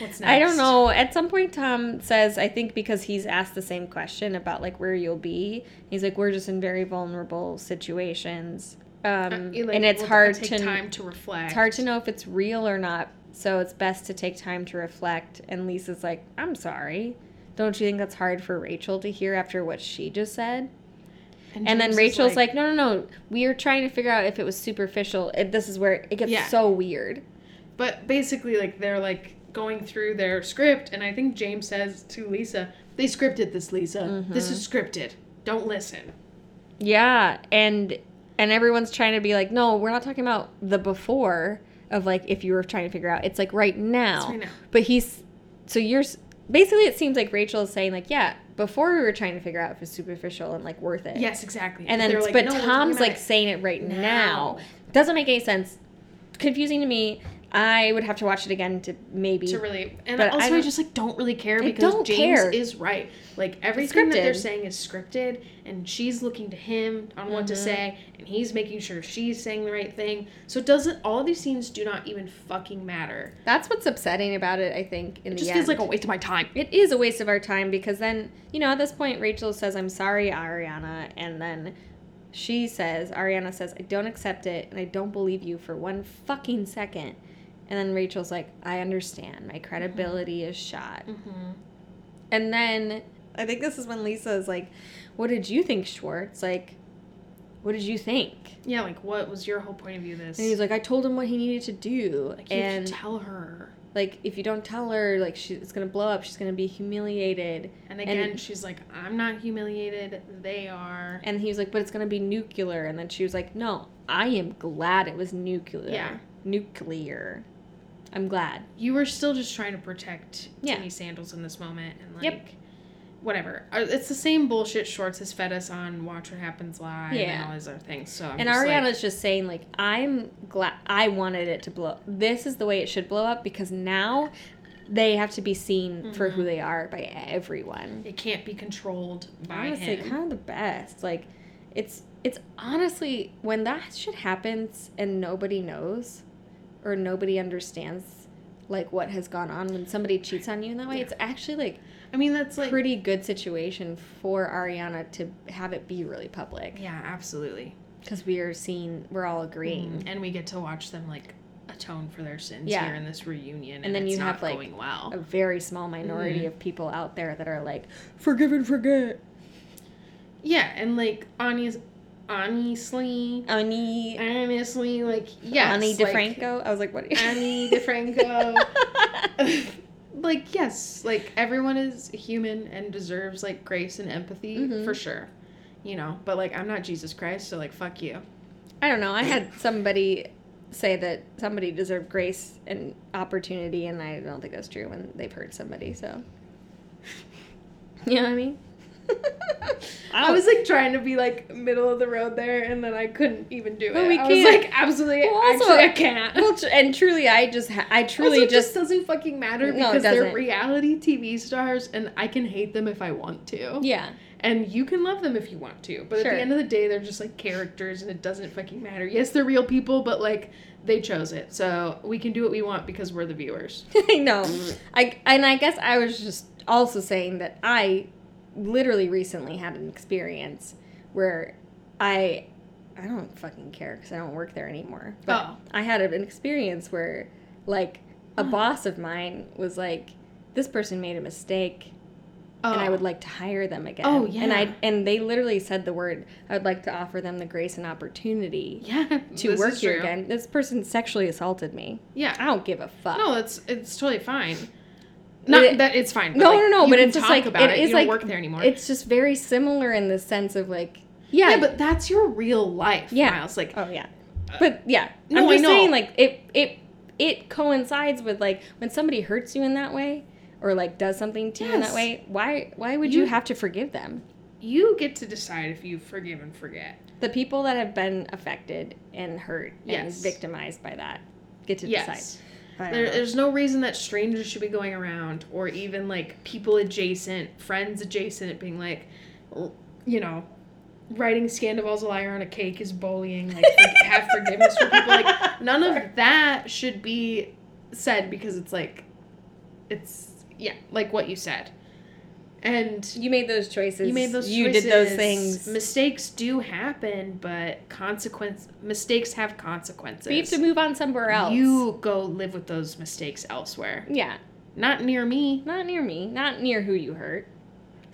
What's next?
I don't know. At some point, Tom says, I think because he's asked the same question about like where you'll be. He's like, we're just in very vulnerable situations, um,
Uh, you, like,
and it's
will
hard
take
to
time to reflect.
it's hard to know if it's real or not. So it's best to take time to reflect. And Lisa's like, I'm sorry. Don't you think that's hard for Rachel to hear after what she just said? And
James
then
is
Rachel's like, No, no, no. We are trying to figure out if it was superficial. It, this is where it gets
Yeah.
so weird.
But basically like they're like going through their script and I think James says to Lisa, They scripted this, Lisa. This is
Mm-hmm.
scripted. Don't listen.
Yeah, and and everyone's trying to be like, no, we're not talking about the before of like if you were trying to figure out. It's like right now.
It's right now.
But he's so you're s- basically it seems like Rachel is saying like, yeah, before we were trying to figure out if it's superficial and like worth it.
Yes, exactly.
And then
they're
but
"No, we're talking
Tom's
about
like
it."
saying it right now.
now."
Doesn't make any sense. Confusing to me. I would have to watch it again to maybe.
to really and
But I
also I,
don't-
just like don't really care
I
because
don't
James
care.
is right. Like everything that they're
scripted.
saying is scripted and she's looking to him on what to
Mhm.
say and he's making sure she's saying the right thing. So it doesn't all these scenes do not even fucking matter.
That's what's upsetting about it. I think in
It
the
just
end.
feels like a waste of my time.
It is a waste of our time because then, you know, at this point, Rachel says, I'm sorry, Ariana. And then she says, Ariana says, I don't accept it and I don't believe you for one fucking second. And then Rachel's like, I understand. My credibility is shot.
Mm-hmm.
And then I think this is when Lisa is like, What did you think, Schwartz? Like, what did you think?
Yeah, like what was your whole point of view of this?
And he's like, I told him what he needed to do.
like you have
and
to tell her.
like, if you don't tell her, like, she, it's gonna blow up. She's gonna be humiliated.
And again, she's like, I'm not humiliated. They are.
And he was like, but it's going to be nuclear. And then she was like, no, I am glad it was nuclear.
Yeah.
Nuclear. I'm glad.
You were still just trying to protect
Yeah.
Timmy Sandals in this moment. And like,
Yep.
whatever. Uh, It's the same bullshit Schwartz has fed us on Watch What Happens Live and
Yeah.
all these other things. So I'm
and
just
Ariana's
like,
just saying, like, I'm glad I wanted it to blow. This is the way it should blow up because now they have to be seen for
Mm-hmm.
who they are by everyone.
it can't be controlled by
Honestly,
him.
kind of the best. Like, it's it's honestly when that shit happens and nobody knows or nobody understands like what has gone on when somebody cheats on you in that way,
Yeah.
it's actually like
I mean, that's like.
pretty good situation for Ariana to have it be really public
yeah, absolutely. Mm,
because we are seeing, we're all agreeing.
And we get to watch them like atone for their sins
Yeah.
here in this reunion. And,
then
it's
you
not
have, like,
going well.
A very small minority of people out there that are like, forgive and forget.
Yeah, and like, honest, honestly.
Ani,
Honestly, like, yes.
Ani
like,
DeFranco. I was like, what? Are you?
Ani DeFranco. like yes like everyone is human and deserves like grace and empathy
Mhm.
for sure you know but like i'm not jesus christ so like fuck you
I don't know. I had somebody say that somebody deserved grace and opportunity, and I don't think that's true when they've hurt somebody. So, you know what I mean?
i was like trying to be like middle of the road there and then i couldn't even do it
But we
i was
can't.
like absolutely
Well, also-
actually i can't
Well, tr- and truly, I just, ha- I truly
also, it
just,
just doesn't fucking matter
No, it
because they're
doesn't.
reality TV stars, and I can hate them if I want to,
yeah,
and you can love them if you want to. But at
Sure.
the end of the day, they're just like characters, and it doesn't fucking matter. Yes, they're real people, but like they chose it, so we can do what we want because we're the viewers.
I know. I and I guess I was just also saying that I literally recently had an experience where I, I don't fucking care because I don't work there anymore. But
Oh.
I had an experience where, like, a boss of mine was like, "This person made a mistake."
Oh.
and I would like to hire them again.
Oh,
And
yeah.
I and they literally said the word, I would like to offer them the grace and opportunity
yeah
to
this
work
is
here
true.
again. This person sexually assaulted me. I
Yeah,
don't give a fuck.
no, it's it's totally fine.
But
Not
it-
that it's fine. but,
no,
like,
no, no,
you
but
can
it's just
talk
like
about
it
it.
is
you
like
don't work there anymore.
It's just very similar in the sense of like yeah,
yeah, but that's your real life,
Yeah.
Miles. Like
oh yeah. But yeah,
No,
I'm
I
just
know.
saying like it it it coincides with like when somebody hurts you in that way or like does something to you in that
Yes.
way, why why would
You-
you have to forgive them?
you get to decide if you forgive and forget.
the people that have been affected and hurt
Yes.
and victimized by that get to
yes,
decide. I don't
there,
know.
there's no reason that strangers should be going around, or even like people adjacent, friends adjacent, being like, l- you know. Writing Scandival's a liar on a cake is bullying. Like, for- have forgiveness for people. Like, none of that should be said because it's like it's yeah like what you said and
you made those choices.
you made those
You did those
choices.
things.
mistakes do happen but consequence mistakes have consequences
But you have to move on somewhere else.
you go live with those mistakes elsewhere
yeah,
not near me
not near me. Not near who you hurt.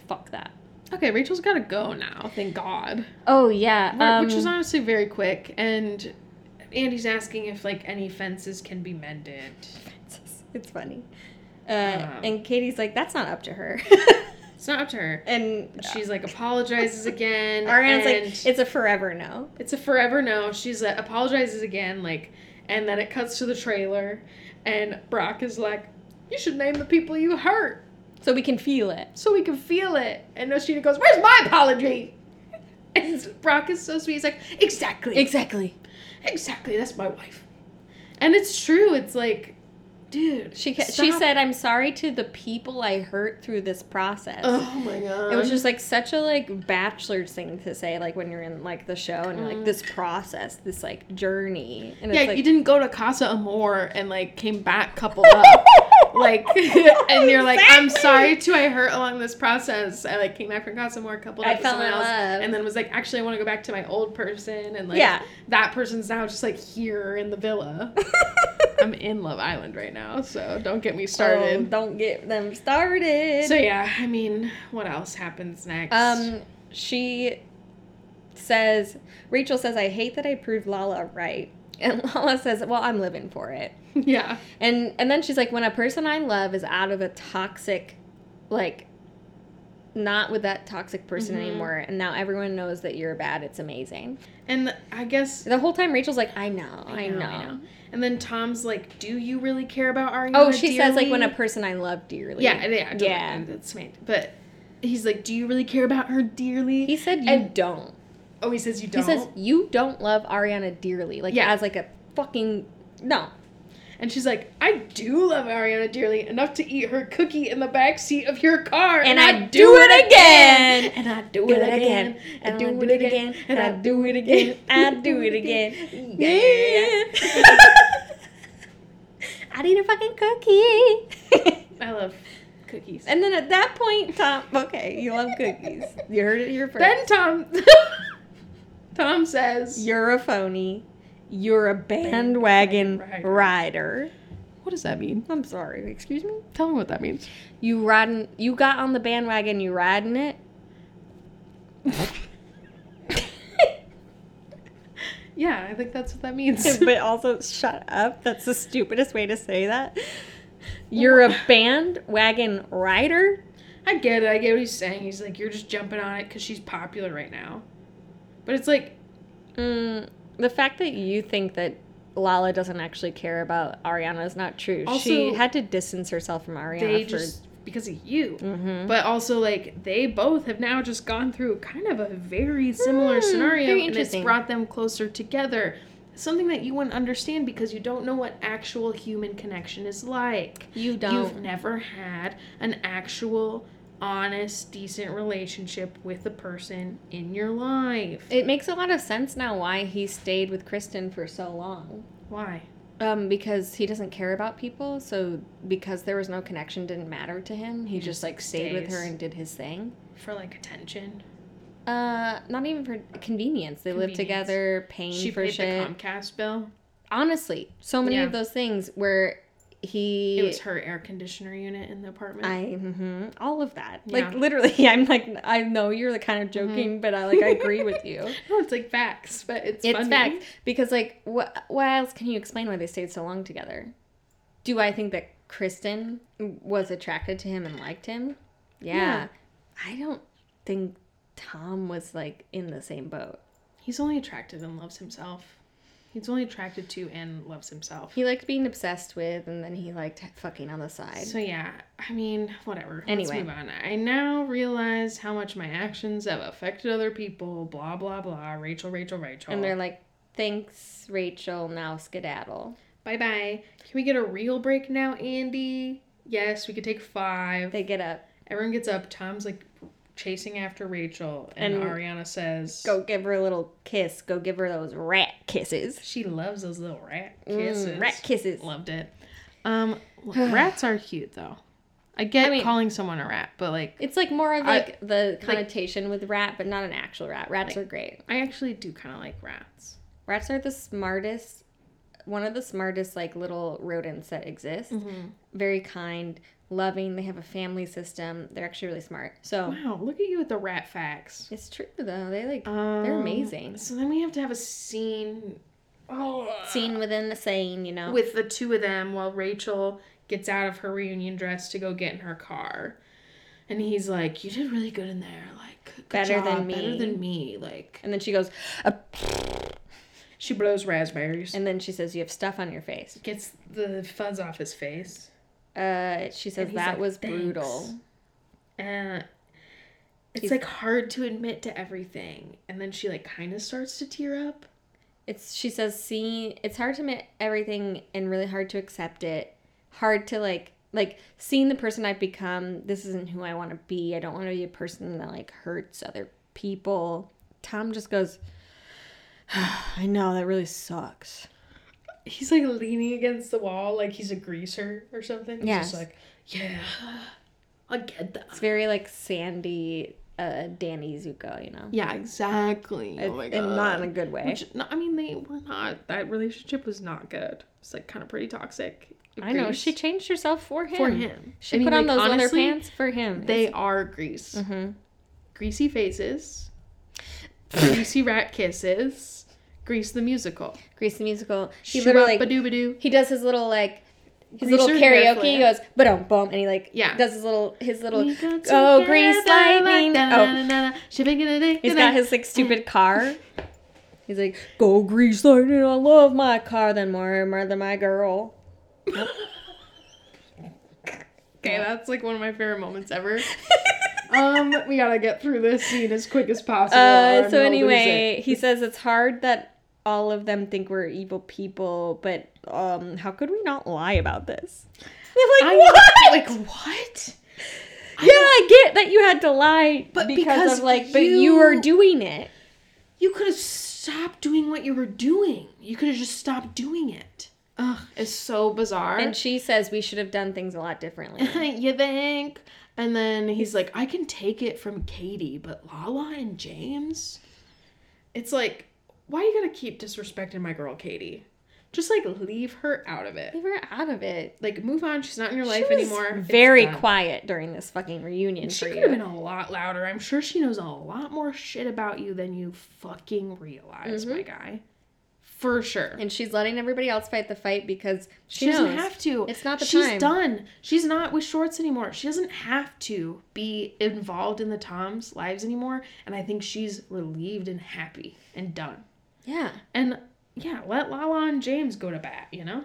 Fuck that.
okay rachel's gotta go now thank god
Oh yeah,
Wh- which
Um,
is honestly very quick and andy's asking if like any fences can be mended
it's funny. Uh,
Um,
and Katie's like, that's not up to her.
it's not up to her
and
she's like apologizes again
Ariana's
and-
like, it's a forever no.
It's a forever no. She's like, apologizes again, like, and then it cuts to the trailer, and Brock is like, "You should name the people you hurt
So we can feel it.
so we can feel it." And Noshina goes, "Where's my apology?" And Brock is so sweet. He's like, "Exactly,
Exactly.
exactly. That's my wife." And it's true. It's like, dude.
She ca- she
stop.
said, "I'm sorry to the people I hurt through this process."
Oh my god.
It was just like such a like bachelor thing to say, like when you're in like the show and you're like this process, this like journey, and
Mm. yeah,
it's like
you didn't go to Casa Amor and like came back coupled up. like and you're like, I'm sorry to I hurt along this process. I like came back from Casa Amor coupled
I
up with
fell
someone
in
else
love.
and then was like, actually I want to go back to my old person and like
Yeah.
that person's now just like here in the villa. I'm in Love Island right now, so don't get me
Oh,
started.
don't get them started.
so yeah, I mean, what else happens next?
um, she says, Rachel says, "I hate that I proved Lala right," and Lala says, "Well, I'm living for it."
yeah.
And and then she's like, when a person I love is out of a toxic, like, not with that toxic person
Mm-hmm.
anymore, and now everyone knows that you're bad. It's amazing.
And I guess
The whole time Rachel's like, I know, I know.
And then Tom's like, "Do you really care about Ariana?"
Oh, she says like
dearly?"
when a person I love dearly.
Yeah, yeah, I don't
Yeah.
know, That's made. But he's like, "Do you really care about her dearly?"
He said you
And-
don't.
oh, he says you
He
don't.
says you don't love Ariana dearly, like
Yeah.
as like a fucking no.
and she's like, "I do love Ariana dearly enough to eat her cookie in the back seat of your car,
And I do it again.
and I do it again,
And I do it again. And I do it again. I do it again. Yeah. I need a fucking cookie.
I love cookies."
and then at that point, Tom. Okay, you love cookies. You heard it here first.
then Tom, Tom says,
You're a phony. You're a bandwagon
Bandwagon
rider.
"What does that mean?
I'm sorry. Excuse me.
Tell me what that means."
You riding? You got on the bandwagon. You riding it?
Yeah, I think that's what that means.
but also, shut up. That's the stupidest way to say that. You're a bandwagon rider.
I get it. I get what he's saying. He's like, you're just jumping on it because she's popular right now. But it's like,
Mm, the fact that you think that Lala doesn't actually care about Ariana is not true. she
Also,
had to distance herself from Ariana.
they
for,
just, because of you.
Mhm.
But also, like, they both have now just gone through kind of a very similar
Hmm,
scenario.
very
and it's
interesting.
brought them closer together. Something that you wouldn't understand because you don't know what actual human connection is like.
you
You've
don't.
never had an actual, honest, decent relationship with a person in your life.
It makes a lot of sense now why he stayed with Kristen for so long.
Why?
Um, because he doesn't care about people, so because there was no connection, didn't matter to him. He just like stayed with her
stays.
and did his thing.
For like attention.
Uh, not even for convenience. They live
Convenience.
together, paying
She
for
paid
shit.
the Comcast bill.
Honestly, so many
Yeah.
of those things where he.
It was her air conditioner unit in the apartment.
I hmm all of that. Like
Yeah. Mm-hmm.
literally, I'm like I know you're the kind of joking, but I like I agree with you.
no, Oh, it's like facts, but it's
It's
funny.
fact because like what what else can you explain why they stayed so long together? Do I think that Kristen was attracted to him and liked him? Yeah.
Yeah.
I don't think Tom was like in the same boat.
He's only attracted and loves himself. He's only attracted to and loves himself.
He liked being obsessed with, and then he liked fucking on the side.
So yeah, I mean, whatever.
Anyway.
Let's move on. I now realize how much my actions have affected other people. Blah blah blah. Rachel, Rachel, Rachel.
and they're like, "Thanks, Rachel. Now skedaddle."
bye bye. Can we get a real break now, Andy? Yes, we could take five.
They get up,
Everyone gets up. Tom's like chasing after Rachel,
And-
and Ariana says,
go give her a little kiss, go give her those rat kisses.
She loves those little rat
Mm,
kisses.
rat kisses.
Loved it. Um, rats are cute though. I get
I mean-
calling someone a rat, but like,
It's like more of
I-
like the connotation with rat, but not an actual rat. Rats are great.
I actually do kind of like rats.
Rats are the smartest, one of the smartest like little rodents that exist.
Mm-hmm.
Very kind, loving. They have a family system. They're actually really smart. So
Wow, look at you with the rat facts.
it's true though. They like
Um,
they're amazing.
So then we have to have a scene. Oh,
Scene within the scene, you know.
with the two of them while Rachel gets out of her reunion dress to go get in her car. And he's like, "You did really good in there. Like, good
Better than
job,
me."
Better than me. Like,
and then she goes, "Uh,"
she blows raspberries.
and then she says, "You have stuff on your face."
gets the fuzz off his face.
Uh, she
And
says that
he's like,
was
"Thanks."
brutal.
And it's
He's-
like hard to admit to everything. And then she like kind of starts to tear up.
it's she says seeing it's hard to admit everything and really hard to accept it hard to like like seeing the person i've become this isn't who i want to be i don't want to be a person that like hurts other people tom just goes i know that really sucks
He's like leaning against the wall, like he's a greaser or something. He's
Yes.
just like, yeah, I get that.
it's very like sandy uh danny zuko you know
Yeah, exactly.
It- and not in a good way
Oh Which, no, I mean, they were not. That relationship was not good. It's like kind of pretty toxic.
i know
Grease
she changed herself for him
for him.
she
I mean,
put on
like,
those
honestly,
other pants for him
They are grease,
hmm
greasy faces, greasy rat kisses, grease the musical,
grease the musical she
shoot
literally
up a dooba doo.
he does his little like his
Greaser
little karaoke.
barefoot.
He goes ba dum bum, and he like
Yeah.
does his little his little
We go
oh
together
grease
like
lightning. Oh,
da-da-da-da-da. Shibbigididig.
he's got his like
Mm.
stupid car. He's like go grease lightning. I love my car than more more than my girl.
Okay, that's like one of my favorite moments ever. um, we gotta get through this scene as quick as possible. or
Uh,
I'm
so
gonna lose
anyway,
it.
he says it's hard that all of them think we're evil people, but um, how could we not lie about this? I'm like
I-
what?
like what?
yeah, I get that you had to lie,
But
because,
because
of like, but you were
you-
doing it.
You could have stopped doing what you were doing. You could have just stopped doing it. Ugh, it's so bizarre.
And she says we should have done things a lot differently.
you think? And then he's like, I can take it from Katie, but Lala and James? It's like, why you gotta keep disrespecting my girl Katie? Just like leave her out of it.
we were out of it.
Like move on. She's not in your life
she was
anymore. It's
very
done.
quiet during this fucking reunion
She
for
could have
you.
been a lot louder. I'm sure she knows a lot more shit about you than you fucking realize,
Mm-hmm.
my guy. For sure.
And she's letting everybody else fight the fight because she,
She doesn't
knows.
have to.
It's not the
She's
time.
done. She's not with shorts anymore. She doesn't have to be involved in the Tom's lives anymore. And I think she's relieved and happy and done.
Yeah.
And yeah, let Lala and James go to bat, you know?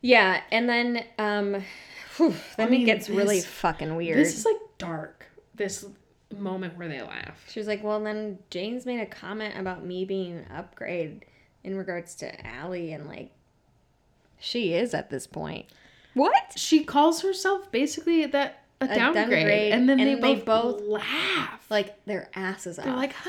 Yeah. And then um whew, then
I mean,
it gets really
this-
fucking weird.
This is like dark, this moment where they laugh.
she was like, Well then James made a comment about me being an upgrade in regards to Allie and like she is at this point. What?
She calls herself basically that a, downgrade,
downgrade,
And then
and
they,
they
both,
both-
laugh.
Like their asses off.
They're like,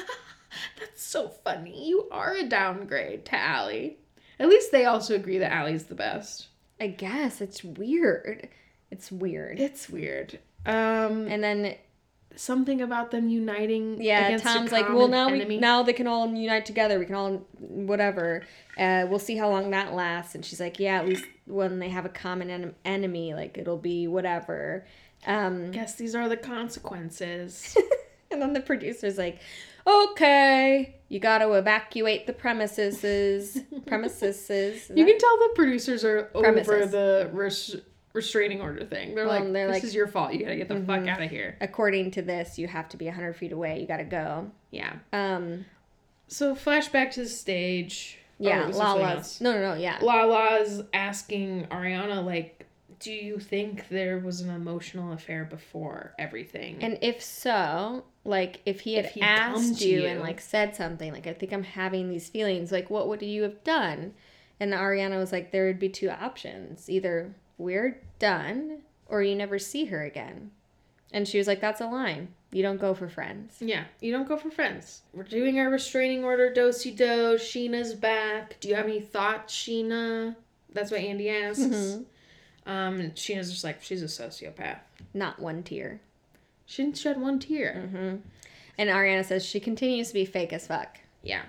that's so funny. You are a downgrade to Allie. At least they also agree that Allie's the best.
I guess it's weird. It's weird.
It's weird. Um,
And then
something about them uniting.
yeah,
against a
Tom's like,
common
well now
enemy."
we now they can all unite together. We can all whatever. Uh, we'll see how long that lasts. And she's like, yeah, at least when they have a common en- enemy, like it'll be whatever. Um,
Guess these are the consequences.
and then the producer's like, okay, you got to evacuate the premises. Premises. Is
you
that-
can tell the producers are over
Premises.
the res- restraining order thing. They're
Well,
like,
they're
this
like-
is your fault. You gotta get the fuck
Mhm.
out of here.
according to this, you have to be hundred feet away. You got to go.
Yeah.
Um,
So flashback to the stage. Oh,
yeah,
it was something
Lala's. No, no, no. Yeah.
else. Lala's asking Ariana like, do you think there was an emotional affair before everything?
And if so, like if he had
If he'd come
asked
to
you,
you.
and like said something, like I think I'm having these feelings, like what would you have done? And Ariana was like, there would be two options: either we're done, or you never see her again. And she was like, that's a line. You don't go for friends.
Yeah, you don't go for friends. We're doing our restraining order, dosey do. Sheena's back. Do you have any thoughts, Sheena? That's what Andy asks.
Mhm.
Um, and Sheena's just like she's a sociopath.
Not one tear.
She didn't shed one tear.
hmm And Ariana says she continues to be fake as fuck.
Yeah.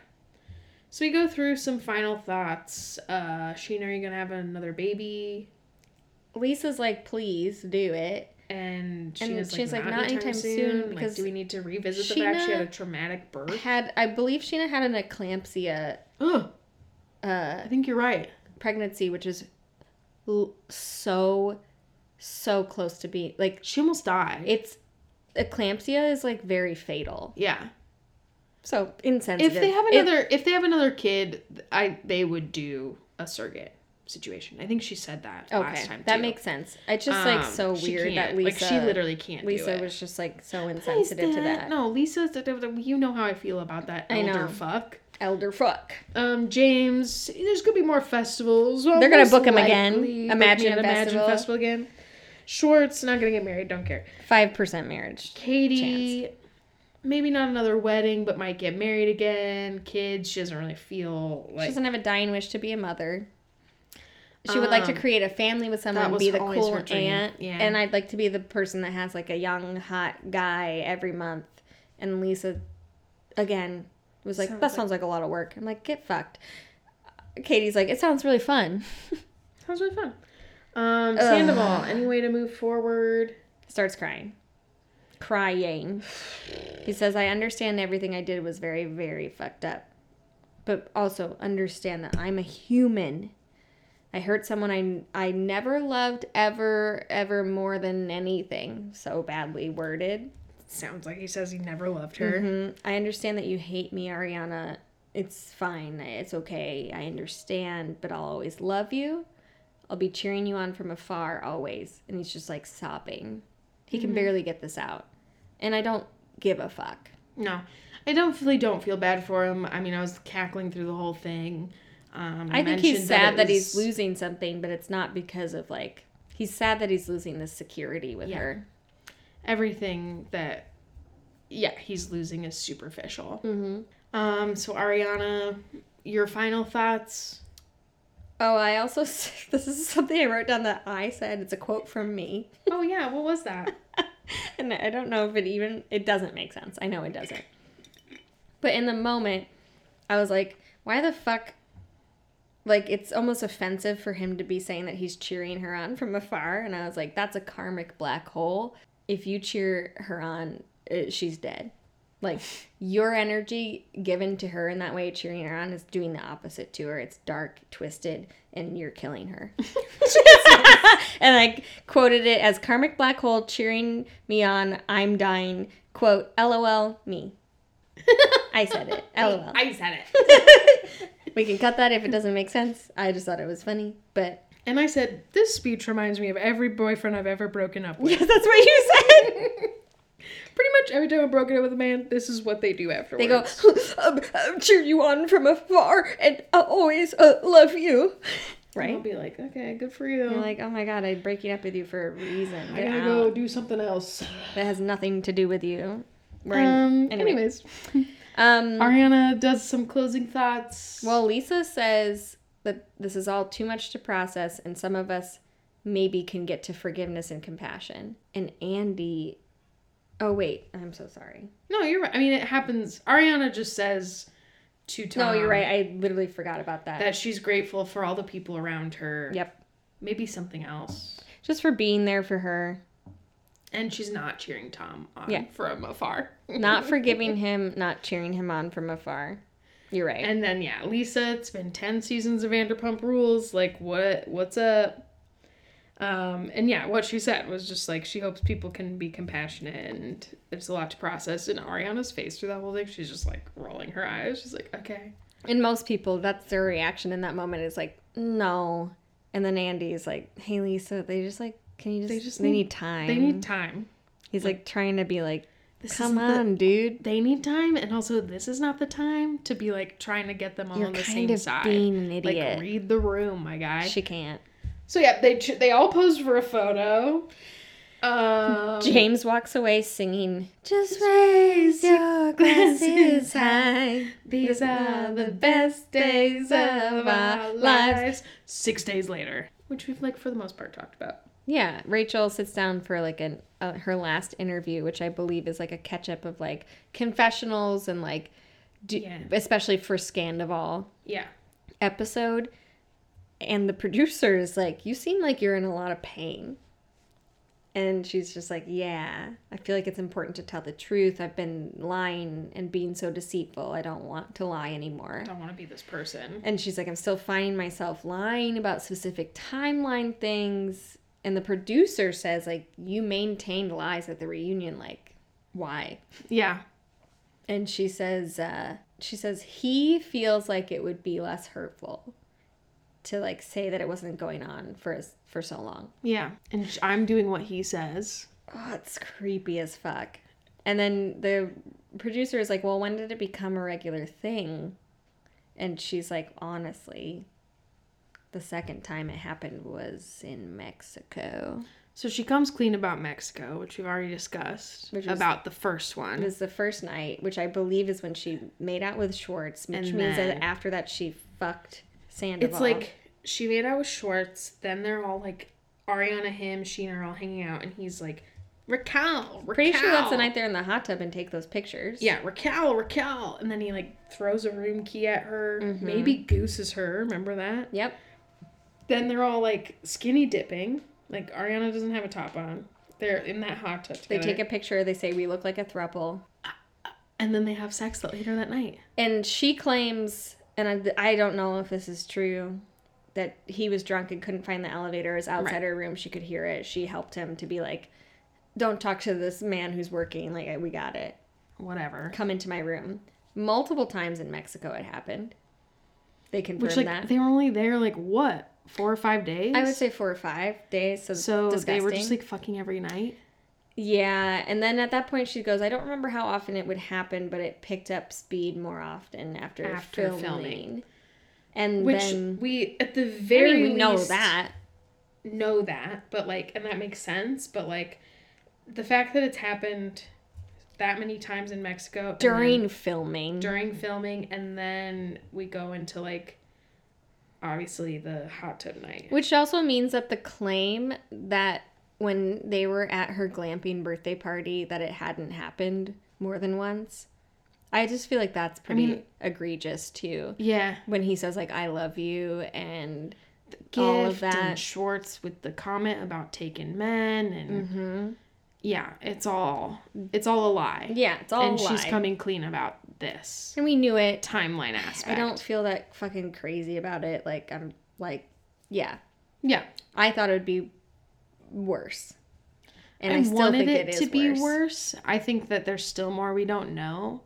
So we go through some final thoughts. Uh, Sheena, are you gonna have another baby?
Lisa's like, please do it.
And Sheena's,
And
like, she's not like, not anytime soon.
because
like, do we need to revisit the fact she
Sheena-
had a traumatic birth?
Had I believe Sheena had an eclampsia.
Oh,
Uh,
I think you're right.
pregnancy, which is l- so, so close to being like
She almost died.
it's eclampsia is like very fatal.
yeah.
So insensitive.
if they have
It-
another if they have another kid i they would do a surrogate situation i think she said that last
okay,
time
that
too.
makes sense. It's just
Um,
like so
she
weird that
can't.
Lisa,
like she literally can't do
Lisa
it.
was just like so
Please,
insensitive to
Dad.
that.
no lisa you know how i feel about that
I
elder
know.
fuck
Elder fuck.
Um, James, there's gonna be more festivals. Well,
They're gonna
most
book him again.
likely book
Imagine
me at
Festival.
Festival again. Schwartz not gonna get married. Don't care.
Five percent marriage.
Katie, maybe not another wedding, but might get married again. Kids, she doesn't really feel
She
like
doesn't have a dying wish to be a mother. She would like to
Um,
create a family with someone
that
and
was
be the
always
cool
her dream,
aunt.
yeah.
And I'd like to be the person that has like a young, hot guy every month. And Lisa, again, was like,
Sounds
that
like-
sounds like a lot of work. I'm like, get fucked. Katie's like, it sounds really fun.
sounds really fun. Um, Sandoval, any way to move forward?
Starts crying. Crying. He says, I understand everything I did was very, very fucked up. But also understand that I'm a human. I hurt someone I, I never loved ever, ever more than anything. So badly worded.
Sounds like he says he never loved her.
Mhm. I understand that you hate me, Ariana. It's fine. It's okay. I understand, but I'll always love you. I'll be cheering you on from afar always. And he's just like sobbing. He
Mm-hmm.
can barely get this out. And I don't give a fuck.
No, I don't really don't feel bad for him. I mean, I was cackling through the whole thing. Um,
I think he's
mentioned
sad
it
that, he's
was-
losing something, but it's not because of like he's sad that he's losing this security with
Yeah.
her.
everything that yeah he's losing is superficial
Mm-hmm.
um so ariana your final thoughts
Oh, I also this is something I wrote down that I said. It's a quote from me.
oh yeah what was that
and I don't know if it even it doesn't make sense. I know it doesn't. But in the moment, I was like, why the fuck like it's almost offensive for him to be saying that he's cheering her on from afar and I was like, that's a karmic black hole. If you cheer her on, uh, she's dead. Like your energy given to her in that way, cheering her on, is doing the opposite to her. It's dark, twisted, and you're killing her. and I quoted it as karmic black hole cheering me on. I'm dying. Quote, lol, me. I said it. Lol.
i said it
We can cut that if it doesn't make sense. I just thought it was funny, but
and i said this speech reminds me of every boyfriend i've ever broken up with
that's what you said.
pretty much every time i've broken up with a man this is what they do afterwards
They go, um, um, cheer you on from afar, and I'll always uh, love you.
right i'll
Right?
be like okay good for you
You're like, oh my god, I'm breaking up with you for a reason.
i
Get
gotta
out.
go do something else
That has nothing to do with you. We're in-
um
anyway.
anyways
Um,
ariana does some closing thoughts
well, Lisa says that this is all too much to process, and some of us maybe can get to forgiveness and compassion. And Andy, oh wait, I'm so sorry.
no you're right i mean it happens ariana just says to Tom
No, you're right. I literally forgot about Um, that.
that she's grateful for all the people around her.
yep,
Maybe something else.
just for being there for her.
And she's not cheering Tom on
Yeah.
from afar.
not forgiving him, not cheering him on from afar. You're right.
And then yeah, Lisa, it's been 10 seasons of Vanderpump Rules. Like what what's up? Um and yeah, what she said was just like she hopes people can be compassionate and there's a lot to process in Ariana's face through that whole thing. She's just like rolling her eyes. She's like, "Okay."
and most people, that's their reaction in that moment is like, no. And then Andy is like, hey, Lisa, they just like, can you just, they,
just
need,
need-
time.
They need time.
He's like trying to be like,
This
come
isn't the-
on, dude.
They need time and also this is not the time to be like trying to get them all
You're
on the
kind
same
of
side.
being an
like
idiot.
read the room, my guy.
she can't.
So yeah, they ch- they all posed for a photo. Um,
James walks away singing, just raise your glasses high.
these are the best days of our lives. Six days later, which we've like for the most part talked about.
Yeah, Rachel sits down for like an uh, her last interview, which I believe is like a catch up of like confessionals and like, do,
Yeah.
especially for Scandival
Yeah,
episode. And the producer is like, "You seem like you're in a lot of pain," and she's just like, "Yeah, I feel like it's important to tell the truth. I've been lying and being so deceitful. I don't want to lie anymore."
don't want to be this person.
And she's like, I'm still finding myself lying about specific timeline things. And the producer says, like, you maintained lies at the reunion. Like, why?
Yeah,
And she says, uh, she says, he feels like it would be less hurtful to like say that it wasn't going on for as, for so long.
yeah. And sh- I'm doing what he says.
Oh, it's creepy as fuck. And then the producer is like, well, when did it become a regular thing? And she's like, honestly, the second time it happened was in Mexico.
So she comes clean about Mexico, which we've already discussed
Which was-
about the first
It
one.
was the first night, which I believe is when she made out with Schwartz, which
And
means
then-
that after that she fucked Sandoval.
It's like she made out with Schwartz, then they're all like Ariana, him, she, and are all hanging out, and he's like, Raquel, Raquel.
pretty sure that's the night they're in the hot tub and take those pictures.
Yeah, Raquel, Raquel. And then he like throws a room key at her,
Mm-hmm.
maybe gooses her. Remember that?
Yep.
Then they're all like skinny dipping. Like Ariana doesn't have a top on. They're in that hot tub
They
together.
take a picture. They say we look like a throuple,
and then they have sex later that night.
and she claims, and I, I don't know if this is true, that he was drunk and couldn't find the elevator. Is outside her room. She could hear it. She helped him to be like, "Don't talk to this man who's working. Like we got it.
Whatever.
Come into my room." Multiple times in Mexico, it happened. They confirmed
Which like
that.
they were only there like what four or five days.
I would say four or five days. So,
so
disgusting.
they were just like fucking every night.
Yeah, and then at that point she goes, I don't remember how often it would happen, but it picked up speed more often after,
After
filming.
filming.
And
Which
then
we at the
I
very
mean, we know
least
that.
know that, but like, and that makes sense. But like, the fact that it's happened that many times in Mexico and then-
Mm-hmm. During filming.
during filming and then we go into like obviously the hot tub night
Which also means that the claim that when they were at her glamping birthday party that it hadn't happened more than once. I just feel like that's pretty
mean-
egregious too.
yeah
When he says like I love you and all of that.
and schwartz with the comment about taking men
Mm-hmm.
and yeah it's all it's all a lie
yeah, it's all
and she's
lie.
coming clean about this
and we knew it.
timeline aspect
I don't feel that fucking crazy about it. Like I'm like, yeah,
yeah
I thought it would be worse, and I,
I,
still
wanted
think
it,
it is
to be
worse.
worse. i think that there's still more we don't know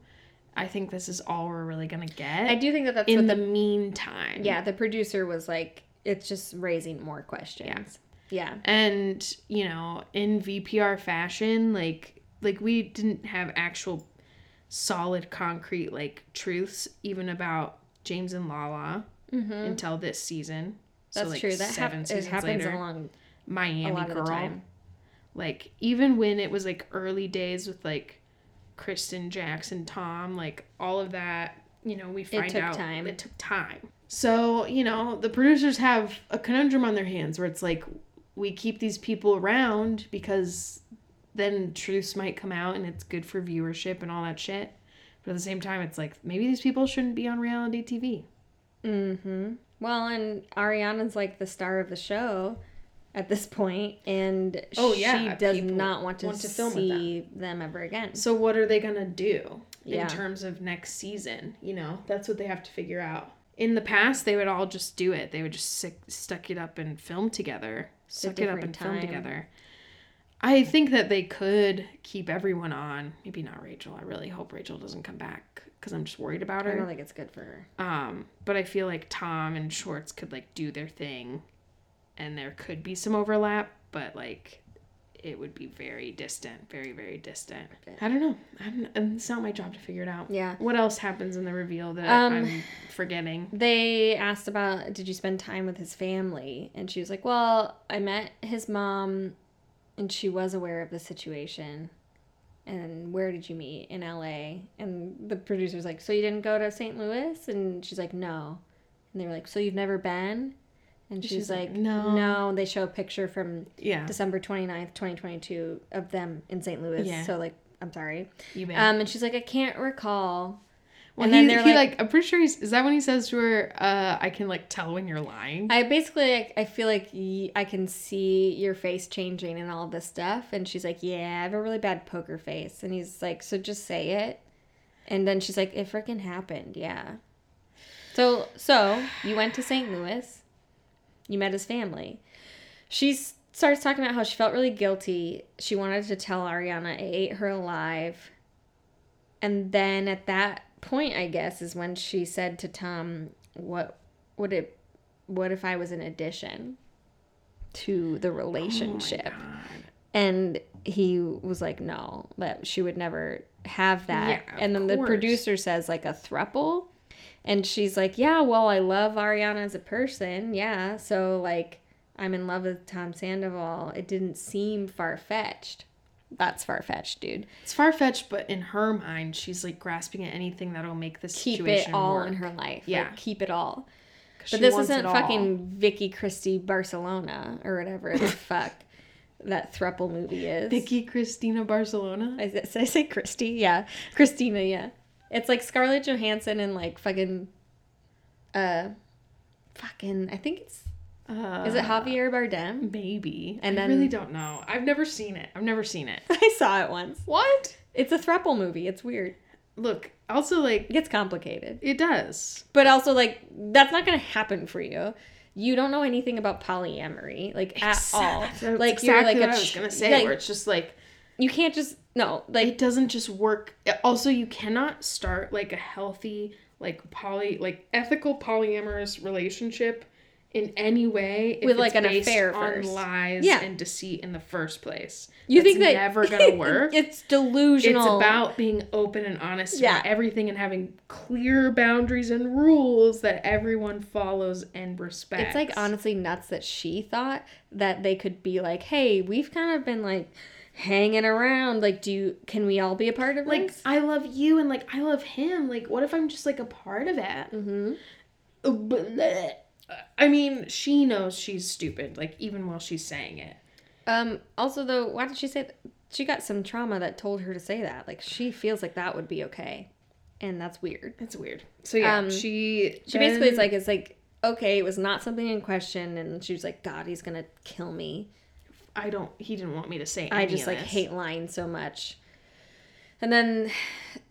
i think this is all we're really gonna get
I do think that that's
in
what
the
the,
meantime
yeah the producer was like. It's just raising more questions. Yeah,
and you know in vpr fashion like like we didn't have actual solid concrete like truths even about james and lala until this season
Mm-hmm. Mm. that's
so like
true. That
seven
hap- it
seasons
happens
later
along
miami
a lot of
girl
the time.
like even when it was like early days with like kristen jackson tom like all of that you know we find
took
out
time.
it took time so you know the producers have a conundrum on their hands where it's like we keep these people around because then truths might come out and it's good for viewership and all that shit but at the same time it's like maybe these people shouldn't be on reality tv
Mm-hmm. Well, and Ariana's like the star of the show at this point, and
Oh, yeah,
she does
people
not want to,
want to film with
see them ever again.
so what are they gonna do
Yeah.
in terms of next season you know that's what they have to figure out in the past they would all just do it they would just stick, stuck it up and film together stuck it up
different
and
time.
film together i think that they could keep everyone on maybe not rachel i really hope rachel doesn't come back because i'm just worried about
I don't
her
think it's good for her.
um but i feel like tom and schwartz could like do their thing and there could be some overlap but like it would be very distant very very distant i don't know I'm, and it's not my job to figure it out
Yeah.
what else happens in the reveal that
Um,
i'm forgetting
they asked about did you spend time with his family and she was like well i met his mom and she was aware of the situation and where did you meet in la and the producer's like so you didn't go to st louis and she's like no and they were like so you've never been and she's,
she's like,
like,
"No."
no and they show a picture from
yeah
december 29th 2022 of them in st louis
Yeah.
so like i'm sorry
you bet.
um and she's like i can't recall
well,
and
he,
then they're
he,
like-
like, i'm pretty sure he's is that when he says to her uh i can like tell when you're lying
I basically, I, I feel like y- I can see your face changing and all this stuff. And she's like, Yeah, I have a really bad poker face. And he's like, So just say it. And then she's like, It freaking happened. Yeah. So, so you went to St. Louis, you met his family. She s- starts talking about how she felt really guilty. She wanted to tell Ariana I ate her alive. And then at that point, I guess, is when she said to Tom, What would it what if I was an addition to
Oh
the relationship? and he was like, no, that she would never have that.
Yeah, of
and then the
course.
producer says, like, a thruple. And she's like, Yeah, well, I love Ariana as a person. Yeah. So, like, I'm in love with Tom Sandoval. It didn't seem far fetched. That's far fetched, dude.
It's far fetched, but in her mind, she's like grasping at anything that'll make this
Keep
situation
it all
work.
in her life.
Yeah.
Like, keep it all.
'Cause
But
she
this
wants
isn't
it all.
fucking Vicky Christie Barcelona or whatever the fuck that thruple movie is.
Vicky Christina Barcelona.
Is it, did I say Christie? Yeah. Christina, yeah. It's like Scarlett Johansson and like fucking uh fucking I think it's
Uh,
is it Javier Bardem?
Maybe.
And
I
then-
really don't know. I've never seen it. I've never seen it.
I saw it once.
What?
It's a thruple movie. It's weird.
Look, also like
It gets complicated.
it does.
But also like that's not gonna happen for you. You don't know anything about polyamory, like at all.
That's
Like
exactly
you're like
what
a
I was
ch-
gonna say.
like,
where it's just like
you can't just no, like
it doesn't just work. Also, you cannot start like a healthy, like poly, like ethical polyamorous relationship in any way if
With, like,
it's
an
based
affair
on
first.
lies
Yeah.
and deceit in the first place.
you
That's
think that
never gonna work.
it's delusional.
It's about being open and honest about
Yeah.
everything and having clear boundaries and rules that everyone follows and respects.
It's like honestly nuts that she thought that they could be like, "Hey, we've kind of been like hanging around. Like, do you can we all be a part of
like
this?"
I love you and like I love him. Like what if I'm just like a part of it?
Mm-hmm.
Uh, but, bleh. I mean, she knows she's stupid. Like even while she's saying it,
Um. Also, though, why did she say that? she got some trauma that told her to say that? Like, she feels like that would be okay, and that's weird.
it's weird. So yeah,
Um,
she
She basically is
then-
like, "It's like okay, it was not something in question," and she was like, "God, he's gonna kill me."
I don't. He didn't want me to say.
I
any
just
of
like
this.
hate lying so much. And then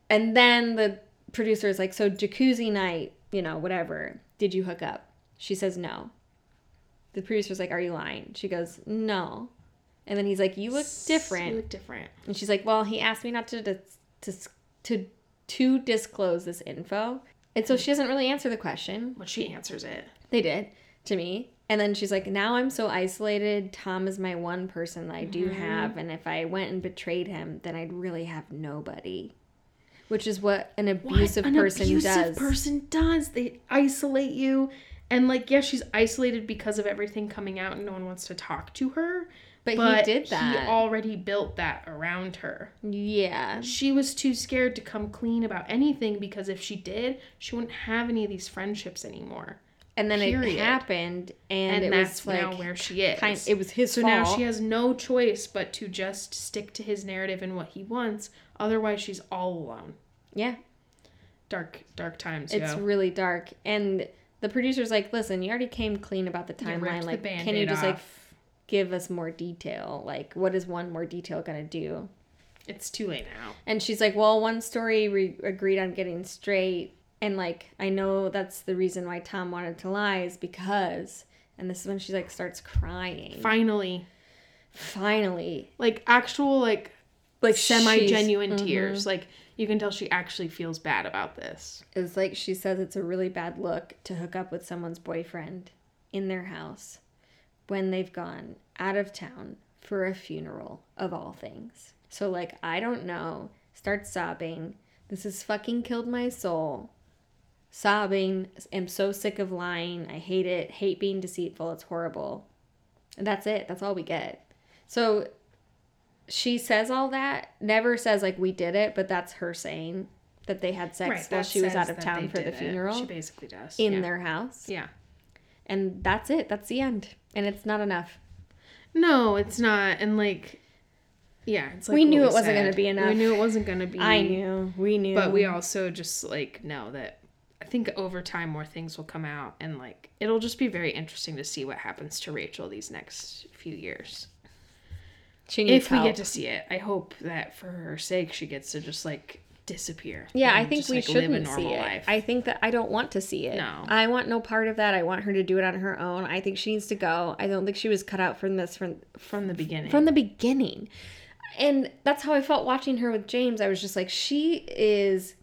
and then the producer is like, so jacuzzi night, you know, whatever. Did you hook up? She says no. The producer's like, Are you lying? She goes, No. And then he's like, You look
You
different.
look different.
And she's like, Well, he asked me not to dis- to s- to, to disclose this info. And
Mm.
so she doesn't really answer the question.
When she answers it,
They did to me. And then she's like, now I'm so isolated. Tom is my one person that I do
Mm-hmm.
have. And if I went and betrayed him, then I'd really have nobody. Which is what an abusive
an
person
abusive
does.
person does. They isolate you, and like, yeah, she's isolated because of everything coming out, and no one wants to talk to her.
but,
But
he did that.
He already built that around her.
yeah.
She was too scared to come clean about anything because if she did, she wouldn't have any of these friendships anymore.
And then
period.
it happened. And,
And,
it
that's
was like,
now where she is.
kind, it was his
so
fault.
now she has no choice but to just stick to his narrative and what he wants. Otherwise, she's all alone.
yeah.
Dark, dark times.
It's
yo.
really dark. And the producer's like, listen, you already came clean about the
You ripped
timeline.
the
Like, can you
Band-Aid
just like
off.
give us more detail? Like, what is one more detail going to do?
It's too late now.
And she's like, well, one story we agreed on getting straight. And like, I know that's the reason why Tom wanted to lie is because. And this is when she like starts crying.
Finally,
Finally.
like actual like
Like
semi genuine
she's- mhm.
tears. Like you can tell she actually feels bad about this.
It's like she says it's a really bad look to hook up with someone's boyfriend in their house when they've gone out of town for a funeral of all things. So like I don't know, start sobbing. This has fucking killed my soul. Sobbing, am so sick of lying. I hate it. Hate being deceitful. It's horrible. And that's it. That's all we get. So she says all that, never says like we did it, but that's her saying that they had sex while
that
she was
says
out of
that
town
they
for the
did it. She
funeral
basically does.
in
yeah.
their house.
Yeah.
And that's it. That's the end. And it's not enough.
No, it's not. And like, yeah, it's like
We
what
knew it wasn't gonna
said.
be enough.
We knew it wasn't gonna be.
I knew. We knew.
Mm. but we also just like know that. I think over time more things will come out, and like it'll just be very interesting to see what happens to Rachel these next few years.
she needs
If
help.
we get to see it, I hope that for her sake, she gets to just like disappear.
yeah, I
and
think
just,
we
like,
shouldn't
live a normal
see it.
life.
I think that I don't want to see it.
No.
I want no part of that. I want her to do it on her own. I think she needs to go. I don't think she was cut out from this from
from the beginning.
from the beginning. And that's how I felt watching her with James. I was just like, she is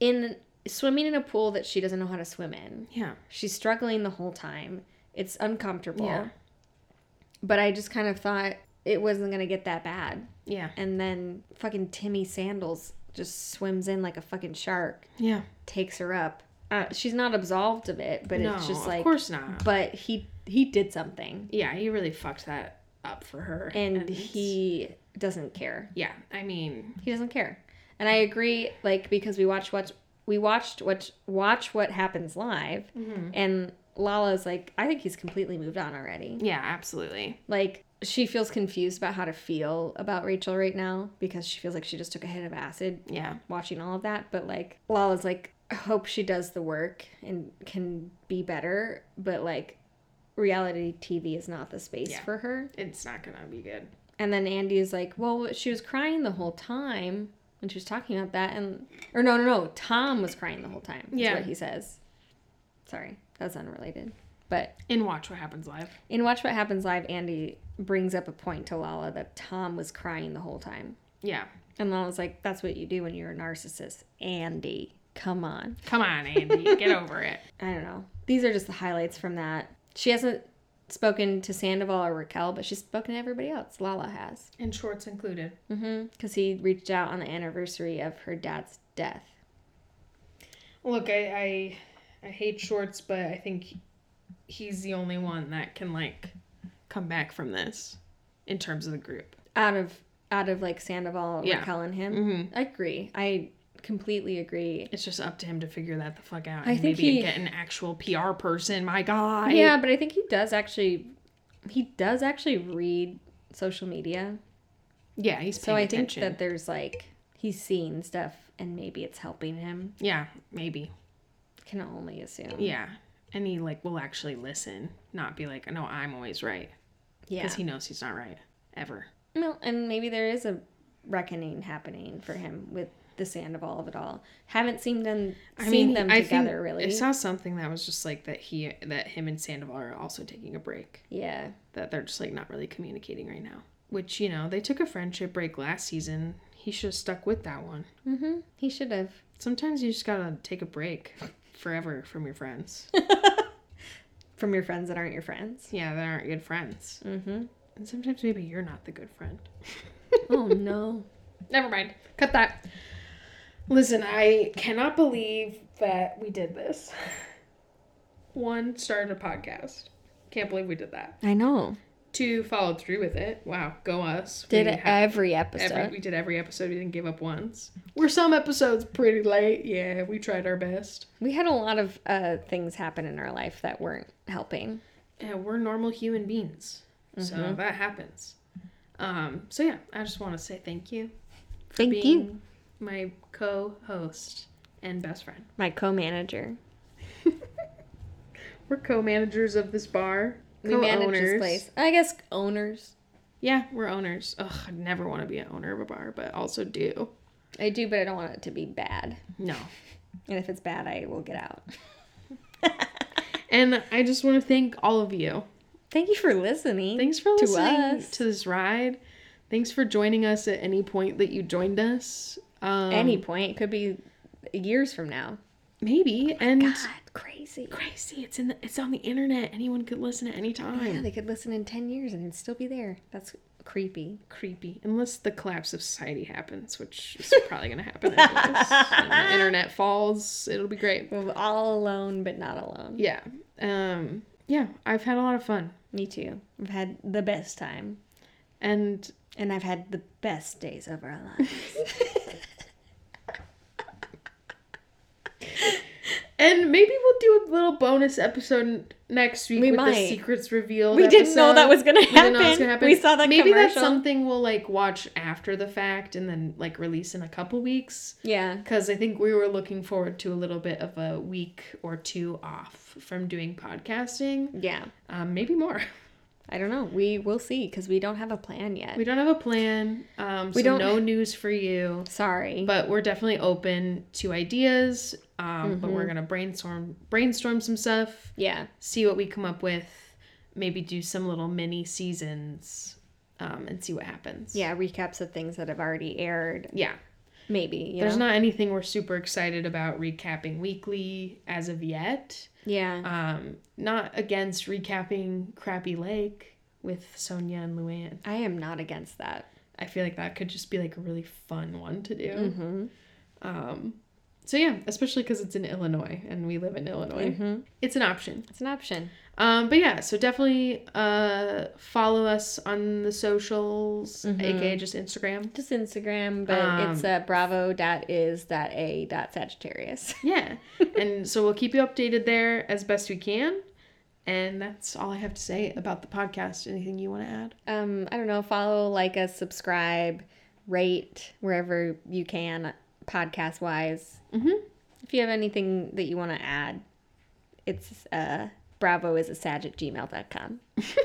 in swimming in a pool that she doesn't know how to swim in.
yeah,
She's struggling the whole time. It's uncomfortable.
Yeah.
But I just kind of thought it wasn't going to get that bad.
yeah,
And then fucking Timmy Sandals just swims in like a fucking shark,
yeah.
takes her up, uh, she's not absolved of it, but
no,
it's just like
of course not.
but he he did something
yeah, he really fucked that up for her.
and,
it's-
he doesn't care.
yeah, I mean,
He doesn't care. And I agree like because we watched what we watched what watch what happens live
Mm-hmm.
and Lala's like I think he's completely moved on already.
yeah, absolutely.
Like she feels confused about how to feel about Rachel right now because she feels like she just took a hit of acid
Yeah,
watching all of that, but like Lala's like I hope she does the work and can be better, but like reality TV is not the space
Yeah.
for her.
it's not gonna be good.
And then Andy is like, "Well, she was crying the whole time when she was talking about that." And or no, no, no, Tom was crying the whole time. Is
Yeah.
what he says. Sorry, that's unrelated. But
And watch what happens live.
in Watch What Happens Live, Andy brings up a point to Lala that Tom was crying the whole time,
Yeah,
and Lala's like, "That's what you do when you're a narcissist." Andy, come on.
come on, Andy, get over it.
I don't know. These are just the highlights from that. She hasn't spoken to Sandoval or Raquel, but she's spoken to everybody else. Lala has.
And shorts included.
Because he reached out on the anniversary of her dad's death.
Look, I, I I hate shorts, but I think he's the only one that can like come back from this in terms of the group.
Out of out of like Sandoval,
Yeah.
Raquel, and him.
Mhm.
I agree. I completely agree.
It's just up to him to figure that the fuck out.
I
And
think
maybe
he-
get an actual PR person. My God.
yeah, but I think he does actually he does actually read social media.
Yeah, he's
So
paying
I
attention.
think that there's like he's seeing stuff and maybe it's helping him.
yeah, maybe.
Can only assume.
Yeah. And he like will actually listen, not be like, no, I'm always right.
Yeah.
Because he knows he's not right. Ever.
Well, and maybe there is a reckoning happening for him with the Sandoval of it all. Haven't seen them seen them together
think
really.
I saw something that was just like that he that him and Sandoval are also taking a break.
yeah.
That they're just like not really communicating right now. Which, you know, they took a friendship break last season. He should have stuck with that one.
Mm-hmm. He should have.
Sometimes you just gotta take a break forever from your friends.
From your friends that aren't your friends.
yeah, that aren't good friends.
Mm-hmm.
And sometimes maybe you're not the good friend.
oh no.
Never mind. Cut that. Listen, I cannot believe that we did this. One, started a podcast. Can't believe we did that.
I know.
Two, followed through with it. Wow, go us. We
Did
ha-
every episode.
every- we did every episode. We didn't give up once. We're some episodes pretty late. Yeah, we tried our best.
we had a lot of uh, things happen in our life that weren't helping.
Yeah, we're normal human beings,
Mm-hmm.
so that happens. Um, so yeah, I just want to say thank you for
Thank
being
you,
my co-host and best friend.
my co-manager.
We're co-managers of this bar.
We manage
Co-owners.
this place. I guess owners.
Yeah, we're owners. Ugh, I never want to be an owner of a bar, but also do.
I do, but I don't want it to be bad.
No.
And if it's bad, I will get out.
And I just want to thank all of you.
Thank you for listening.
Thanks for
To
listening to,
us.
this ride. Thanks for joining us at any point that you joined us. Um,
any point. It could be years from now.
maybe and
crazy.
crazy. It's in the, it's on the internet. Anyone could listen at any
Yeah,
time.
they could listen in 10 years and it'd still be there. That's creepy.
creepy unless the collapse of society happens which is probably going to happen anyways. and the internet falls it'll be great
We're all alone, but not alone.
yeah um yeah i've had a lot of fun
Me too. I've had the best time.
and
And I've had the best days of our lives.
and maybe we'll do a little bonus episode n- next week
We
with
might.
the secrets revealed
we didn't know that
episode.
was going to
We didn't know that was gonna
happen. We saw that
Maybe
commercial.
that's something we'll like watch after the fact and then like release in a couple weeks.
Yeah.
Because I think we were looking forward to a little bit of a week or two off from doing podcasting.
Yeah.
Um, maybe more.
I don't know. We will see because we don't have a plan yet.
We don't have a plan. Um, so
We don't-
no news for you,
Sorry.
but we're definitely open to ideas. Um, But
Mm-hmm.
we're gonna brainstorm brainstorm some stuff,
yeah.
see what we come up with, maybe do some little mini seasons, um, and see what happens.
Yeah. Recaps of things that have already aired.
yeah.
Maybe. You
There's
know?
not anything we're super excited about recapping weekly as of yet.
yeah.
Um, not against recapping Crappy Lake with Sonia and Luann.
I am not against that.
I feel like that could just be like a really fun one to do.
Mm-hmm.
Um, So yeah, especially because it's in Illinois and we live in Illinois,
Mhm.
it's an option.
It's an option.
Um, but yeah, so definitely uh, follow us on the socials,
Mm-hmm.
aka just Instagram.
Just Instagram, but it's uh, bravo.is.a.sagittarius.
Yeah, and so we'll keep you updated there as best we can. And that's all I have to say about the podcast. Anything you want to add?
Um, I don't know. Follow, like us, subscribe, rate wherever you can, podcast wise.
Mhm.
If you have anything that you want to add, it's uh, bravo is a sag at gmail.com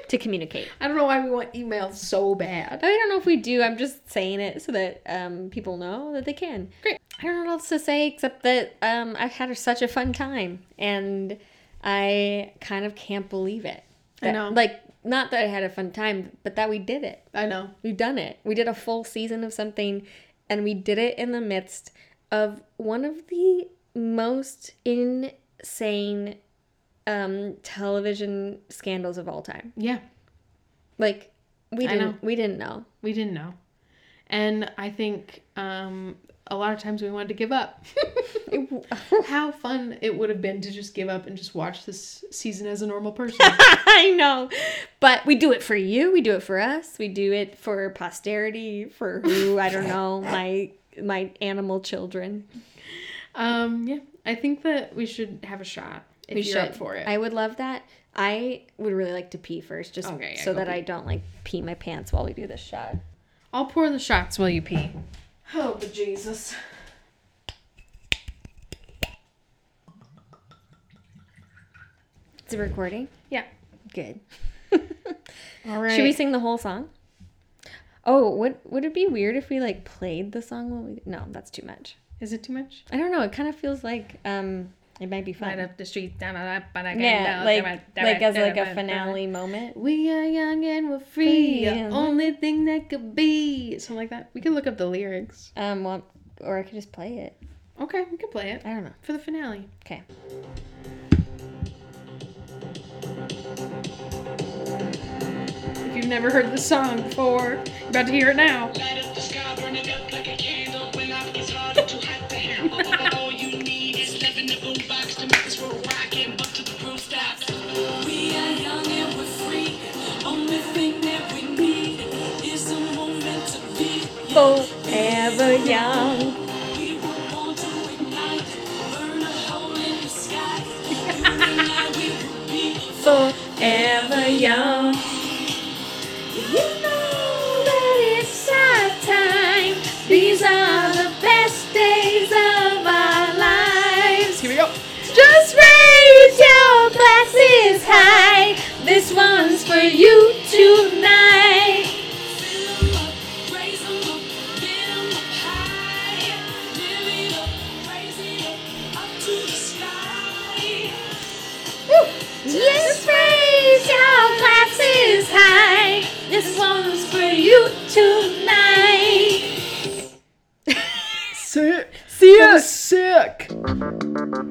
to communicate.
I don't know why we want email so bad.
I don't know if we do. I'm just saying it so that um, people know that they can.
Great.
I don't know what else to say except that um, I've had such a fun time and I kind of can't believe it.
I
That-
know.
Like, not that I had a fun time, but that we did it.
I know.
We've done it. We did a full season of something and we did it in the midst of one of the most insane um, television scandals of all time.
Yeah,
Like, we
I
didn't,
know.
we didn't know.
we didn't know, and I think um, a lot of times we wanted to give up. How fun it would have been to just give up and just watch this season as a normal person.
I know. But we do it for you, we do it for us, we do it for posterity, for who, I don't know, my my animal children.
Um, yeah, I think that we should have a shot if
we
you're up for it.
I would love that. I would really like to pee first just
Okay, yeah,
so
go
that
pee.
I don't like pee my pants while we do this shot.
I'll pour the shots while you pee. Oh, but Jesus.
Is it recording?
Yeah.
Good.
All right.
Should we sing the whole song? Oh, would would it be weird if we like played the song while we No, that's too much.
Is it too much?
I don't know, it kind of feels like um it might be
Light
fun.
up the street. Yeah,
Yeah, like like as like a finale moment.
We are young and we're free.
Free.
Only thing that could be something like that. We can look up the lyrics.
Um, well, or I could just play it.
Okay, we can play it
I don't know.
for the finale.
Okay.
If you've never heard this song before, you're about to hear it now.
Light up the sky, burn it up like a candle. When up, it's hard and too hot to handle. All you need is love in the boombox to make this world rock and bump to the groove stops.
We are young and we're free. Only thing that we need is a moment to be.
Forever young.
We were born to ignite, burn a hole in the sky. You and I, we will be.
Forever young. You know that it's our time. These are the best days of our lives.
Here we go.
Just raise your glasses high. This one's for you tonight.
Fill 'em up, raise 'em up, get 'em up high. Live it up, raise it up, up to the sky.
Yes, raise your glasses high. This one's for you tonight.
Sick. Sick. Sick.